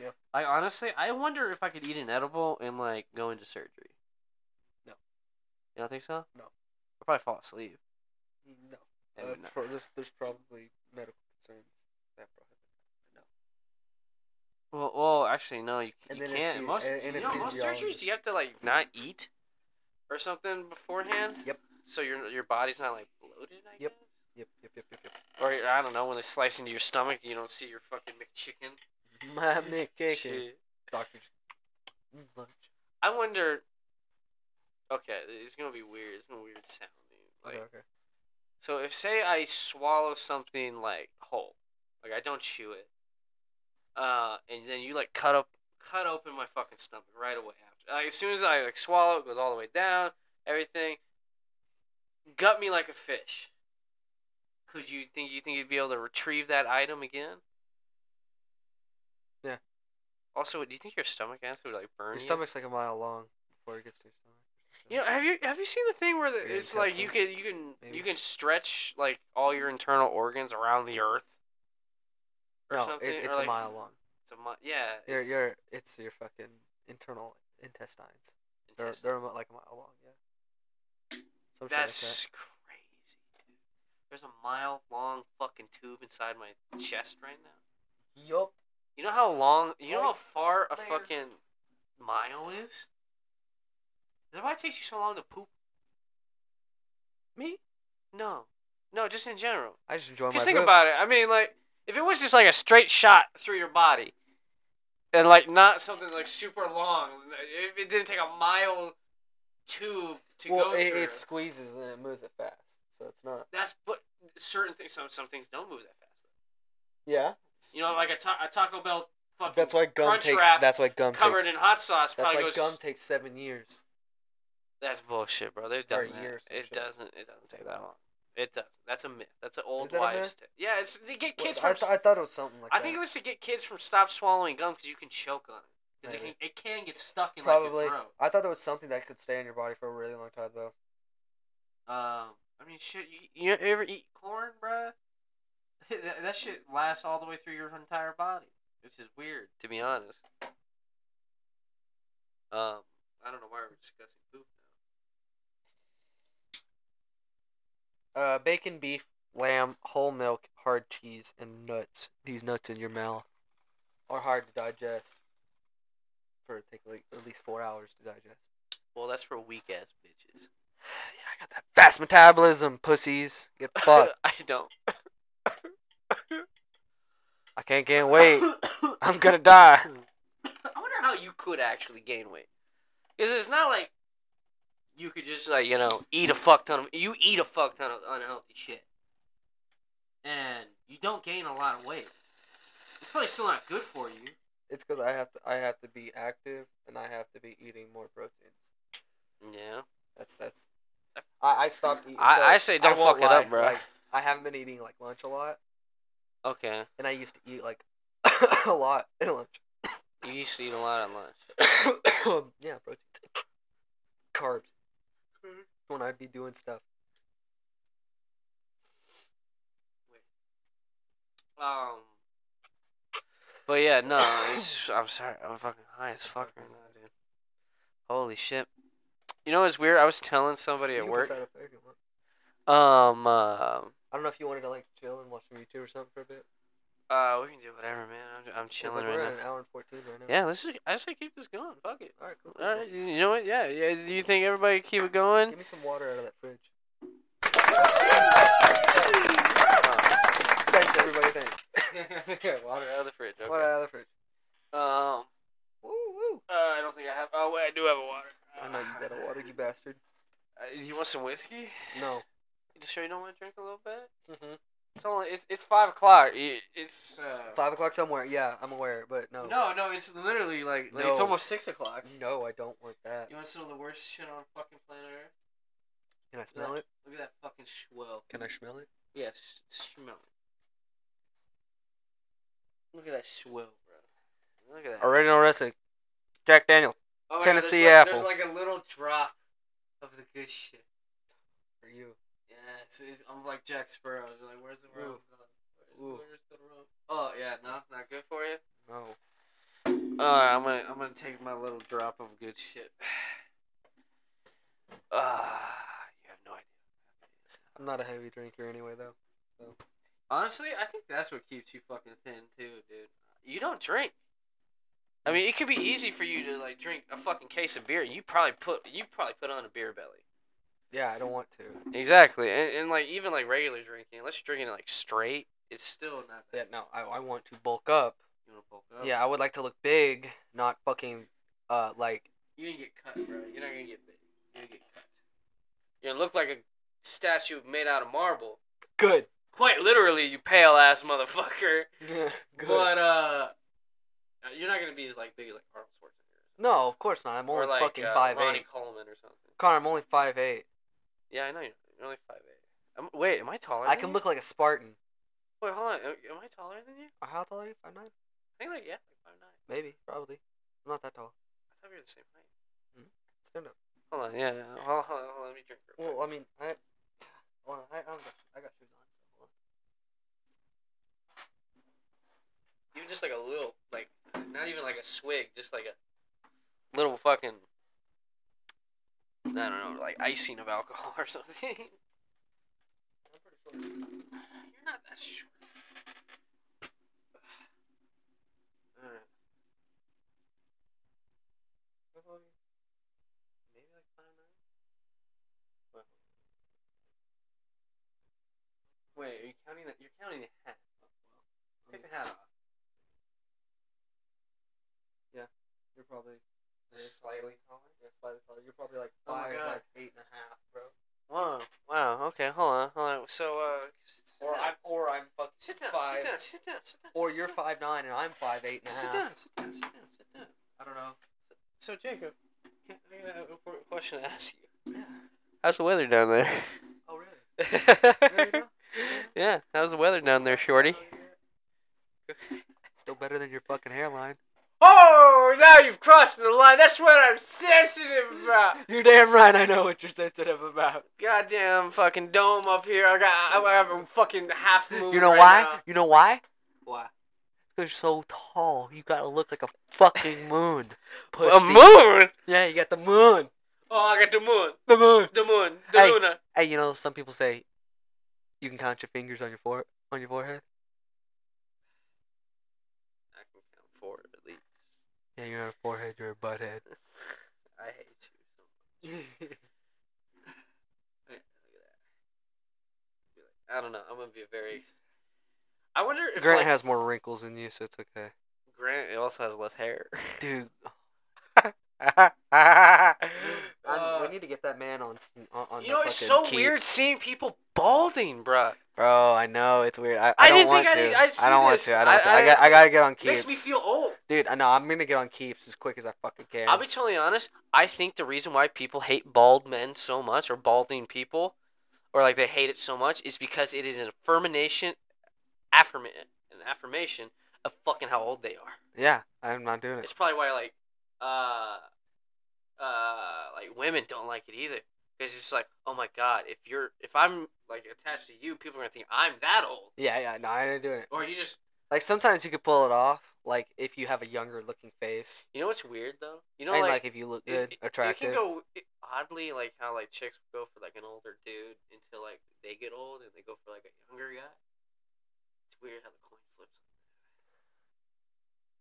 Speaker 2: Yeah.
Speaker 1: Like honestly, I wonder if I could eat an edible and like go into surgery.
Speaker 2: No.
Speaker 1: You don't think so?
Speaker 2: No.
Speaker 1: I'd probably fall asleep.
Speaker 2: No.
Speaker 1: and
Speaker 2: Uh,
Speaker 1: would not-
Speaker 2: pro- there's, there's probably medical concerns that prohibit that. No.
Speaker 1: Well, well, actually, no, you,
Speaker 2: And
Speaker 1: you
Speaker 2: then
Speaker 1: can't.
Speaker 2: anesthesi-
Speaker 1: most,
Speaker 2: a-
Speaker 1: you know, most
Speaker 2: anesthesiologist.
Speaker 1: surgeries you have to like not eat or something beforehand.
Speaker 2: Yep.
Speaker 1: So your your body's not like bloated. I
Speaker 2: Yep.
Speaker 1: guess?
Speaker 2: Yep, yep, yep, yep, yep.
Speaker 1: Or I don't know when they slice into your stomach, you don't see your fucking McChicken.
Speaker 2: My McKicken.
Speaker 1: Shit.
Speaker 2: Doctor. Mm, Lunch.
Speaker 1: I wonder. Okay, it's gonna be weird. It's gonna be weird sounding. Like,
Speaker 2: Okay, okay.
Speaker 1: so if say I swallow something like whole, like I don't chew it, uh, and then you like cut up, cut open my fucking stomach right away after. Like, as soon as I like swallow, it goes all the way down. Everything. Gut me like a fish. Could you think you think you'd be able to retrieve that item again?
Speaker 2: Yeah.
Speaker 1: Also, do you think your stomach acid would like burn
Speaker 2: Your
Speaker 1: you?
Speaker 2: stomach's like a mile long before it gets to your stomach.
Speaker 1: You know, have you have you seen the thing where the,
Speaker 2: Your
Speaker 1: it's like you can
Speaker 2: intestines,
Speaker 1: you can
Speaker 2: maybe.
Speaker 1: you can stretch like all your internal organs around the earth? or
Speaker 2: no,
Speaker 1: something,
Speaker 2: it,
Speaker 1: or
Speaker 2: it's
Speaker 1: like-
Speaker 2: a mile long.
Speaker 1: It's a mu- yeah.
Speaker 2: Your
Speaker 1: it's
Speaker 2: your it's your fucking internal intestines. They're
Speaker 1: intestine.
Speaker 2: they're about like a mile long. Yeah. Some shit like
Speaker 1: That's crazy, dude. There's a mile long fucking tube inside my chest right now.
Speaker 2: that. Yup.
Speaker 1: You know how long? You know how
Speaker 2: Like,
Speaker 1: far a
Speaker 2: there.
Speaker 1: fucking mile is? Is that why it takes you so long to poop?
Speaker 2: Me?
Speaker 1: No, no, just in general.
Speaker 2: I just enjoy my.
Speaker 1: Just think about it.
Speaker 2: boobs.
Speaker 1: I mean, like, if it was just like a straight shot through your body, and like not something like super long, if it didn't take a mile tube to
Speaker 2: Well,
Speaker 1: go
Speaker 2: it,
Speaker 1: through.
Speaker 2: it squeezes and it moves it fast, so it's not.
Speaker 1: That's but certain things. Some some things don't move that fast.
Speaker 2: Yeah.
Speaker 1: You know, like a, ta- a Taco Bell fucking
Speaker 2: That's why gum
Speaker 1: crunch
Speaker 2: takes.
Speaker 1: wrap
Speaker 2: That's why gum
Speaker 1: covered
Speaker 2: takes.
Speaker 1: in hot sauce
Speaker 2: that's
Speaker 1: probably
Speaker 2: why
Speaker 1: goes.
Speaker 2: gum takes seven years.
Speaker 1: that's bullshit, bro. They've
Speaker 2: Or
Speaker 1: done
Speaker 2: a
Speaker 1: that.
Speaker 2: year or some
Speaker 1: It
Speaker 2: shit.
Speaker 1: doesn't. It doesn't take that long. It doesn't. That's a myth. That's an old
Speaker 2: that a
Speaker 1: wives'
Speaker 2: myth?
Speaker 1: tale. Yeah, it's they get
Speaker 2: Wait,
Speaker 1: kids
Speaker 2: I,
Speaker 1: from
Speaker 2: th- I thought it was something like
Speaker 1: I
Speaker 2: that.
Speaker 1: think it was to get kids from stop swallowing gum because you can choke on it. Because it can,
Speaker 2: Maybe.
Speaker 1: it can get stuck in
Speaker 2: probably.
Speaker 1: like your throat.
Speaker 2: I thought there was something that could stay in your body for a really long time though.
Speaker 1: Um, I mean, shit, you, you ever eat corn, bruh? that, that shit lasts all the way through your entire body. Which is weird, to be honest. Um, I don't know why we're discussing poop now.
Speaker 2: Uh, bacon, beef, lamb, whole milk, hard cheese, and nuts. These nuts in your mouth are hard to digest. For it take like at least four hours to digest.
Speaker 1: Well, that's for weak ass bitches.
Speaker 2: yeah, I got that fast metabolism, pussies. Get fucked.
Speaker 1: I don't.
Speaker 2: I can't gain weight. I'm gonna die.
Speaker 1: I wonder how you could actually gain weight. Because it's not like you could just like you know eat a fuck ton of you eat a fuck ton of unhealthy shit, and you don't gain a lot of weight. It's probably still not good for you.
Speaker 2: It's because I have to. I have to be active, and I have to be eating more proteins.
Speaker 1: Yeah,
Speaker 2: That's that's. I, I stopped eating.
Speaker 1: I-
Speaker 2: so
Speaker 1: I say don't
Speaker 2: won't
Speaker 1: fuck it up,
Speaker 2: lie,
Speaker 1: bro.
Speaker 2: Like, I haven't been eating like lunch a lot,
Speaker 1: okay.
Speaker 2: and I used to eat like a lot at lunch.
Speaker 1: You used to eat a lot at lunch.
Speaker 2: yeah, protein, carbs. When I'd be doing stuff.
Speaker 1: Um. But yeah, no, it's, I'm sorry. I'm fucking high as fuck right now, dude. Holy shit. You know what's weird? I was telling somebody
Speaker 2: You
Speaker 1: at
Speaker 2: can put
Speaker 1: work.
Speaker 2: that up there if you want.
Speaker 1: Um, uh,
Speaker 2: I don't know if you wanted to like chill and watch some YouTube or something for a bit.
Speaker 1: uh, we can do whatever, man. I'm, I'm
Speaker 2: 'Cause,
Speaker 1: chilling
Speaker 2: like,
Speaker 1: right
Speaker 2: we're
Speaker 1: now.
Speaker 2: at an hour and fourteen right now.
Speaker 1: Yeah, let's just, I just say keep this going. Fuck it.
Speaker 2: All right. Cool. cool,
Speaker 1: All right,
Speaker 2: cool.
Speaker 1: you you know what? Yeah, yeah. Do you think everybody keep it going?
Speaker 2: Give me some water out of that fridge. Thanks, everybody. Thanks.
Speaker 1: Water out of the fridge.
Speaker 2: Water
Speaker 1: Okay.
Speaker 2: out of the fridge.
Speaker 1: Um.
Speaker 2: Woo woo.
Speaker 1: Uh, I don't think I have. Oh wait, I do have a water.
Speaker 2: I know you got a water, you bastard.
Speaker 1: Uh, you want some whiskey?
Speaker 2: No.
Speaker 1: You sure you don't want to drink a little bit?
Speaker 2: Mm-hmm.
Speaker 1: It's only it's, it's five o'clock. It, it's uh,
Speaker 2: Five o'clock somewhere. Yeah, I'm aware, but no.
Speaker 1: No, no, it's literally like, like it's
Speaker 2: No.
Speaker 1: almost six o'clock.
Speaker 2: No, I don't want that.
Speaker 1: You want to know the worst shit on fucking planet Earth?
Speaker 2: Can I smell it?
Speaker 1: Look at that fucking swell.
Speaker 2: Can I smell it?
Speaker 1: Yeah, sh- smell it. Look at that swell, bro. Look at that.
Speaker 2: Original recipe. Jack Daniels.
Speaker 1: Oh, yeah,
Speaker 2: Tennessee
Speaker 1: there's
Speaker 2: apple.
Speaker 1: Like, there's like a little drop of the good shit.
Speaker 2: For you.
Speaker 1: Yeah, it's, it's, I'm like Jack Sparrow. You're like, where's the rum?
Speaker 2: Ooh.
Speaker 1: Where's,
Speaker 2: Ooh.
Speaker 1: where's the rum? Oh yeah, no, not good for you.
Speaker 2: No.
Speaker 1: Alright, I'm gonna I'm gonna take my little drop of good shit. Ah, you have no idea.
Speaker 2: I'm not a heavy drinker anyway, though.
Speaker 1: Honestly, I think that's what keeps you fucking thin too, dude. You don't drink. I mean, it could be easy for you to like drink a fucking case of beer. and You probably put you probably put on a beer belly.
Speaker 2: Yeah, I
Speaker 1: Mm.
Speaker 2: don't want to.
Speaker 1: Exactly, and, and like even like regular drinking, unless you're drinking it like straight, it's still not that.
Speaker 2: Yeah, no, I, I want to bulk up.
Speaker 1: You wanna bulk up?
Speaker 2: Yeah, I would like to look big, not fucking, uh, like,
Speaker 1: You're gonna get cut, bro. You're not gonna get big. You're gonna get cut. You're gonna look like a statue made out of marble.
Speaker 2: good.
Speaker 1: Quite literally, you pale ass motherfucker.
Speaker 2: good.
Speaker 1: But uh, you're not gonna be as like big as like Arnold Schwarzenegger
Speaker 2: no, of course not. I'm
Speaker 1: or
Speaker 2: only
Speaker 1: like
Speaker 2: fucking
Speaker 1: uh,
Speaker 2: five
Speaker 1: Ronnie
Speaker 2: eight.
Speaker 1: Coleman or something.
Speaker 2: Connor, I'm only five eight.
Speaker 1: Yeah, I know you're, you're only five eight. I'm, wait, am I taller?
Speaker 2: I
Speaker 1: than
Speaker 2: can
Speaker 1: you?
Speaker 2: look like a Spartan.
Speaker 1: Wait, hold on. Am, am I taller than you?
Speaker 2: Or How tall are you? Five nine?
Speaker 1: I think like yeah, like five nine.
Speaker 2: Maybe, probably. I'm not that tall.
Speaker 1: I thought we were the same height.
Speaker 2: Stand up.
Speaker 1: Hold on, yeah. yeah. Hold on, hold on, hold on, let me drink. real quick.
Speaker 2: Well, I mean, I, well, I, I, got, I got shoes on. So hold
Speaker 1: Even just like a little, like not even like a swig, just like a little fucking. I don't know, like icing of alcohol or something. You're not that short. Alright,
Speaker 2: on.
Speaker 1: maybe like five nine. Wait. Wait, are you counting that? You're counting the hat. Take the hat off.
Speaker 2: You're probably
Speaker 1: Just slightly taller.
Speaker 2: you're slightly taller. You're probably like
Speaker 1: Oh my
Speaker 2: five,
Speaker 1: God.
Speaker 2: like eight and a half, bro.
Speaker 1: Wow. Wow. Okay. Hold on. Hold on. So, uh,
Speaker 2: Or I'm, or I'm fucking
Speaker 1: sit down.
Speaker 2: five.
Speaker 1: Sit down. Sit down. Sit down.
Speaker 2: Or
Speaker 1: sit
Speaker 2: you're
Speaker 1: down.
Speaker 2: five nine and I'm five eight and a half.
Speaker 1: Sit down. Sit down. Sit down. Sit down.
Speaker 2: I don't know.
Speaker 1: So, Jacob, can- I got an important question to ask you. How's the weather down there?
Speaker 2: Oh really? now?
Speaker 1: yeah. How's the weather down there, Shorty?
Speaker 2: Still better than your fucking hairline.
Speaker 1: Oh, now you've crossed the line. That's what I'm sensitive about.
Speaker 2: You're damn right. I know what you're sensitive about.
Speaker 1: Goddamn fucking dome up here. I got. I have a fucking half moon.
Speaker 2: You know
Speaker 1: right
Speaker 2: why?
Speaker 1: now.
Speaker 2: You know why?
Speaker 1: Why?
Speaker 2: Because you're so tall. You gotta look like a fucking moon.
Speaker 1: A
Speaker 2: Pussy.
Speaker 1: moon.
Speaker 2: Yeah, you got the moon.
Speaker 1: Oh, I got the moon.
Speaker 2: The moon.
Speaker 1: The moon. The
Speaker 2: Hey.
Speaker 1: luna.
Speaker 2: Hey, you know some people say you can count your fingers on your fore on your forehead.
Speaker 1: I can count four at least.
Speaker 2: Yeah, you're not a forehead. You're a butthead.
Speaker 1: I hate you so much. I don't know. I'm gonna be very. I wonder if
Speaker 2: Grant
Speaker 1: like,
Speaker 2: has more wrinkles than you, so it's okay.
Speaker 1: Grant also has less hair.
Speaker 2: Dude,
Speaker 1: Uh,
Speaker 2: we need to get that man on some- on, on
Speaker 1: you
Speaker 2: the
Speaker 1: know, it's so
Speaker 2: fucking keep.
Speaker 1: weird seeing people balding, bruh.
Speaker 2: Bro, I know it's weird. I,
Speaker 1: I
Speaker 2: I don't
Speaker 1: didn't
Speaker 2: want
Speaker 1: think I
Speaker 2: to.
Speaker 1: did-
Speaker 2: I,
Speaker 1: I'd see
Speaker 2: don't want
Speaker 1: this.
Speaker 2: to. I don't.
Speaker 1: I-
Speaker 2: want to. I,
Speaker 1: I-
Speaker 2: got. I gotta get on keeps,
Speaker 1: Makes me feel old.
Speaker 2: dude. I know. I'm gonna get on keeps as quick as I fucking can.
Speaker 1: I'll be totally honest. I think the reason why people hate bald men so much, or balding people, or like they hate it so much, is because it is an affirmation, affirm, an affirmation of fucking how old they are.
Speaker 2: yeah, I'm not doing it.
Speaker 1: It's probably why like, uh, uh, like women don't like it either. Because it's like, oh my god, if you're, if I'm like attached to you, people are gonna think I'm that old,
Speaker 2: Yeah, yeah. No, I ain't doing it.
Speaker 1: or you just,
Speaker 2: Like sometimes you could pull it off. Like if you have a younger looking face,
Speaker 1: you know what's weird though? You know,
Speaker 2: and
Speaker 1: like,
Speaker 2: like, if you look
Speaker 1: it's-
Speaker 2: good,
Speaker 1: it-
Speaker 2: attractive.
Speaker 1: It can go it- oddly, like how like chicks go for like an older dude until like they get old and they go for like a younger guy. It's weird how the coin flips.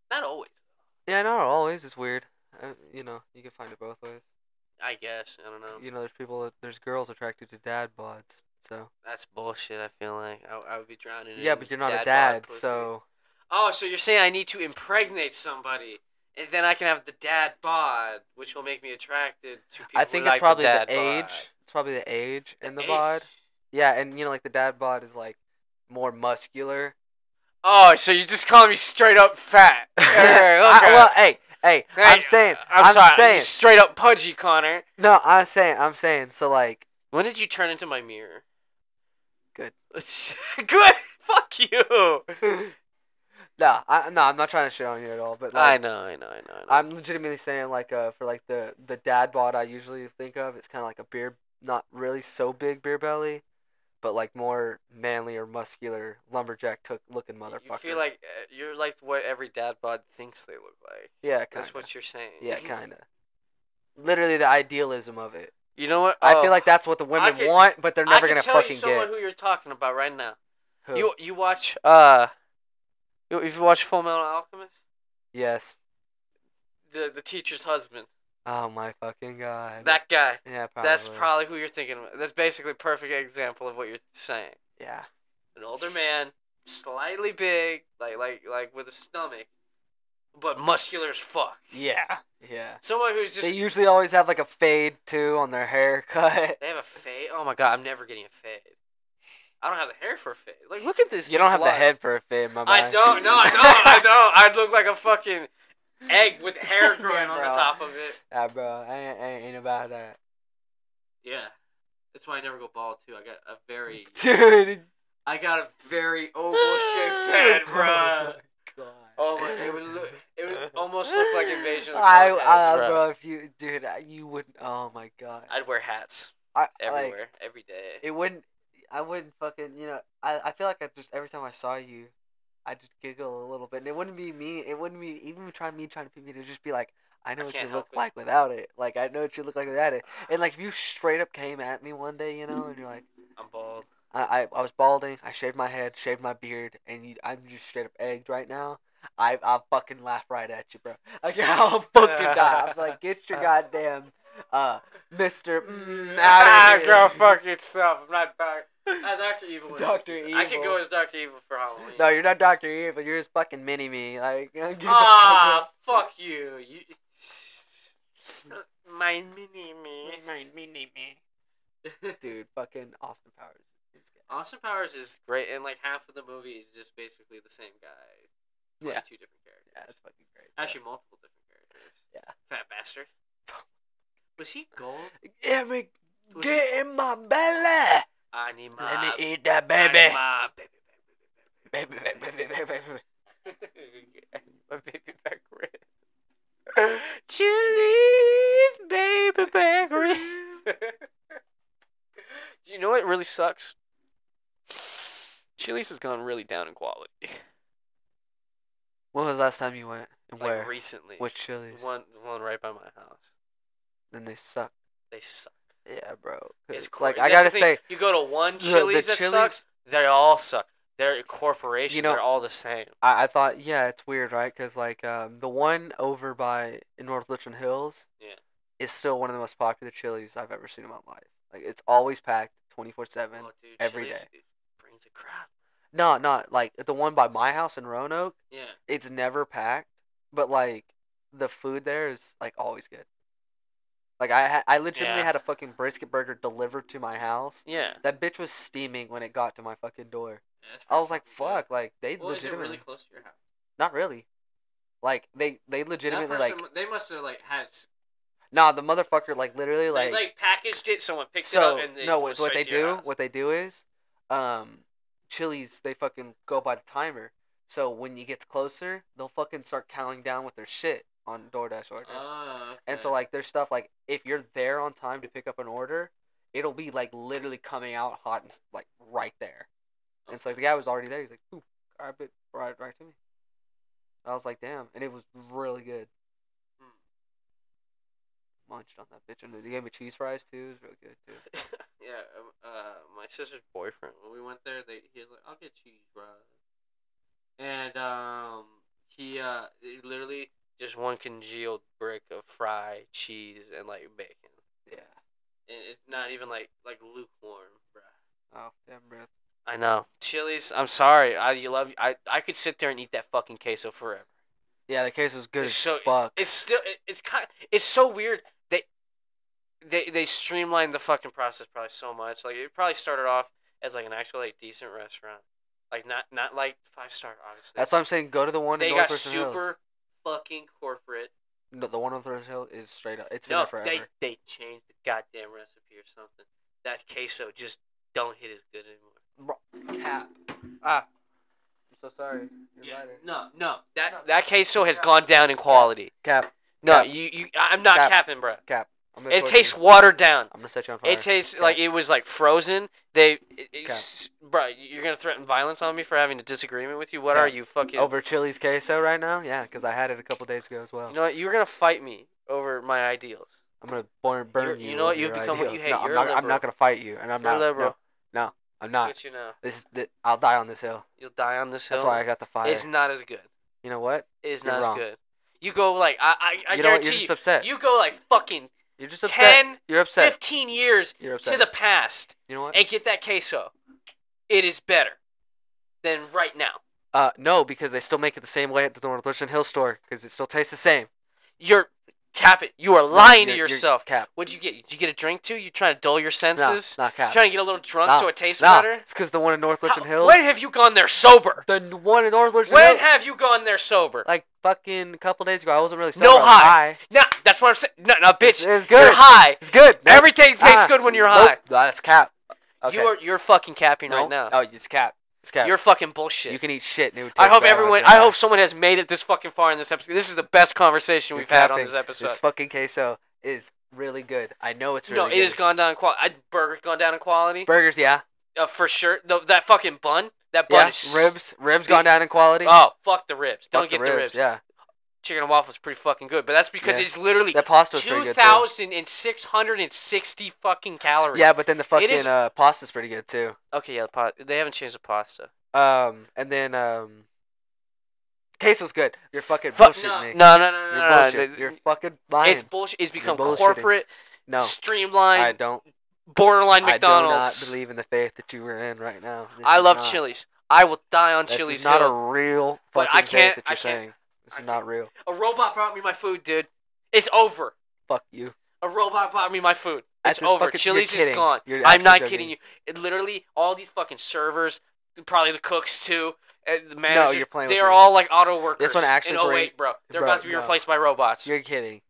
Speaker 1: Not always,
Speaker 2: Yeah, not always. It's weird. Uh, you know, you can find it both ways.
Speaker 1: I guess. I don't know.
Speaker 2: You know, there's people. That, there's girls attracted to dad bods. So
Speaker 1: That's bullshit. I feel like I, I would be drowning.
Speaker 2: yeah,
Speaker 1: in
Speaker 2: but you're not a
Speaker 1: bod
Speaker 2: dad,
Speaker 1: pussy.
Speaker 2: so
Speaker 1: Oh, so you're saying I need to impregnate somebody, and then I can have the dad bod, which will make me attracted to people.
Speaker 2: I
Speaker 1: who
Speaker 2: think
Speaker 1: like
Speaker 2: it's probably
Speaker 1: the, dad
Speaker 2: the age.
Speaker 1: bod.
Speaker 2: It's probably the age and the
Speaker 1: age.
Speaker 2: bod. Yeah, and you know, like the dad bod is like more muscular.
Speaker 1: Oh, so you just calling me straight up fat? All right,
Speaker 2: I-
Speaker 1: okay.
Speaker 2: well, hey, hey, I'm
Speaker 1: Hey,
Speaker 2: saying,
Speaker 1: I'm, sorry, you
Speaker 2: saying,
Speaker 1: straight up pudgy, Connor.
Speaker 2: no, I'm saying, I'm saying. So like,
Speaker 1: When did you turn into my mirror?
Speaker 2: Good.
Speaker 1: Good. Fuck you.
Speaker 2: no, I, no, I'm not trying to shit on you at all. But
Speaker 1: I
Speaker 2: like,
Speaker 1: know, I know, I know. I know.
Speaker 2: I'm legitimately saying like, uh, for like the the dad bod I usually think of, it's kind of like a beer, not really so big beer belly, but like more manly or muscular lumberjack took looking motherfucker.
Speaker 1: You feel like uh, you're like what every dad bod thinks they look like.
Speaker 2: yeah, kinda.
Speaker 1: That's what you're saying.
Speaker 2: yeah, kind of. Literally the idealism of it.
Speaker 1: You know what?
Speaker 2: I
Speaker 1: Oh,
Speaker 2: feel like that's what the women
Speaker 1: can-
Speaker 2: want, but they're
Speaker 1: I
Speaker 2: never
Speaker 1: can
Speaker 2: gonna
Speaker 1: tell
Speaker 2: fucking
Speaker 1: you someone
Speaker 2: get.
Speaker 1: who you're talking about right now.
Speaker 2: Who?
Speaker 1: You you watch uh, you, if you watch Full Metal Alchemist,
Speaker 2: Yes.
Speaker 1: the the teacher's husband,
Speaker 2: Oh my fucking god.
Speaker 1: that guy.
Speaker 2: yeah, probably.
Speaker 1: That's probably who you're thinking. Of. That's basically a perfect example of what you're saying.
Speaker 2: yeah.
Speaker 1: An older man, slightly big, like like like with a stomach, but muscular as fuck.
Speaker 2: Yeah. Yeah.
Speaker 1: Someone who's just
Speaker 2: They
Speaker 1: they,
Speaker 2: usually always have like a fade too on their haircut.
Speaker 1: have a fade. Oh my god, I'm never getting a fade. I don't have the hair for a fade. Like look at this.
Speaker 2: You don't
Speaker 1: these
Speaker 2: have the
Speaker 1: lines.
Speaker 2: head for a fade, my man.
Speaker 1: I don't. No, I don't. I don't. I'd look like a fucking egg with hair growing on the
Speaker 2: bro.
Speaker 1: top of it.
Speaker 2: Ah, bro, I ain't, I ain't about that,
Speaker 1: Yeah, that's why I never go bald too. I got a very,
Speaker 2: dude.
Speaker 1: I got a very oval shaped head, Oh, bruh.
Speaker 2: God.
Speaker 1: Oh my, it would look, it would almost look like invasion. Of the
Speaker 2: I,
Speaker 1: Clone
Speaker 2: I,
Speaker 1: Cats,
Speaker 2: bro, if you, dude, I- you wouldn't. Oh my god.
Speaker 1: I'd wear hats
Speaker 2: I,
Speaker 1: everywhere,
Speaker 2: Like,
Speaker 1: every day.
Speaker 2: it wouldn't. I wouldn't fucking. You know, I, I feel like I just every time I saw you, I just giggle a little bit, and it wouldn't be me. It wouldn't be even trying me trying to be me. To just be like, I know
Speaker 1: I
Speaker 2: what you
Speaker 1: can't
Speaker 2: look
Speaker 1: help it.
Speaker 2: like without it. Like I know what you look like without it. And like if you straight up came at me one day, you know, and you're like.
Speaker 1: I'm bald.
Speaker 2: I, I, I was balding. I shaved my head, shaved my beard, and you, I'm just straight up egged right now. I I fucking laugh right at you, bro. Like I'll fucking die. I'm like, get your goddamn uh, Mister mm, out of here,
Speaker 1: go Ah, fuck yourself. I'm not back. Doctor Evil. was-
Speaker 2: Doctor Evil.
Speaker 1: I could go as Doctor Evil for Halloween.
Speaker 2: No, you're not Doctor Evil. You're just fucking mini me. Like, get the
Speaker 1: Ah, fuck you. You. My mini me. My mini me.
Speaker 2: fuck- dude, fucking Austin Powers. is good.
Speaker 1: Austin Powers is great, and like half of the movie is just basically the same guy. playing
Speaker 2: Yeah.
Speaker 1: Two different characters.
Speaker 2: Yeah, that's fucking great. bro.
Speaker 1: Actually, multiple different characters.
Speaker 2: Yeah.
Speaker 1: Fat bastard. Was he gold?
Speaker 2: Get me,
Speaker 1: Was he-
Speaker 2: get in my belly.
Speaker 1: I need my.
Speaker 2: Let me eat that
Speaker 1: I need
Speaker 2: baby.
Speaker 1: my baby,
Speaker 2: Baby, baby, baby, baby, baby.
Speaker 1: baby, baby. my baby back rib. Chili's baby back rib. Do you know what really sucks? Chili's has gone really down in quality.
Speaker 2: When was the last time you went? And
Speaker 1: Like
Speaker 2: where?
Speaker 1: recently.
Speaker 2: Which Chili's?
Speaker 1: The one, the one right by my house.
Speaker 2: Then they suck.
Speaker 1: They suck.
Speaker 2: Yeah, bro.
Speaker 1: It's
Speaker 2: It's like
Speaker 1: cor-
Speaker 2: I
Speaker 1: that's the
Speaker 2: gotta
Speaker 1: thing.
Speaker 2: say,
Speaker 1: you go to one
Speaker 2: the- the
Speaker 1: Chili's that
Speaker 2: Chili's-
Speaker 1: sucks. They all suck. They're a corporation.
Speaker 2: You know-
Speaker 1: They're all the same.
Speaker 2: I, I thought, yeah, it's weird, right? Because like um, the one over by in North Richmond Hills,
Speaker 1: Yeah.
Speaker 2: is still one of the most popular Chili's I've ever seen in my life. Like it's always packed, twenty four seven.
Speaker 1: Oh, dude,
Speaker 2: every
Speaker 1: Chili's
Speaker 2: day.
Speaker 1: it brings a crowd.
Speaker 2: No, not like the one by my house in Roanoke.
Speaker 1: Yeah.
Speaker 2: It's never packed, but like the food there is like always good. Like I, ha- I legitimately
Speaker 1: Yeah.
Speaker 2: had a fucking brisket burger delivered to my house.
Speaker 1: Yeah.
Speaker 2: That bitch was steaming when it got to my fucking door. I was like, fuck, like they
Speaker 1: Well, is it
Speaker 2: legitimately
Speaker 1: really close to your house?
Speaker 2: not really. Like they they
Speaker 1: That
Speaker 2: legitimately
Speaker 1: person
Speaker 2: like
Speaker 1: mu- they must have like had s-
Speaker 2: nah the motherfucker like literally
Speaker 1: they, like,
Speaker 2: like,
Speaker 1: packaged it. Someone picked
Speaker 2: so
Speaker 1: it up and they
Speaker 2: no
Speaker 1: went
Speaker 2: what, what they
Speaker 1: straight to your
Speaker 2: do
Speaker 1: house.
Speaker 2: what they do is um Chili's they fucking go by the timer so when you get closer they'll fucking start counting down with their shit on DoorDash orders
Speaker 1: Ah,
Speaker 2: and so
Speaker 1: okay.
Speaker 2: like there's stuff like if you're there on time to pick up an order it'll be like literally coming out hot and s- like right there and so like the guy was already there he's like ooh grab it right right to me I was like damn and it was really good.
Speaker 1: Hmm.
Speaker 2: munched on that bitch, and they gave me cheese fries too. It was real good too.
Speaker 1: yeah, um, uh, my sister's boyfriend. When we went there, they he was like, "I'll get cheese fries," and um, he uh, it literally just one congealed brick of fry, cheese, and like bacon,
Speaker 2: Yeah.
Speaker 1: and it's not even like like lukewarm, bruh.
Speaker 2: Oh damn, bro.
Speaker 1: I know. Chili's. I'm sorry. I you love. I I could sit there and eat that fucking queso forever.
Speaker 2: Yeah, the case was good
Speaker 1: It's
Speaker 2: as
Speaker 1: so-
Speaker 2: fuck.
Speaker 1: It's still. It, it's kind. It's so weird. They, they they streamlined the fucking process probably so much. Like it probably started off as like an actual like decent restaurant, Like not not like five star, obviously.
Speaker 2: That's why I'm saying go to the one.
Speaker 1: they
Speaker 2: in
Speaker 1: got
Speaker 2: Northwestern Hills.
Speaker 1: super fucking corporate.
Speaker 2: No, the one on Thornton Hill is straight up. It's been
Speaker 1: No,
Speaker 2: there forever.
Speaker 1: they they changed the goddamn recipe or something. That queso just don't hit as good anymore.
Speaker 2: Cap. Ah. I'm so sorry. You're
Speaker 1: Yeah.
Speaker 2: lighter.
Speaker 1: No, no, that
Speaker 2: No.
Speaker 1: that queso has gone down in quality.
Speaker 2: Cap.
Speaker 1: No,
Speaker 2: Cap.
Speaker 1: you you, I- I'm not
Speaker 2: Cap.
Speaker 1: capping, bro.
Speaker 2: Cap. I'm gonna
Speaker 1: It
Speaker 2: torch
Speaker 1: tastes
Speaker 2: You.
Speaker 1: watered down.
Speaker 2: I'm gonna set you on fire.
Speaker 1: It tastes like it was like frozen. They, it, it's, bro, you're gonna threaten violence on me for having a disagreement with you. What
Speaker 2: Cap.
Speaker 1: are you fucking?
Speaker 2: Over Chili's queso right now? Yeah, because I had it a couple days ago as well.
Speaker 1: You know what? You're gonna fight me over my ideals.
Speaker 2: I'm gonna burn, burn
Speaker 1: you
Speaker 2: you.
Speaker 1: know what?
Speaker 2: over
Speaker 1: You've
Speaker 2: your
Speaker 1: become what you
Speaker 2: ideals.
Speaker 1: hate.
Speaker 2: No, I'm
Speaker 1: You're a
Speaker 2: not. I'm
Speaker 1: liberal.
Speaker 2: not gonna fight you, and I'm
Speaker 1: You're a
Speaker 2: not.
Speaker 1: liberal.
Speaker 2: No, no, I'm not.
Speaker 1: Look at you now.
Speaker 2: This is. Th- I'll die on this hill.
Speaker 1: You'll die on this hill.
Speaker 2: That's why I got the fire.
Speaker 1: It's not as good.
Speaker 2: you know what?
Speaker 1: It's
Speaker 2: You're
Speaker 1: not
Speaker 2: wrong.
Speaker 1: as good. You go like I I, I
Speaker 2: you know what?
Speaker 1: guarantee
Speaker 2: You're
Speaker 1: you.
Speaker 2: just upset.
Speaker 1: You go like fucking
Speaker 2: You're just upset.
Speaker 1: 10,
Speaker 2: You're upset.
Speaker 1: 15 years
Speaker 2: You're
Speaker 1: to
Speaker 2: upset.
Speaker 1: the past
Speaker 2: you know what?
Speaker 1: and get that queso. It is better than right now.
Speaker 2: Uh, no, because they still make it the same way at the Northwestern Hill store because it still tastes the same.
Speaker 1: You're cap it. You are lying
Speaker 2: You're-
Speaker 1: to
Speaker 2: you're-
Speaker 1: yourself.
Speaker 2: Cap.
Speaker 1: What'd you get? Did you get a drink too? You trying to dull your
Speaker 2: Nah,
Speaker 1: senses?
Speaker 2: not cap.
Speaker 1: You trying to get a little drunk
Speaker 2: Nah,
Speaker 1: so it tastes
Speaker 2: nah,
Speaker 1: better?
Speaker 2: it's because the one in Northwestern
Speaker 1: How-
Speaker 2: Hills.
Speaker 1: When have you gone there sober?
Speaker 2: the n- one in Northwestern
Speaker 1: When
Speaker 2: Hills.
Speaker 1: have you gone there sober?
Speaker 2: like fucking couple days ago, I wasn't really.
Speaker 1: No
Speaker 2: sober, I was
Speaker 1: high. No, that's what I'm saying. No, no, bitch.
Speaker 2: It's, it's good.
Speaker 1: You're high.
Speaker 2: It's good. Nope.
Speaker 1: Everything tastes
Speaker 2: Ah,
Speaker 1: good when you're
Speaker 2: Nope.
Speaker 1: high.
Speaker 2: Nah, that's cap. Okay.
Speaker 1: You are you're fucking capping
Speaker 2: No.
Speaker 1: right now.
Speaker 2: Oh, it's cap. It's cap.
Speaker 1: You're fucking bullshit.
Speaker 2: You can eat shit. And it would
Speaker 1: I
Speaker 2: taste
Speaker 1: hope
Speaker 2: bad
Speaker 1: everyone.
Speaker 2: on
Speaker 1: I
Speaker 2: your
Speaker 1: hope
Speaker 2: back.
Speaker 1: someone has made it this fucking far in this episode. This is the best conversation
Speaker 2: You're
Speaker 1: we've had on
Speaker 2: capping.
Speaker 1: this episode.
Speaker 2: This fucking queso is really good. I know it's really
Speaker 1: no,
Speaker 2: good.
Speaker 1: it has gone down in quality. Burger gone down in quality
Speaker 2: Burgers, yeah,
Speaker 1: uh, for sure. Tho- that fucking bun. That bun
Speaker 2: yeah.
Speaker 1: is
Speaker 2: Ribs, ribs gone down in quality.
Speaker 1: Oh fuck the ribs! Don't
Speaker 2: Fuck
Speaker 1: get
Speaker 2: the ribs. Yeah,
Speaker 1: Chicken and waffles pretty fucking good, but that's because
Speaker 2: Yeah.
Speaker 1: it's literally
Speaker 2: that pasta was pretty
Speaker 1: two
Speaker 2: good too.
Speaker 1: thousand and six hundred and sixty fucking calories.
Speaker 2: Yeah, but then the fucking
Speaker 1: is-
Speaker 2: uh, pasta's pretty good too.
Speaker 1: Okay. Yeah. The pa- they haven't changed the pasta.
Speaker 2: Um, and then um, queso's good. You're fucking
Speaker 1: Fuck-
Speaker 2: bullshitting
Speaker 1: no,
Speaker 2: me.
Speaker 1: no, no, no,
Speaker 2: You're
Speaker 1: no, no,
Speaker 2: bullshit.
Speaker 1: no.
Speaker 2: You're fucking lying.
Speaker 1: It's bullshit. It's become
Speaker 2: bullshitting.
Speaker 1: corporate,
Speaker 2: no, I
Speaker 1: streamlined,
Speaker 2: don't.
Speaker 1: borderline
Speaker 2: I do
Speaker 1: McDonald's.
Speaker 2: not believe in the faith that you were in right now. This
Speaker 1: I
Speaker 2: is
Speaker 1: love
Speaker 2: not,
Speaker 1: Chili's. I will die on
Speaker 2: This
Speaker 1: Chili's.
Speaker 2: is not
Speaker 1: Hill.
Speaker 2: a real
Speaker 1: But
Speaker 2: fucking
Speaker 1: I can't-
Speaker 2: faith that
Speaker 1: I
Speaker 2: you're
Speaker 1: can't-
Speaker 2: saying. This
Speaker 1: I
Speaker 2: is not real.
Speaker 1: A robot brought me my food, dude. It's over.
Speaker 2: Fuck you.
Speaker 1: A robot brought me my food.
Speaker 2: That's
Speaker 1: It's
Speaker 2: just
Speaker 1: over.
Speaker 2: fucking-
Speaker 1: Chili's
Speaker 2: you're kidding.
Speaker 1: is gone.
Speaker 2: You're
Speaker 1: I'm
Speaker 2: actually
Speaker 1: not
Speaker 2: joking.
Speaker 1: kidding you. It literally all these fucking servers, probably the cooks too, and the manager.
Speaker 2: you're playing
Speaker 1: They
Speaker 2: with
Speaker 1: are
Speaker 2: me.
Speaker 1: all like auto workers.
Speaker 2: one actually
Speaker 1: in
Speaker 2: bring-
Speaker 1: 08, bro. They're
Speaker 2: bro,
Speaker 1: about to be
Speaker 2: no.
Speaker 1: replaced by robots.
Speaker 2: You're kidding.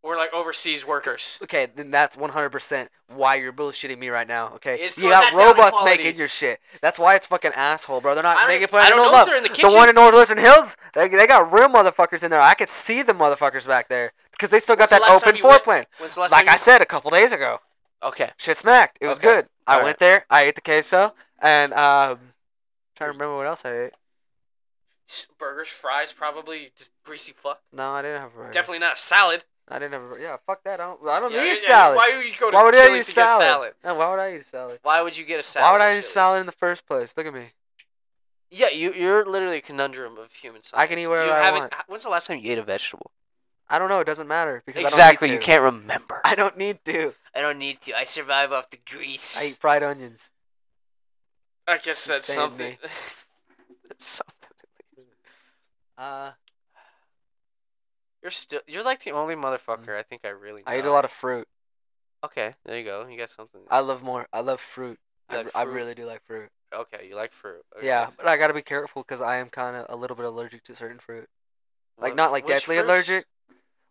Speaker 1: We're like overseas workers.
Speaker 2: Okay, then that's 100% why you're bullshitting me right now. Okay,
Speaker 1: It's not
Speaker 2: you got
Speaker 1: that down to
Speaker 2: robots
Speaker 1: quality.
Speaker 2: making your shit. That's why it's fucking asshole, bro. They're
Speaker 1: I
Speaker 2: not
Speaker 1: don't,
Speaker 2: making
Speaker 1: even- I
Speaker 2: fucking
Speaker 1: don't know
Speaker 2: love.
Speaker 1: if they're in the kitchen.
Speaker 2: The one in Northwestern Hills, they, they got real motherfuckers in there. I could see the motherfuckers back there because they still got
Speaker 1: When's the
Speaker 2: that
Speaker 1: last
Speaker 2: open
Speaker 1: time you went?
Speaker 2: floor plan.
Speaker 1: When's the last
Speaker 2: Like
Speaker 1: time
Speaker 2: I
Speaker 1: you-
Speaker 2: said a couple days ago,
Speaker 1: Okay.
Speaker 2: shit smacked. It was
Speaker 1: Okay.
Speaker 2: good. I
Speaker 1: All
Speaker 2: went there. I ate the queso and um, trying to remember what else I ate.
Speaker 1: S- Burgers, fries, probably just greasy fuck.
Speaker 2: No, I didn't have a burger.
Speaker 1: Definitely not a salad.
Speaker 2: I didn't have a Yeah, fuck that. I don't. I don't
Speaker 1: Yeah,
Speaker 2: need
Speaker 1: yeah,
Speaker 2: a salad.
Speaker 1: Why would you go to
Speaker 2: Why would I
Speaker 1: Chili's
Speaker 2: eat
Speaker 1: to get salad?
Speaker 2: salad? Yeah, Why would I eat salad?
Speaker 1: Why would you get a salad?
Speaker 2: Why would
Speaker 1: at
Speaker 2: I eat
Speaker 1: Chili's?
Speaker 2: salad in the first place? Look at me.
Speaker 1: Yeah, you you're literally a conundrum of human science.
Speaker 2: I can eat whatever
Speaker 1: you
Speaker 2: I
Speaker 1: haven't-
Speaker 2: want.
Speaker 1: h- When's the last time you ate a vegetable?
Speaker 2: I don't know. It doesn't matter because
Speaker 1: Exactly,
Speaker 2: I
Speaker 1: you
Speaker 2: don't need to.
Speaker 1: can't remember.
Speaker 2: I don't need to.
Speaker 1: I don't need to. I survive off the grease.
Speaker 2: I eat fried onions.
Speaker 1: I guess that's
Speaker 2: Save
Speaker 1: something.
Speaker 2: me.
Speaker 1: That's something.
Speaker 2: Uh,
Speaker 1: Ah, You're still. You're like the only motherfucker I think I really.
Speaker 2: I eat a
Speaker 1: know.
Speaker 2: lot of fruit.
Speaker 1: Okay, there you go. You got something.
Speaker 2: I love more. I love fruit.
Speaker 1: You
Speaker 2: I,
Speaker 1: like
Speaker 2: I
Speaker 1: fruit?
Speaker 2: really do like fruit.
Speaker 1: Okay, you like fruit. Okay.
Speaker 2: Yeah, but I gotta be careful because I am kind of a little bit allergic to certain fruit. Like
Speaker 1: What-
Speaker 2: not like
Speaker 1: which
Speaker 2: deadly
Speaker 1: fruits?
Speaker 2: allergic.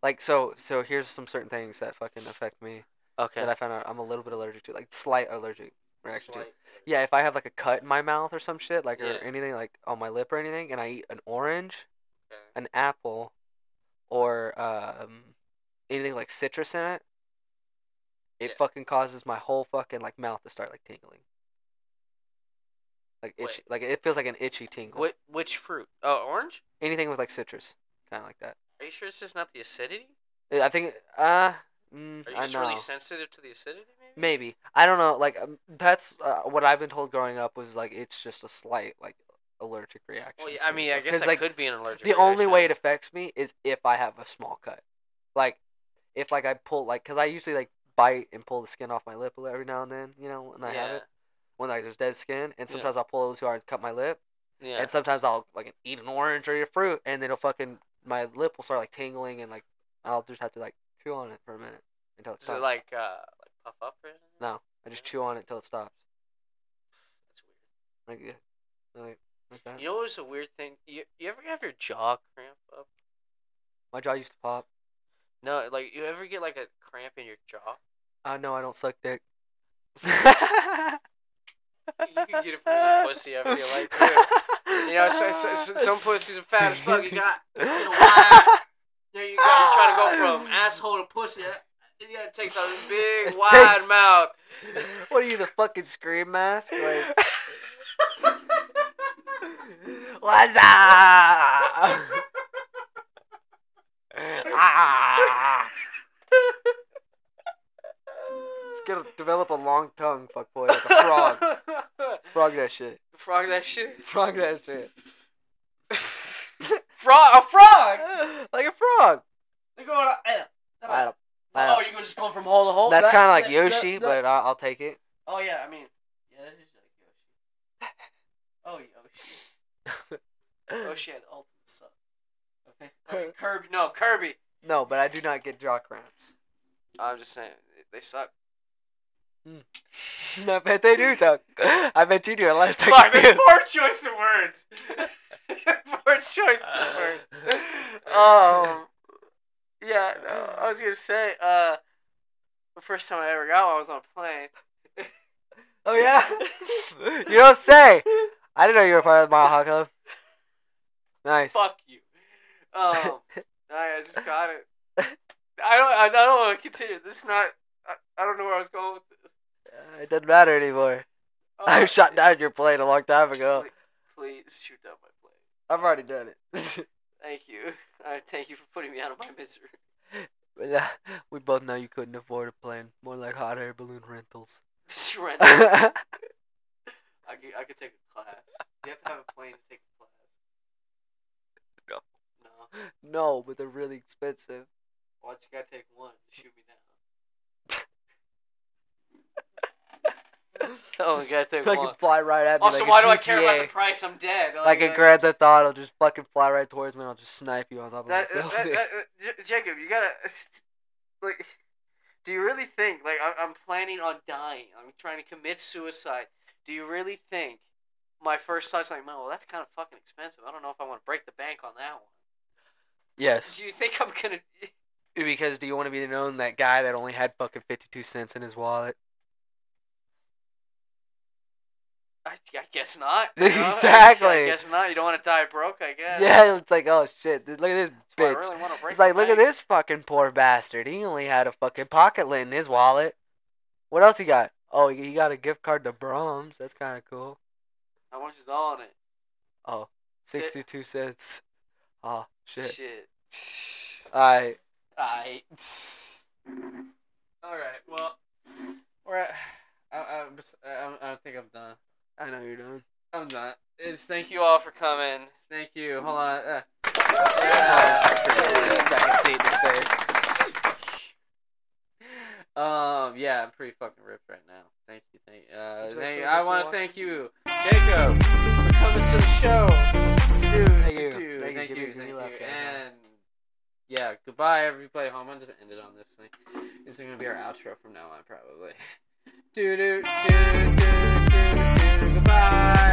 Speaker 2: Like so, so here's some certain things that fucking affect me
Speaker 1: Okay.
Speaker 2: that I found out I'm a little bit allergic to, like slight allergic reaction to. Yeah, if I have like a cut in my mouth or some shit, like or
Speaker 1: Yeah.
Speaker 2: anything like on my lip or anything, and I eat an orange,
Speaker 1: Okay.
Speaker 2: an apple, or um, anything like citrus in it, it
Speaker 1: Yeah.
Speaker 2: fucking causes my whole fucking like mouth to start like tingling. Like itch,
Speaker 1: Wait.
Speaker 2: like it feels like an itchy tingle.
Speaker 1: Which which fruit? Oh, orange.
Speaker 2: Anything with like citrus, kind of like that.
Speaker 1: Are you sure it's just not the acidity?
Speaker 2: Uh, I think. Uh, mm,
Speaker 1: Are you
Speaker 2: I
Speaker 1: just
Speaker 2: know.
Speaker 1: really sensitive to the acidity? Maybe.
Speaker 2: Maybe I don't know. Like um, that's uh, what I've been told growing up was like it's just a slight like allergic reaction.
Speaker 1: Well, yeah,
Speaker 2: to
Speaker 1: I
Speaker 2: certain
Speaker 1: mean, I
Speaker 2: stuff.
Speaker 1: guess
Speaker 2: 'Cause,
Speaker 1: that
Speaker 2: like
Speaker 1: could be an allergic.
Speaker 2: the only
Speaker 1: reaction.
Speaker 2: way it affects me is if I have a small cut. Like, if like I pull like, cause I usually like bite and pull the skin off my lip every now and then, you know, when I have
Speaker 1: Yeah.
Speaker 2: it, when like there's dead skin,
Speaker 1: Yeah.
Speaker 2: and sometimes I'll pull it too hard, to cut my lip,
Speaker 1: Yeah.
Speaker 2: and sometimes I'll like eat an orange or eat a fruit, and then it'll fucking my lip will start like tingling, and like I'll just have to like chew on it for a minute until it
Speaker 1: Is it
Speaker 2: stops.
Speaker 1: like uh like puff up or anything?
Speaker 2: No, I just chew on it until it stops.
Speaker 1: That's weird.
Speaker 2: Like, yeah. like like that.
Speaker 1: You know what was a weird thing? You, you ever have your jaw cramp up?
Speaker 2: My jaw used to pop.
Speaker 1: No, like you ever get like a cramp in your jaw?
Speaker 2: Uh, no, I don't suck dick.
Speaker 1: You can get it from the pussy. I feel like too. You know, so, so, so, some pussies are fat as fuck. You got you know, wide. There you go. You're trying to go from asshole to pussy. That- Yeah, it takes a big
Speaker 2: It
Speaker 1: wide
Speaker 2: takes-
Speaker 1: mouth.
Speaker 2: what are you, the fucking scream mask? Like, what's up? Ah. It's gonna develop a long tongue, fuck boy, like a frog. Frog that shit.
Speaker 1: frog that shit.
Speaker 2: Frog that shit.
Speaker 1: Frog, a frog.
Speaker 2: like a frog.
Speaker 1: They go on a- eh.
Speaker 2: I don't- I
Speaker 1: Oh,
Speaker 2: don't-
Speaker 1: you're gonna just go from hole to hole.
Speaker 2: That's
Speaker 1: Oh, That-
Speaker 2: kind of like
Speaker 1: that-
Speaker 2: Yoshi,
Speaker 1: that- that-
Speaker 2: but I- I'll take it.
Speaker 1: Oh yeah, I mean, yeah, that is like Yoshi. Oh Yoshi, Yoshi had the ultimate suck. Okay, Okay, Kirby, no Kirby.
Speaker 2: No, but I do not get jaw cramps.
Speaker 1: I'm just saying they suck.
Speaker 2: I bet they do, Tuck. I bet you do. Unless I
Speaker 1: Fuck,
Speaker 2: can do.
Speaker 1: that's poor choice of words. poor choice of
Speaker 2: Uh.
Speaker 1: words. Um, yeah, no, I was gonna say, uh, the first time I ever got one was on a plane.
Speaker 2: Oh yeah. you don't say. I didn't know you were part of the Mile High Club. Nice.
Speaker 1: Fuck you. Um, I I just got it. I don't. I don't want to continue. This is not. I, I don't know where I was going with this.
Speaker 2: Uh, It doesn't matter anymore.
Speaker 1: Uh,
Speaker 2: I shot down your plane a long time ago.
Speaker 1: Please shoot down my plane.
Speaker 2: I've already done it.
Speaker 1: Thank you. I thank you for putting me out of my misery.
Speaker 2: But, uh, we both know you couldn't afford a plane. More like hot air balloon rentals.
Speaker 1: Surrender.
Speaker 2: That's
Speaker 1: I could, I could take a class. You have to have a plane to take a class.
Speaker 2: No.
Speaker 1: No.
Speaker 2: No, but they're really expensive.
Speaker 1: Why don't you gotta take one to shoot me down? oh, you
Speaker 2: Just
Speaker 1: gotta take
Speaker 2: fucking
Speaker 1: one.
Speaker 2: fly right at me.
Speaker 1: Also,
Speaker 2: like
Speaker 1: why
Speaker 2: a
Speaker 1: do I care
Speaker 2: GTA.
Speaker 1: about the price? I'm dead.
Speaker 2: Like in Grand Theft Auto, it'll just fucking fly right towards me and I'll just snipe you on top of
Speaker 1: That,
Speaker 2: the
Speaker 1: that,
Speaker 2: building.
Speaker 1: that- that- uh, J- Jacob, you gotta like. Do you really think like I, I'm planning on dying? I'm trying to commit suicide. Do you really think my first thought's like, man, well, that's kind of fucking expensive. I don't know if I want to break the bank on that one.
Speaker 2: yes.
Speaker 1: Do you think I'm gonna?
Speaker 2: Because do you want to be known that guy that only had fucking 52 cents in his wallet?
Speaker 1: I, I guess not.
Speaker 2: Exactly.
Speaker 1: I guess not. You don't want to die broke. I guess.
Speaker 2: Yeah, it's like, oh shit, dude, look at this
Speaker 1: That's why I
Speaker 2: bitch.
Speaker 1: really want to break.
Speaker 2: it's like,
Speaker 1: the
Speaker 2: look at
Speaker 1: bank.
Speaker 2: this fucking poor bastard. He only had a fucking pocket lint in his wallet. What else he got? Oh, he he got a gift card to Brahms. That's kind of cool.
Speaker 1: How much is on it?
Speaker 2: Oh,
Speaker 1: Shit.
Speaker 2: 62 cents. Oh, shit.
Speaker 1: Shit.
Speaker 2: Alright.
Speaker 1: I. All right. Well,
Speaker 6: We're at, I, I, I, I think I'm done.
Speaker 2: I know you're done.
Speaker 6: I'm not.
Speaker 1: it's thank you all for coming.
Speaker 6: Thank you. Hold on. Uh,
Speaker 2: I can see it in his face.
Speaker 6: Um, yeah, I'm pretty fucking ripped right now. Thank you, thank uh,
Speaker 2: Would you like
Speaker 6: thank,
Speaker 2: some
Speaker 6: I
Speaker 2: of
Speaker 6: want
Speaker 2: this
Speaker 6: to thank you, Jacob, for coming to the show, dude.
Speaker 2: Thank
Speaker 6: dude,
Speaker 2: you. Thank you.
Speaker 6: thank
Speaker 2: Give
Speaker 6: you,
Speaker 2: me- give me
Speaker 6: thank
Speaker 2: a laugh,
Speaker 6: you,
Speaker 2: Jacob.
Speaker 6: and yeah, goodbye, everybody. Home. I'm just gonna end it on this thing. This is gonna be our outro from now on, probably. Doo doo doo doo doo doo. Goodbye.